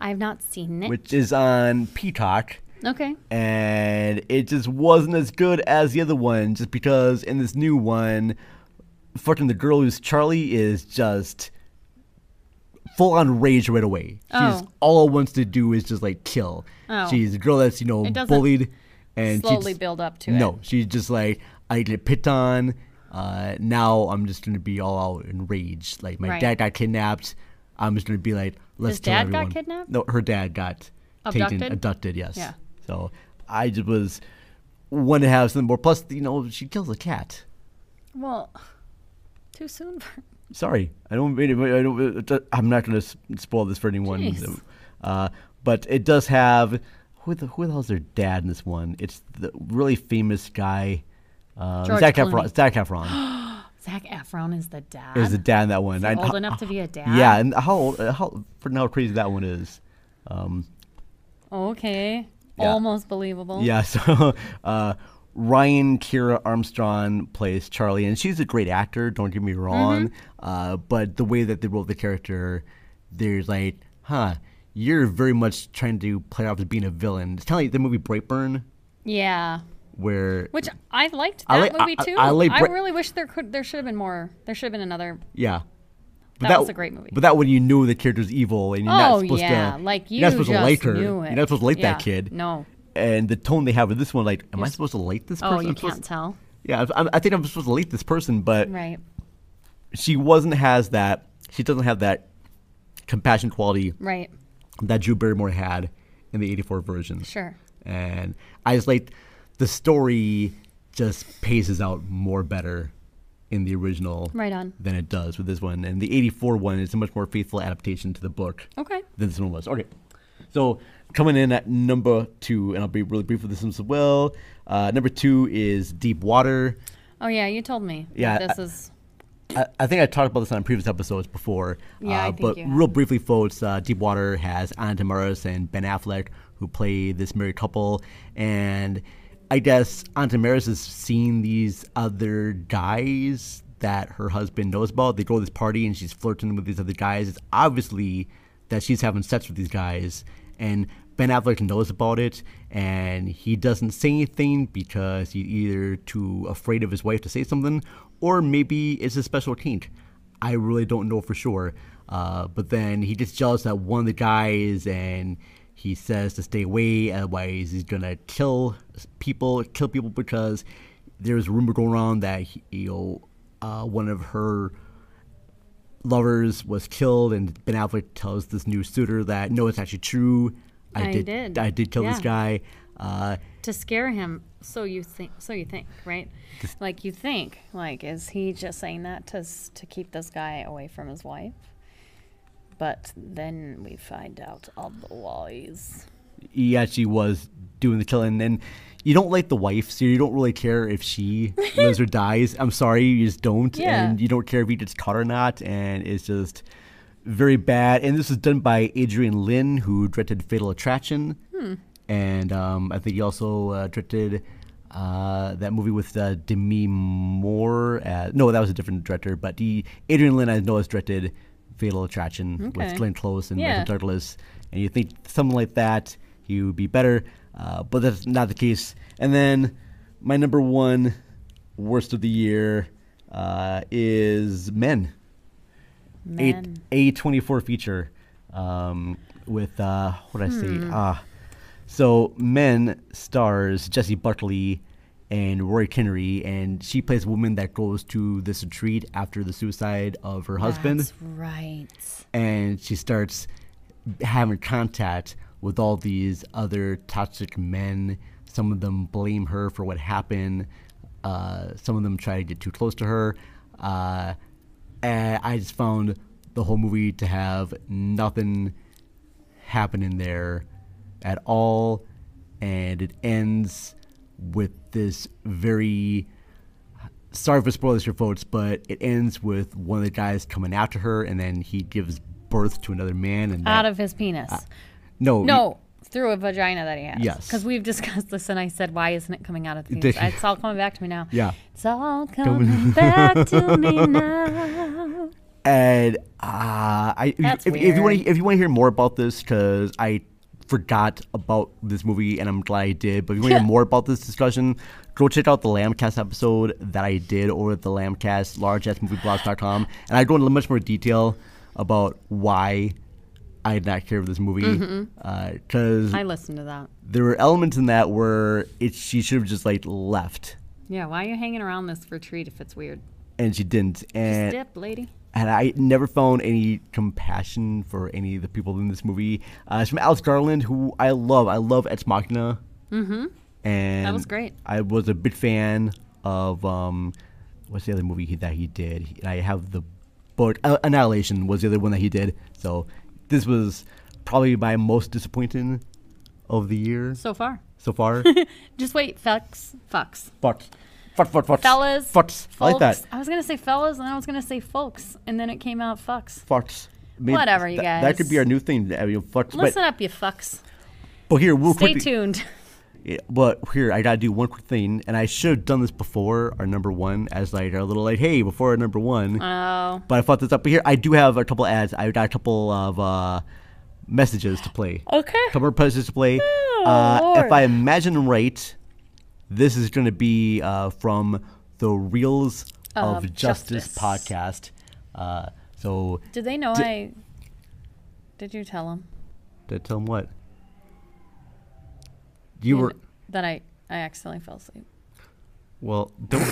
Speaker 2: I've not seen it.
Speaker 1: which is on Peacock.
Speaker 2: okay.
Speaker 1: and it just wasn't as good as the other one just because in this new one fucking the girl who's charlie is just full on rage right away she's
Speaker 2: Oh.
Speaker 1: all it wants to do is just like kill
Speaker 2: Oh.
Speaker 1: she's a girl that's you know
Speaker 2: It doesn't
Speaker 1: bullied and she
Speaker 2: slowly
Speaker 1: just-
Speaker 2: build up to it.
Speaker 1: no she's just like i get picked on uh, now i'm just gonna be all out enraged like my
Speaker 2: Right.
Speaker 1: dad got kidnapped i'm just gonna be like let's
Speaker 2: His
Speaker 1: kill
Speaker 2: dad got
Speaker 1: everyone.
Speaker 2: kidnapped?
Speaker 1: no her dad got taken
Speaker 2: Abducted?
Speaker 1: abducted yes
Speaker 2: Yeah.
Speaker 1: so I just was want to have something more. Plus, you know, she kills a cat.
Speaker 2: Well, too soon. for-
Speaker 1: Sorry, I don't. mean it- I don't. I'm not going to spoil this for anyone.
Speaker 2: Jeez.
Speaker 1: Uh, but it does have who the who the hell's their dad in this one? It's the really famous guy, uh,
Speaker 2: George
Speaker 1: Zac
Speaker 2: Clooney.
Speaker 1: Efron. Zac Efron
Speaker 2: Zach Efron is the dad.
Speaker 1: is the dad in that one.
Speaker 2: Is he
Speaker 1: And
Speaker 2: old
Speaker 1: ho-
Speaker 2: enough to be a dad?
Speaker 1: Yeah, and how old? uh, How for how crazy that one is. Um,
Speaker 2: Okay.
Speaker 1: Yeah.
Speaker 2: Almost believable.
Speaker 1: Yeah, so uh, Ryan Kira Armstrong plays Charlie, and she's a great actor, don't get me wrong.
Speaker 2: Mm-hmm.
Speaker 1: Uh, but the way that they wrote the character, there's like, huh, you're very much trying to play off as being a villain. It's kind of like the movie Brightburn,
Speaker 2: Yeah.
Speaker 1: where.
Speaker 2: Which I liked
Speaker 1: I
Speaker 2: that
Speaker 1: like-
Speaker 2: movie
Speaker 1: I- I-
Speaker 2: too.
Speaker 1: I like Bra-
Speaker 2: really wish there could there should have been more. There should have been another.
Speaker 1: Yeah.
Speaker 2: That was a great movie.
Speaker 1: But that when you knew the character's evil and you're
Speaker 2: Oh,
Speaker 1: not supposed
Speaker 2: yeah,
Speaker 1: to
Speaker 2: like,
Speaker 1: you're not
Speaker 2: you
Speaker 1: supposed to
Speaker 2: just
Speaker 1: like her.
Speaker 2: knew
Speaker 1: You're
Speaker 2: it.
Speaker 1: not supposed to like
Speaker 2: Yeah,
Speaker 1: that kid.
Speaker 2: no.
Speaker 1: And the tone they have with this one, like, am
Speaker 2: You're
Speaker 1: I
Speaker 2: s-
Speaker 1: supposed to like this person?
Speaker 2: Oh, you
Speaker 1: I'm supposed-
Speaker 2: can't tell.
Speaker 1: Yeah, I, I think I'm supposed to like this person, but
Speaker 2: Right.
Speaker 1: she wasn't has that she doesn't have that compassion quality
Speaker 2: Right.
Speaker 1: that Drew Barrymore had in the '84 version.
Speaker 2: Sure.
Speaker 1: And I just like the story just paces out more better in the original
Speaker 2: Right on.
Speaker 1: than it does with this one. And the '84 one is a much more faithful adaptation to the book
Speaker 2: Okay.
Speaker 1: than this one was. Okay. So coming in at number two, and I'll be really brief with this one as well. Uh, number two is Deep Water.
Speaker 2: Oh yeah, you told me. that
Speaker 1: Yeah,
Speaker 2: This
Speaker 1: I-
Speaker 2: is
Speaker 1: I, I think I talked about this on previous episodes before.
Speaker 2: Yeah,
Speaker 1: uh,
Speaker 2: I think
Speaker 1: but
Speaker 2: you have.
Speaker 1: real briefly, folks, uh, Deepwater has Anna Damaris and Ben Affleck who play this married couple, and I guess Anna Damaris has seen these other guys that her husband knows about. They go to this party and she's flirting with these other guys. It's obviously that she's having sex with these guys, and Ben Affleck knows about it, and he doesn't say anything because he's either too afraid of his wife to say something, or maybe it's a special kink. I really don't know for sure. Uh, but then he gets jealous that one of the guys, and he says to stay away, otherwise he's gonna kill people, kill people because there's a rumor going around that he, you know, uh, one of her lovers was killed, and Ben Affleck tells this new suitor that no, it's actually true.
Speaker 2: I did.
Speaker 1: I did kill this
Speaker 2: Yeah.
Speaker 1: guy. Uh,
Speaker 2: to scare him. So you think. So you think. Right. Like you think. Like is he just saying that to s- to keep this guy away from his wife? But then we find out otherwise.
Speaker 1: he actually was doing the killing and you don't like the wife so you don't really care if she lives or dies i'm sorry you just don't
Speaker 2: Yeah.
Speaker 1: and you don't care if he gets caught or not and it's just very bad and this is done by adrian lynn who directed fatal attraction
Speaker 2: Hmm.
Speaker 1: and um, i think he also uh, directed uh, that movie with uh, Demi Moore. Uh, no, that was a different director, but the Adrian Lynn I know has directed Fatal Attraction with
Speaker 2: Okay.
Speaker 1: Glenn Close and
Speaker 2: Yeah.
Speaker 1: Michael Douglas, and you think something like that, he would be better, uh, but that's not the case. And then my number one worst of the year uh, is Men.
Speaker 2: Men.
Speaker 1: A twenty four feature um, with uh, what I say.
Speaker 2: Hmm.
Speaker 1: Ah, so Men stars Jesse Buckley and Roy Kinnery, and she plays a woman that goes to this retreat after the suicide of her husband
Speaker 2: That's right.
Speaker 1: and she starts having contact with all these other toxic men. Some of them blame her for what happened. Uh, some of them try to get too close to her. Uh, and I just found the whole movie to have nothing happening there at all. And it ends with this very sorry for spoilers here, folks, but it ends with one of the guys coming after her, and then he gives birth to another man, and
Speaker 2: Out
Speaker 1: that-
Speaker 2: of his penis.
Speaker 1: uh, no,
Speaker 2: no, through a vagina that he has.
Speaker 1: Yes.
Speaker 2: Because we've discussed this, and I said, why isn't it coming out of the
Speaker 1: Did
Speaker 2: penis?
Speaker 1: you-
Speaker 2: It's all coming back to me now.
Speaker 1: Yeah.
Speaker 2: It's all
Speaker 1: Coming-
Speaker 2: coming back to me now.
Speaker 1: and uh, I
Speaker 2: That's
Speaker 1: if, if you want
Speaker 2: weird.
Speaker 1: if you want to hear more about this because I forgot about this movie and I'm glad I did. But if you want to hear more about this discussion, go check out the Lambcast episode that I did over at the Lambcast largeassmovieblogs.com, and I go into much more detail about why I did not care for this movie
Speaker 2: Mhm.
Speaker 1: because
Speaker 2: I listened to that.
Speaker 1: there were elements in that where it she should have just like left
Speaker 2: Yeah, why are you hanging around this retreat if it's weird?
Speaker 1: and she didn't and
Speaker 2: Just dip, lady.
Speaker 1: and I never found any compassion for any of the people in this movie. Uh, it's from Alex Garland, who I love. I love Ex Machina,
Speaker 2: Mm-hmm.
Speaker 1: and
Speaker 2: was great.
Speaker 1: I was a big fan of um, what's the other movie he, that he did? He- I have the book. Uh, Annihilation was the other one that he did. So this was probably my most disappointing of the year
Speaker 2: So far.
Speaker 1: so far.
Speaker 2: Just wait, fucks, fucks.
Speaker 1: Fuck. Fuck, fuck, fuck.
Speaker 2: Fellas.
Speaker 1: Fucks. I like that.
Speaker 2: folks. I was gonna say fellas, and then I was gonna say folks, and then it came out fucks.
Speaker 1: Fucks.
Speaker 2: Whatever, you
Speaker 1: that- That could be
Speaker 2: guys.
Speaker 1: our new thing. I mean, fucks. but-
Speaker 2: Listen up, you fucks.
Speaker 1: But here, we'll
Speaker 2: Stay
Speaker 1: quickly,
Speaker 2: tuned.
Speaker 1: Yeah, but here, I gotta do one quick thing, and I should have done this before our number one, as like our little like, hey, before our number one.
Speaker 2: Oh.
Speaker 1: But I thought this up. But here, I do have a couple ads. I got a couple of uh, messages to play.
Speaker 2: Okay.
Speaker 1: couple of messages to play.
Speaker 2: Oh,
Speaker 1: uh, if I
Speaker 2: Lord.
Speaker 1: imagine right, this is gonna be uh, from the Reels of,
Speaker 2: Of
Speaker 1: Justice, podcast. Uh, so
Speaker 2: Did they know
Speaker 1: Di-
Speaker 2: I? Did you tell them
Speaker 1: Did I tell them what? You were
Speaker 2: that I I accidentally fell asleep?
Speaker 1: well. Don't,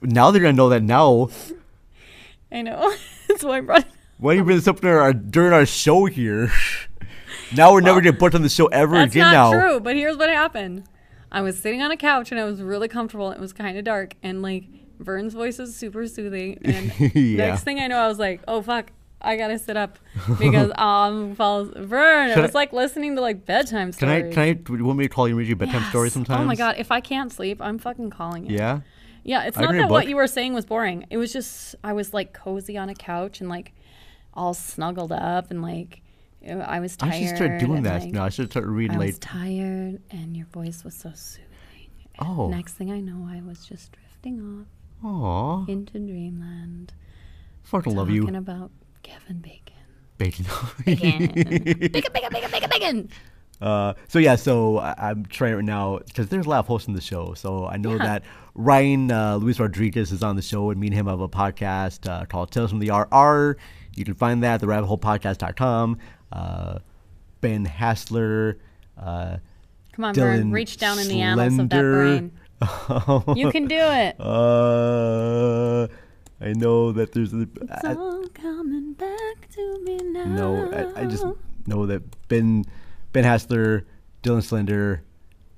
Speaker 1: now they're gonna know that now.
Speaker 2: I know. That's why I brought. It.
Speaker 1: Why do you bring this up during our, during our show here? now we're never getting booked on the show ever
Speaker 2: That's
Speaker 1: again.
Speaker 2: not
Speaker 1: now,
Speaker 2: true. But here's what happened. I was sitting on a couch and I was really comfortable. It was kind of dark and like Vern's voice is super soothing. And
Speaker 1: Yeah.
Speaker 2: next thing I know, I was like, oh fuck, I gotta sit up because um falls Vern. It
Speaker 1: Can I-
Speaker 2: was like listening to like bedtime
Speaker 1: can I
Speaker 2: stories.
Speaker 1: can I? Do you want me to call you and read you a bedtime story
Speaker 2: Yes.
Speaker 1: sometimes?
Speaker 2: Oh my god, if I can't sleep, I'm fucking calling you.
Speaker 1: Yeah.
Speaker 2: Yeah, it's
Speaker 1: I
Speaker 2: not
Speaker 1: read a
Speaker 2: that what
Speaker 1: book.
Speaker 2: you were saying was boring. It was just I was like cozy on a couch and like all snuggled up and like I was tired.
Speaker 1: I should start doing
Speaker 2: and,
Speaker 1: that.
Speaker 2: like,
Speaker 1: no, I should start
Speaker 2: I
Speaker 1: reading
Speaker 2: was
Speaker 1: late.
Speaker 2: tired, and your voice was so soothing. And
Speaker 1: Oh.
Speaker 2: Next thing I know, I was just drifting off
Speaker 1: Aw.
Speaker 2: into dreamland.
Speaker 1: Fucking love
Speaker 2: Talking
Speaker 1: you,
Speaker 2: about Kevin Bacon.
Speaker 1: bacon.
Speaker 2: Bacon. bacon, bacon, bacon, bacon, bacon.
Speaker 1: Uh, so yeah, so I, I'm trying right now because there's a lot of hosts in the show. So I know
Speaker 2: Yeah.
Speaker 1: that Ryan uh, Luis Rodriguez is on the show, and me and him have a podcast uh, called Tales from the RR. You can find that at the Rabbit Hole Podcast.com. Uh, ben Hassler, uh,
Speaker 2: Come on,
Speaker 1: Dylan
Speaker 2: Vern, reach down in the annals of that brain.
Speaker 1: brain.
Speaker 2: You can do it.
Speaker 1: Uh, I know that there's. a-
Speaker 2: It's
Speaker 1: I-
Speaker 2: all coming back to me now.
Speaker 1: no, I, I just know that Ben Ben Hassler, Dylan Slender,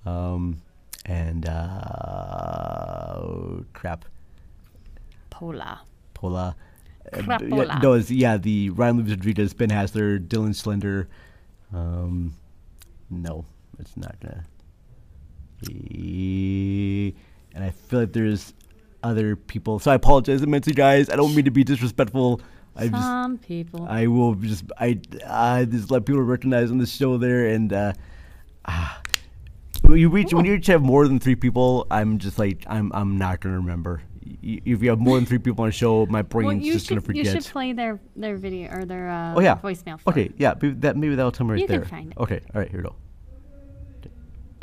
Speaker 1: um, and uh, crap,
Speaker 2: Pola.
Speaker 1: Pola. Uh,
Speaker 2: Crap,
Speaker 1: yeah,
Speaker 2: Pola.
Speaker 1: no, it's, yeah, the Ryan Lewis Rodriguez, Ben Hassler, Dylan Slender. Um, no, it's not gonna be. And I feel like there's other people, so I apologize immensely, guys. I don't mean to be disrespectful. I just
Speaker 2: Some people.
Speaker 1: I will just I I just let people recognize on the show there and uh ah. when you reach when you reach have more than three people I'm just like I'm I'm not gonna remember Y- if you have more than three people on a show my brain's
Speaker 2: well, you
Speaker 1: just
Speaker 2: should
Speaker 1: gonna forget
Speaker 2: you should play their their video or their uh,
Speaker 1: oh yeah
Speaker 2: voicemail. For
Speaker 1: okay yeah maybe that maybe that'll tell me right
Speaker 2: You can
Speaker 1: there
Speaker 2: find it.
Speaker 1: okay all right here we go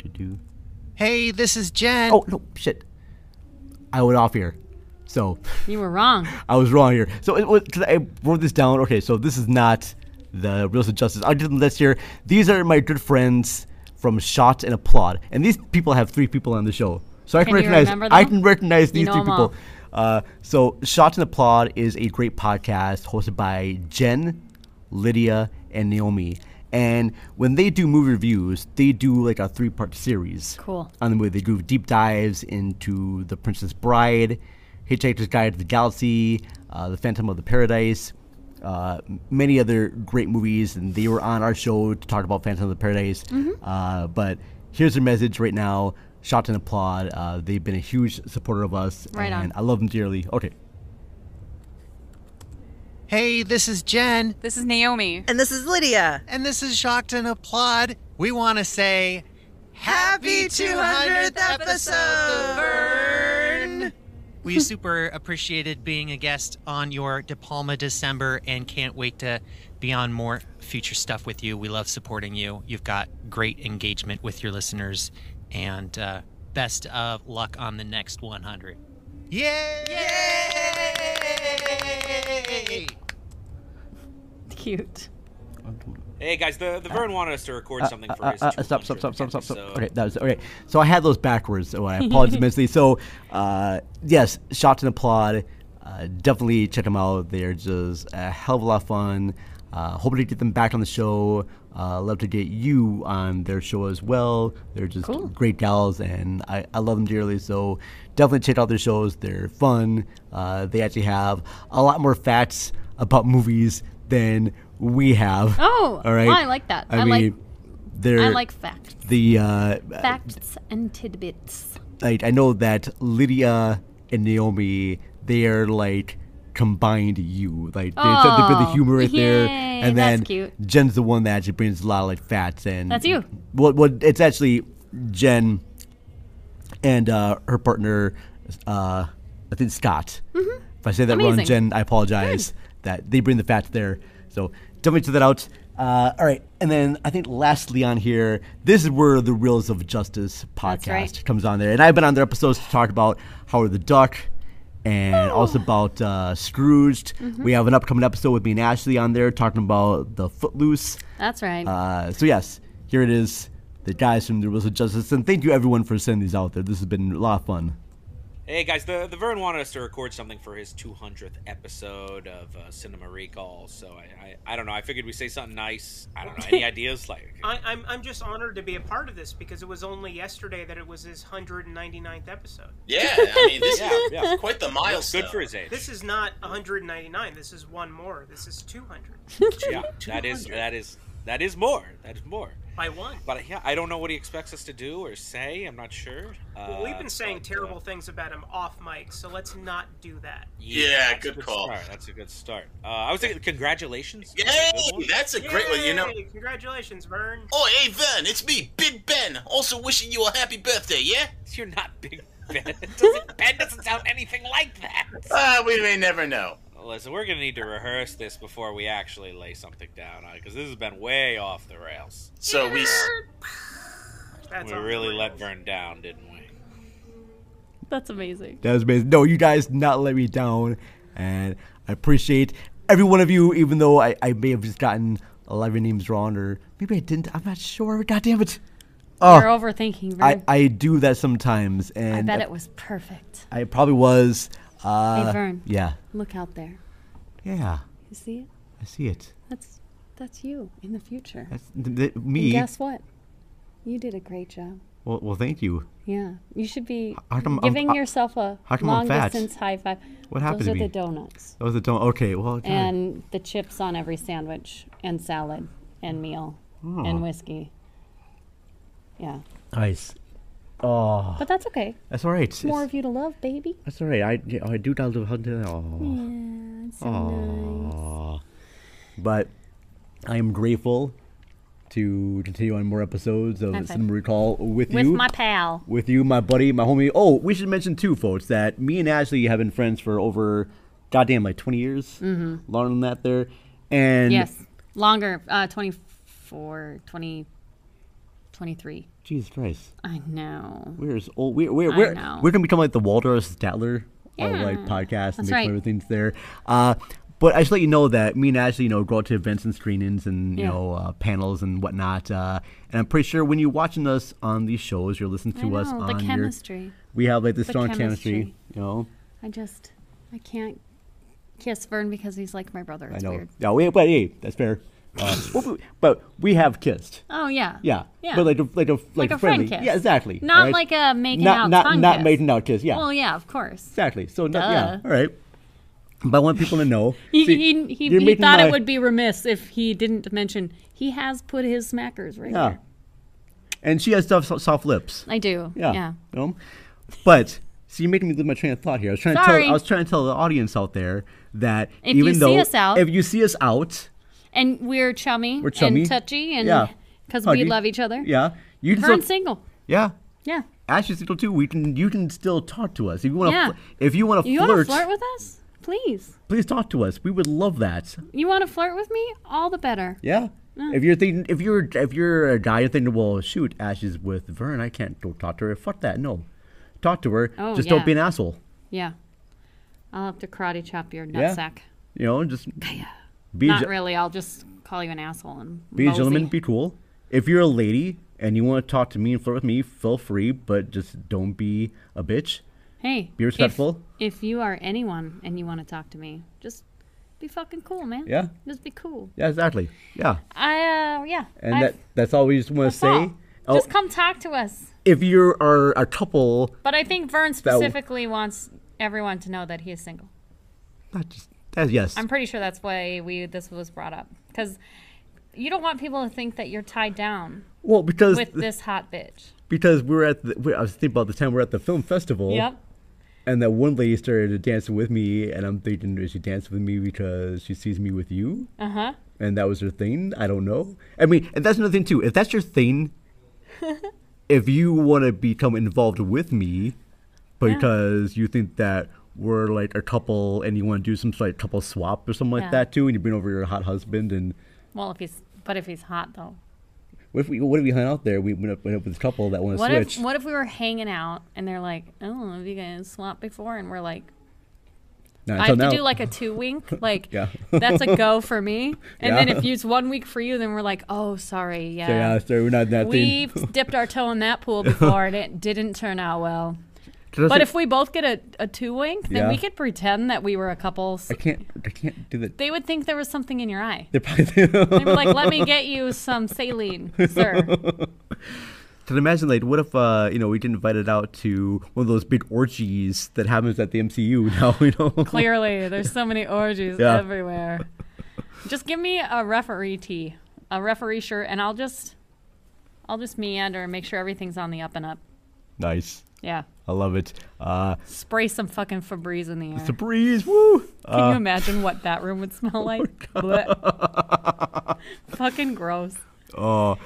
Speaker 1: do do
Speaker 8: Hey, this is Jen.
Speaker 1: Oh, no, shit. I went off here. So
Speaker 2: You were wrong.
Speaker 1: I was wrong here. So it was, 'cause I wrote this down. Okay, so this is not the Reels of Justice. I'll give them this here. These are my good friends from Shot and Applaud. And these people have three people on the show. So I can,
Speaker 2: Can you
Speaker 1: recognize
Speaker 2: remember
Speaker 1: I
Speaker 2: them?
Speaker 1: can recognize
Speaker 2: You
Speaker 1: these
Speaker 2: know
Speaker 1: three
Speaker 2: 'em
Speaker 1: people. Uh, so Shot and Applaud is a great podcast hosted by Jen, Lydia, and Naomi. And when they do movie reviews, they do like a three part series
Speaker 2: Cool.
Speaker 1: on the movie. They do deep dives into The Princess Bride, Hitchhiker's Guide to the Galaxy, uh, The Phantom of the Paradise, uh, m- many other great movies. And they were on our show to talk about Phantom of the Paradise.
Speaker 15: Mhm.
Speaker 8: Mm-hmm.
Speaker 1: Uh, but here's their message right now. Shout and applaud. Uh, they've been a huge supporter of us.
Speaker 8: Right on.
Speaker 1: and I love them dearly. Okay.
Speaker 8: Hey, this is Jen.
Speaker 16: This is Naomi.
Speaker 17: And this is Lydia.
Speaker 8: And this is Shocked and Applaud. We want to say happy 200th episode, Vern. We super appreciated being a guest on your De Palma December and can't wait to be on more future stuff with you. We love supporting you. You've got great engagement with your listeners and uh, best of luck on the next 100. Yay! Yay!
Speaker 2: Cute.
Speaker 18: Hey guys, the, the Vern wanted us to record
Speaker 1: Uh,
Speaker 18: something
Speaker 1: uh,
Speaker 18: for
Speaker 1: uh,
Speaker 18: his.
Speaker 1: uh, stop, stop, stop, stop, stop, stop. Okay, that was okay. So I had those backwards, so I apologize immensely. So, uh, yes, shots and applaud. Uh, definitely check them out. They're just a hell of a lot of fun. Uh, hoping to get them back on the show. Uh, love to get you on their show as well. They're just great gals, and I, I love them dearly. So definitely check out their shows. They're fun. Uh, they actually have a lot more facts about movies than we have.
Speaker 2: Oh,
Speaker 1: all right.
Speaker 2: I like that. I like-
Speaker 1: they're
Speaker 2: I like facts.
Speaker 1: the uh,
Speaker 2: Facts and tidbits.
Speaker 1: I, I know that Lydia and Naomi they're like combined you like they, they put the
Speaker 2: Oh,
Speaker 1: humor right there
Speaker 2: yay,
Speaker 1: and
Speaker 2: that's
Speaker 1: then
Speaker 2: cute.
Speaker 1: Jen's the one that actually brings a lot of like fats and
Speaker 2: That's you.
Speaker 1: well, well it's actually Jen and uh, her partner uh, I think Scott
Speaker 2: Mm-hmm.
Speaker 1: if I say that wrong
Speaker 15: Amazing.
Speaker 1: Jen I apologize that they bring the fats there so definitely check that out uh, all right and then I think lastly on here this is where the Reels of Justice podcast
Speaker 15: right.
Speaker 1: comes on there. And I've been on their episodes to talk about Howard the Duck and also about uh, Scrooged.
Speaker 2: Mhm.
Speaker 1: We have an upcoming episode with me and Ashley on there talking about the Footloose.
Speaker 2: That's right.
Speaker 1: Uh, so, yes, here it is. The guys from the Rules of Justice. And thank you, everyone, for sending these out there. This has been a lot of fun.
Speaker 18: Hey guys, the, the Vern wanted us to record something for his 200th episode of uh, Cinema Recall. So I, I I don't know. I figured we would say something nice. I don't know. Any ideas? Like
Speaker 19: I, I'm, I'm just honored to be a part of this because it was only yesterday that it was his 199th episode.
Speaker 18: yeah, I mean
Speaker 19: this is
Speaker 18: yeah, yeah.
Speaker 19: quite
Speaker 18: the
Speaker 19: milestone.
Speaker 18: Good for his age.
Speaker 19: This is not 199. This is one more. This is 200.
Speaker 18: yeah, that is that is that is more. That is more.
Speaker 19: By one.
Speaker 18: But yeah, I don't know what he expects us to do or say. I'm not sure.
Speaker 19: Well,
Speaker 18: Uh,
Speaker 19: we've been saying terrible things about him off mic, so let's not do that.
Speaker 18: Yeah,
Speaker 19: Yeah,
Speaker 18: that's a
Speaker 19: good call.
Speaker 18: Start. That's a good start. Uh, I was thinking, congratulations. Yay!
Speaker 20: That's a great one, you know.
Speaker 19: Yay, Congratulations, Vern.
Speaker 20: Oh, hey, Vern, it's me, Big Ben. Also wishing you a happy birthday, yeah?
Speaker 18: You're not Big Ben. Doesn't, ben doesn't sound anything like that.
Speaker 20: Ah, we may never know.
Speaker 18: Listen, we're gonna need to rehearse this before we actually lay something down on it because this has been way off the rails.
Speaker 20: So we. s-
Speaker 18: we really let Vern down, didn't we?
Speaker 2: That's amazing.
Speaker 1: That was amazing. No, you guys did not let me down, and I appreciate every one of you. Even though I, I may have just gotten a lot of your names wrong, or maybe I didn't. I'm not sure. God damn it!
Speaker 2: You're overthinking, Vern.
Speaker 1: oh, I, I do that sometimes, and
Speaker 2: I bet it was perfect.
Speaker 1: I probably was. Uh,
Speaker 2: hey, Vern.
Speaker 1: Yeah,
Speaker 2: Look out there.
Speaker 1: yeah.
Speaker 2: You see it?
Speaker 1: I see it.
Speaker 2: That's that's you in the future.
Speaker 1: That's th- th-
Speaker 2: And
Speaker 1: me.
Speaker 2: guess what? You did a great job.
Speaker 1: Well, well, thank you.
Speaker 2: Yeah, you should be
Speaker 1: How come I'm-
Speaker 2: giving
Speaker 1: I-
Speaker 2: yourself a
Speaker 1: how come I'm
Speaker 2: long
Speaker 1: fat?
Speaker 2: distance high five.
Speaker 1: What happened
Speaker 2: Those
Speaker 1: to
Speaker 2: are
Speaker 1: me?
Speaker 2: the donuts
Speaker 1: That was a don't. Okay, well, God.
Speaker 2: and the chips on every sandwich and salad and meal
Speaker 1: Oh.
Speaker 2: and whiskey. Yeah,
Speaker 1: nice. Oh,
Speaker 2: but that's okay.
Speaker 1: that's all right.
Speaker 2: More
Speaker 1: It's-
Speaker 2: of you to love, baby.
Speaker 1: that's all right. I yeah, I do down to oh.
Speaker 2: Yeah, it's so
Speaker 1: Aw. But I am grateful to continue on more episodes of
Speaker 2: High five.
Speaker 1: Cinema Recall with,
Speaker 2: With
Speaker 1: you.
Speaker 2: my pal.
Speaker 1: With you, my buddy, my homie. Oh, we should mention too, folks, that me and Ashley have been friends for over, goddamn, like 20 years.
Speaker 2: Mhm.
Speaker 1: Longer than that there. And
Speaker 2: yes, longer. Uh, 24, 20, 23.
Speaker 1: Jesus Christ.
Speaker 2: I know.
Speaker 1: We're as old. We're we're
Speaker 2: I
Speaker 1: we're,
Speaker 2: know.
Speaker 1: we're gonna become like the Waldorf Statler of
Speaker 2: Yeah.
Speaker 1: like podcast and
Speaker 2: That's
Speaker 1: make
Speaker 2: right.
Speaker 1: sure everything's there. Uh, but I just let you know that me and Ashley, you know, go out to events and screenings and you
Speaker 2: Yeah.
Speaker 1: know uh, panels and whatnot. Uh, and I'm pretty sure when you're watching us on these shows, you're listening
Speaker 2: I
Speaker 1: to us
Speaker 2: know,
Speaker 1: on
Speaker 2: the
Speaker 1: your-
Speaker 2: chemistry.
Speaker 1: we have like this
Speaker 2: The
Speaker 1: strong chemistry.
Speaker 2: chemistry.
Speaker 1: You know,
Speaker 2: I just I can't kiss Vern because he's like my brother.
Speaker 1: I
Speaker 2: It's
Speaker 1: know.
Speaker 2: weird.
Speaker 1: Yeah, we, but hey, that's fair. Uh, but we- but we have kissed.
Speaker 2: Oh yeah.
Speaker 1: Yeah.
Speaker 2: Yeah.
Speaker 1: But like a like a like,
Speaker 2: Like
Speaker 1: a
Speaker 2: a friend
Speaker 1: friendly.
Speaker 2: kiss.
Speaker 1: Yeah, exactly.
Speaker 2: Not
Speaker 1: right?
Speaker 2: like a making
Speaker 1: not,
Speaker 2: out
Speaker 1: Not
Speaker 2: tongue
Speaker 1: not
Speaker 2: kiss.
Speaker 1: making out kiss. Yeah.
Speaker 2: Well, yeah, of course.
Speaker 1: Exactly. So no, yeah.
Speaker 2: Duh.
Speaker 1: All right. But I want people to know.
Speaker 2: He
Speaker 1: See,
Speaker 2: he, he,
Speaker 1: you're
Speaker 2: he
Speaker 1: making
Speaker 2: thought
Speaker 1: my-
Speaker 2: it would be remiss if he didn't mention he has put his smackers right
Speaker 1: Yeah.
Speaker 2: there.
Speaker 1: And she has soft, soft lips.
Speaker 2: I do.
Speaker 1: Yeah.
Speaker 2: Yeah.
Speaker 1: You know? But so you're making me lose my train of thought here. I was trying to
Speaker 2: Sorry.
Speaker 1: tell I was trying to tell the audience out there that
Speaker 2: If
Speaker 1: even
Speaker 2: you see
Speaker 1: though
Speaker 2: us out-
Speaker 1: if you see us out,
Speaker 2: And we're chummy.
Speaker 1: We're chummy.
Speaker 2: And touchy
Speaker 1: Yeah.
Speaker 2: and because we
Speaker 1: Huggy.
Speaker 2: love each other.
Speaker 1: yeah, you can
Speaker 2: Vern's
Speaker 1: still,
Speaker 2: single.
Speaker 1: yeah.
Speaker 2: Yeah.
Speaker 1: Ashley's single too. We can you can still talk to us if you want to.
Speaker 2: Yeah.
Speaker 1: if you want to
Speaker 2: You want to
Speaker 1: flirt,
Speaker 2: flirt with us? Please.
Speaker 1: please talk to us. We would love that.
Speaker 2: You want to flirt with me? All the better.
Speaker 1: Yeah.
Speaker 2: Yeah.
Speaker 1: If you're thinking, if you're if you're a guy thinking, well, shoot, Ash is with Vern. I can't go talk to her. Fuck that. No, talk to her.
Speaker 2: Oh,
Speaker 1: just
Speaker 2: yeah.
Speaker 1: don't be an asshole.
Speaker 2: Yeah. I'll have to karate chop your
Speaker 1: Yeah.
Speaker 2: nutsack.
Speaker 1: You know, just be a
Speaker 2: Not
Speaker 1: ge-
Speaker 2: really. I'll just call you an asshole and
Speaker 1: be a
Speaker 2: mosey.
Speaker 1: gentleman. Be cool. If you're a lady and you want to talk to me and flirt with me, feel free, but just don't be a bitch.
Speaker 2: Hey,
Speaker 1: Be
Speaker 2: if-
Speaker 1: respectful.
Speaker 2: If, you are anyone and you want to talk to me, just be fucking cool, man.
Speaker 1: Yeah.
Speaker 2: Just be cool.
Speaker 1: Yeah, exactly. Yeah,
Speaker 2: I uh, yeah.
Speaker 1: and
Speaker 2: I've-
Speaker 1: that that's all we just want to say.
Speaker 2: all.
Speaker 1: Oh,
Speaker 2: just come talk to us.
Speaker 1: if you are a couple,
Speaker 2: But I think Vern
Speaker 1: That w-
Speaker 2: specifically wants everyone to know that he is single.
Speaker 1: that, yes,
Speaker 2: I'm pretty sure that's why we this was brought up because you don't want people to think that you're tied down
Speaker 1: Well, because-
Speaker 2: with this hot bitch.
Speaker 1: because we were at the, we, I was thinking about the time we are at the film festival.
Speaker 2: Yep.
Speaker 1: And that one lady started dancing with me, and I'm thinking, is she dancing with me because she sees me with you?
Speaker 2: Uh huh.
Speaker 1: And that was her thing? I don't know. I mean, and that's another thing, too. If that's your thing, if you want to become involved with me
Speaker 2: Yeah.
Speaker 1: because you think that we're like a couple and you want to do some sort of couple swap or something
Speaker 2: Yeah.
Speaker 1: like that, too, and you bring over your hot husband, and
Speaker 2: Well, if he's but if he's hot though.
Speaker 1: what if we, what if we hung out there? We went up, went up with a couple that want to
Speaker 2: What
Speaker 1: switch.
Speaker 2: if what if we were hanging out and they're like, oh, have you guys swapped before? And we're like,
Speaker 1: Not
Speaker 2: I
Speaker 1: until
Speaker 2: have
Speaker 1: now.
Speaker 2: to do like a two wink, like
Speaker 1: Yeah.
Speaker 2: that's a go for me. And then
Speaker 1: Yeah.
Speaker 2: if it's one week for you, then we're like, oh, sorry, yeah,
Speaker 1: So, yeah, sorry, we're not in that thing.
Speaker 2: We've dipped our toe in that pool before and it didn't turn out well.
Speaker 1: 'Cause I
Speaker 2: But
Speaker 1: think-
Speaker 2: if we both get a, a two wink, then we
Speaker 1: Yeah.
Speaker 2: could pretend that we were a couple. s-
Speaker 1: I can't, I can't do that.
Speaker 2: They would think there was something in your eye.
Speaker 1: They're probably
Speaker 2: They were like, let me get you some saline, sir.
Speaker 1: Can imagine like what if uh you know we get invited out to one of those big orgies that happens at the MCU now you know
Speaker 2: Clearly, there's so many orgies
Speaker 1: Yeah.
Speaker 2: everywhere. Just give me a referee tee, a referee shirt, and I'll just, I'll just meander and make sure everything's on the up and up.
Speaker 1: nice
Speaker 2: Yeah.
Speaker 1: I love it uh
Speaker 2: Spray some fucking Febreze in the air.
Speaker 1: it's a breeze woo can
Speaker 2: Can you imagine what that room would
Speaker 1: Oh
Speaker 2: smell like? Blech. fucking gross.
Speaker 1: oh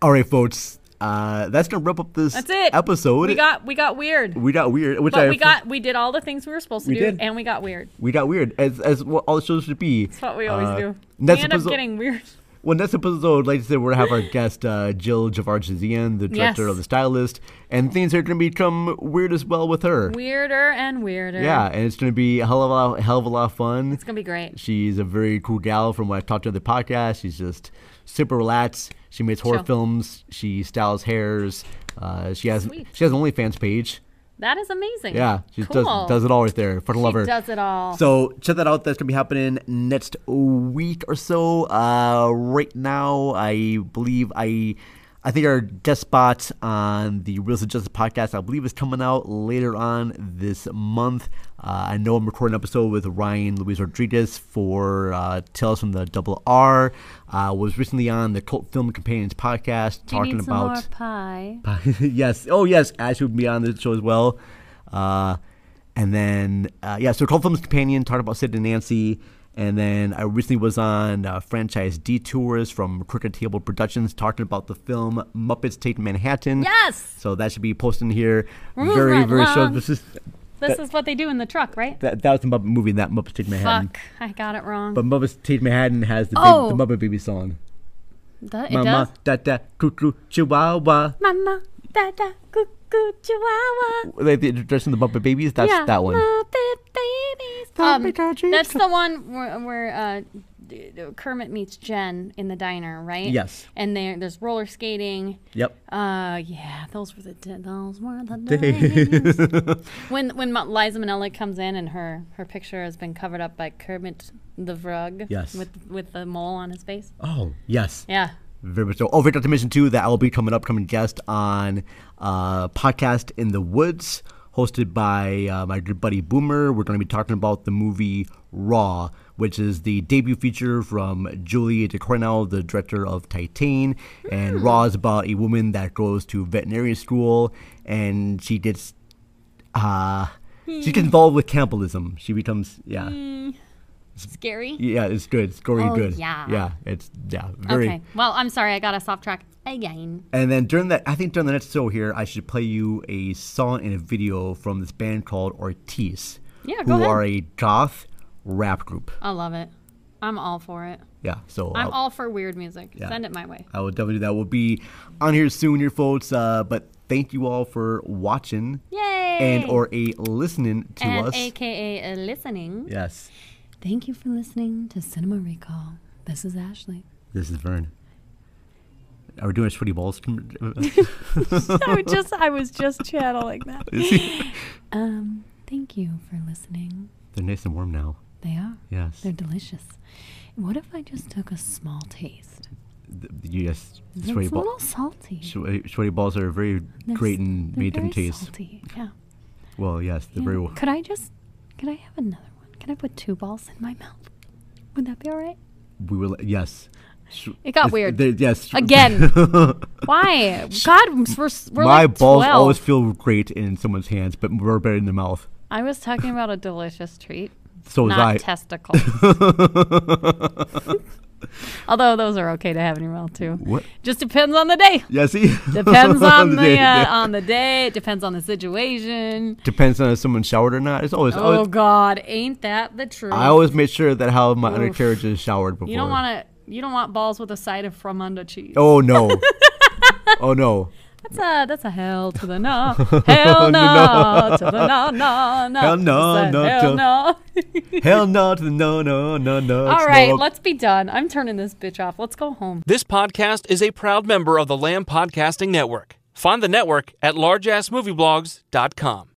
Speaker 1: all right folks uh that's gonna wrap up this
Speaker 2: That's it.
Speaker 1: episode
Speaker 2: We got we got weird.
Speaker 1: we got weird which
Speaker 2: but
Speaker 1: I
Speaker 2: we got we did all the things we were supposed to
Speaker 1: We
Speaker 2: do,
Speaker 1: did.
Speaker 2: and we got weird.
Speaker 1: we got weird as as what all the shows should be Uh,
Speaker 2: That's what we always do. We
Speaker 1: next
Speaker 2: end up
Speaker 1: episode-
Speaker 2: getting weird.
Speaker 1: Well, next episode, like I said, we're gonna have our guest uh, Jill Javarjazian, the director
Speaker 2: Yes.
Speaker 1: of the stylist, and things are gonna become weird as well with her.
Speaker 2: Weirder and weirder.
Speaker 1: Yeah, and it's gonna be a hell of a lot, hell of a lot of fun. It's
Speaker 2: gonna be great.
Speaker 1: She's a very cool gal from what I've talked to on the podcast. She's just super relaxed. She makes horror
Speaker 2: Chill.
Speaker 1: films. She styles hairs. Uh, she has
Speaker 2: Sweet.
Speaker 1: she has an OnlyFans page.
Speaker 2: That is amazing.
Speaker 1: Yeah, she
Speaker 2: cool.
Speaker 1: does does it all right there. Fucking love
Speaker 2: She
Speaker 1: her.
Speaker 2: does it all.
Speaker 1: So check that out. That's gonna be happening next week or so. Uh, right now, I believe I, I think our guest spot on the Real Estate Justice podcast, I believe, is coming out later on this month. Uh, I know I'm recording an episode with Ryan Luis Rodriguez for uh, Tales from the Double R. Uh, was recently on the Cult Film Companions podcast
Speaker 2: Do you
Speaker 1: talking
Speaker 2: need some
Speaker 1: about
Speaker 2: more pie.
Speaker 1: yes. Oh, yes. Ash would be on the show as well. Uh, and then, uh, yeah, so Cold Films Companion talked about Sid and Nancy. And then I recently was on uh, Franchise Detours from Crooked Table Productions talking about the film Muppets Take Manhattan.
Speaker 2: Yes!
Speaker 1: So that should be posted here
Speaker 2: We're moving
Speaker 1: very,
Speaker 2: right
Speaker 1: very soon.
Speaker 2: along.
Speaker 1: This is,
Speaker 2: This
Speaker 1: that,
Speaker 2: is what they do in the truck, right?
Speaker 1: that, that was the Muppet movie, that Muppets Take Manhattan.
Speaker 2: Fuck, I got it wrong.
Speaker 1: But Muppets Take Manhattan has the,
Speaker 2: Oh!
Speaker 1: big, the Muppet Baby song.
Speaker 2: Da- it
Speaker 1: Mama,
Speaker 2: does.
Speaker 1: da da, coo coo, chihuahua.
Speaker 2: Mama, da da, cuckoo, chihuahua.
Speaker 1: They they dressing the Muppet Babies. That's
Speaker 2: Yeah. Uh.
Speaker 1: that one.
Speaker 2: Um, that's the one where, where uh, d- d- Kermit meets Jen in the diner, right?
Speaker 1: Yes.
Speaker 2: And there, there's roller skating.
Speaker 1: Yep.
Speaker 2: Uh, yeah, those were the d- those were the days.
Speaker 1: Days.
Speaker 2: when when Ma- Liza Minnelli comes in and her her picture has been covered up by Kermit the Vrug.
Speaker 1: Yes.
Speaker 2: With with the mole on his face.
Speaker 1: Oh yes.
Speaker 2: Yeah.
Speaker 1: Very much so. Oh, Victor to mention too that I will be coming upcoming guest on uh, podcast in the woods, hosted by uh, my good buddy Boomer. We're going to be talking about the movie Raw, which is the debut feature from Julie DeCornell, the director of Titan.
Speaker 2: Hmm.
Speaker 1: And Raw is about a woman that goes to veterinary school and she gets uh, she
Speaker 2: Hmm.
Speaker 1: gets involved with cannibalism. She becomes yeah.
Speaker 2: Scary.
Speaker 1: Yeah, it's good. It's gory
Speaker 2: Hmm. Oh,
Speaker 1: good.
Speaker 2: yeah.
Speaker 1: Yeah, it's yeah, very
Speaker 2: Okay. Well, I'm sorry, I got us off track again.
Speaker 1: And then during that, I think during the next show here, I should play you a song and a video from this band called Ortiz,
Speaker 2: Yeah,
Speaker 1: who
Speaker 2: go ahead.
Speaker 1: are a goth rap group.
Speaker 2: I love it. I'm all for it.
Speaker 1: Yeah, so
Speaker 2: I'm
Speaker 1: I'll-
Speaker 2: all for weird music.
Speaker 1: Yeah.
Speaker 2: Send it my way.
Speaker 1: I will definitely do that. We'll be on here soon, here, folks. Uh, but thank you all for watching
Speaker 2: Yay!
Speaker 1: and or a listening to
Speaker 2: and
Speaker 1: us.
Speaker 2: AKA uh, listening.
Speaker 1: yes,
Speaker 2: Thank you for listening to Cinema Recall. This is Ashley.
Speaker 1: this is Vern. Are we doing sweaty balls?
Speaker 2: I was just I was just channeling that.
Speaker 1: Is he-
Speaker 2: Um, thank you for listening.
Speaker 1: They're nice and warm now.
Speaker 2: They are.
Speaker 1: Yes.
Speaker 2: They're delicious. What if I just took a small taste?
Speaker 1: Th- Yes,
Speaker 2: It's
Speaker 1: sweaty
Speaker 2: a
Speaker 1: ball-
Speaker 2: little salty.
Speaker 1: Swe- Sweaty balls are very
Speaker 2: They're s-
Speaker 1: great and
Speaker 2: they're
Speaker 1: made them
Speaker 2: very
Speaker 1: taste.
Speaker 2: salty. Yeah.
Speaker 1: Well, yes, they're
Speaker 2: yeah.
Speaker 1: very well.
Speaker 2: Could I just could I have another one? Could I put two balls in my mouth? Would that be all right?
Speaker 1: We will. Yes. Sh-
Speaker 2: It got
Speaker 1: it's-
Speaker 2: weird.
Speaker 1: they- yes.
Speaker 2: Again. Why? God, we're, s- we're
Speaker 1: My
Speaker 2: like
Speaker 1: balls
Speaker 2: 12.
Speaker 1: always feel great in someone's hands, but we're better in the mouth.
Speaker 2: I was talking about a delicious treat.
Speaker 1: So Oh, was
Speaker 2: not
Speaker 1: I.
Speaker 2: testicles. Although those are okay to have in your mouth too.
Speaker 1: What?
Speaker 2: Just depends on the day.
Speaker 1: Yeah, see?
Speaker 2: Depends on,
Speaker 1: On the
Speaker 2: the,
Speaker 1: day,
Speaker 2: uh,
Speaker 1: yeah.
Speaker 2: on the day. It depends on the situation.
Speaker 1: Depends on if someone showered or not. It's always.
Speaker 2: oh
Speaker 1: always
Speaker 2: God, ain't that the truth?
Speaker 1: I always make sure that how my
Speaker 2: Oof.
Speaker 1: undercarriage is showered before.
Speaker 2: You don't want to. You don't want balls with a side of fromunda cheese.
Speaker 1: Oh no. oh no.
Speaker 2: That's a that's a hell to the no, hell no, to the no, no, no,
Speaker 1: Hell no,
Speaker 2: It's a
Speaker 1: no,
Speaker 2: hell
Speaker 1: to-
Speaker 2: no.
Speaker 1: Hell no to the no no no no.
Speaker 2: All right,
Speaker 1: smoke.
Speaker 2: let's be done. I'm turning this bitch off. Let's go home.
Speaker 18: This podcast is a proud member of the Lamb Podcasting Network. Find the network at largeassmovieblogs.com.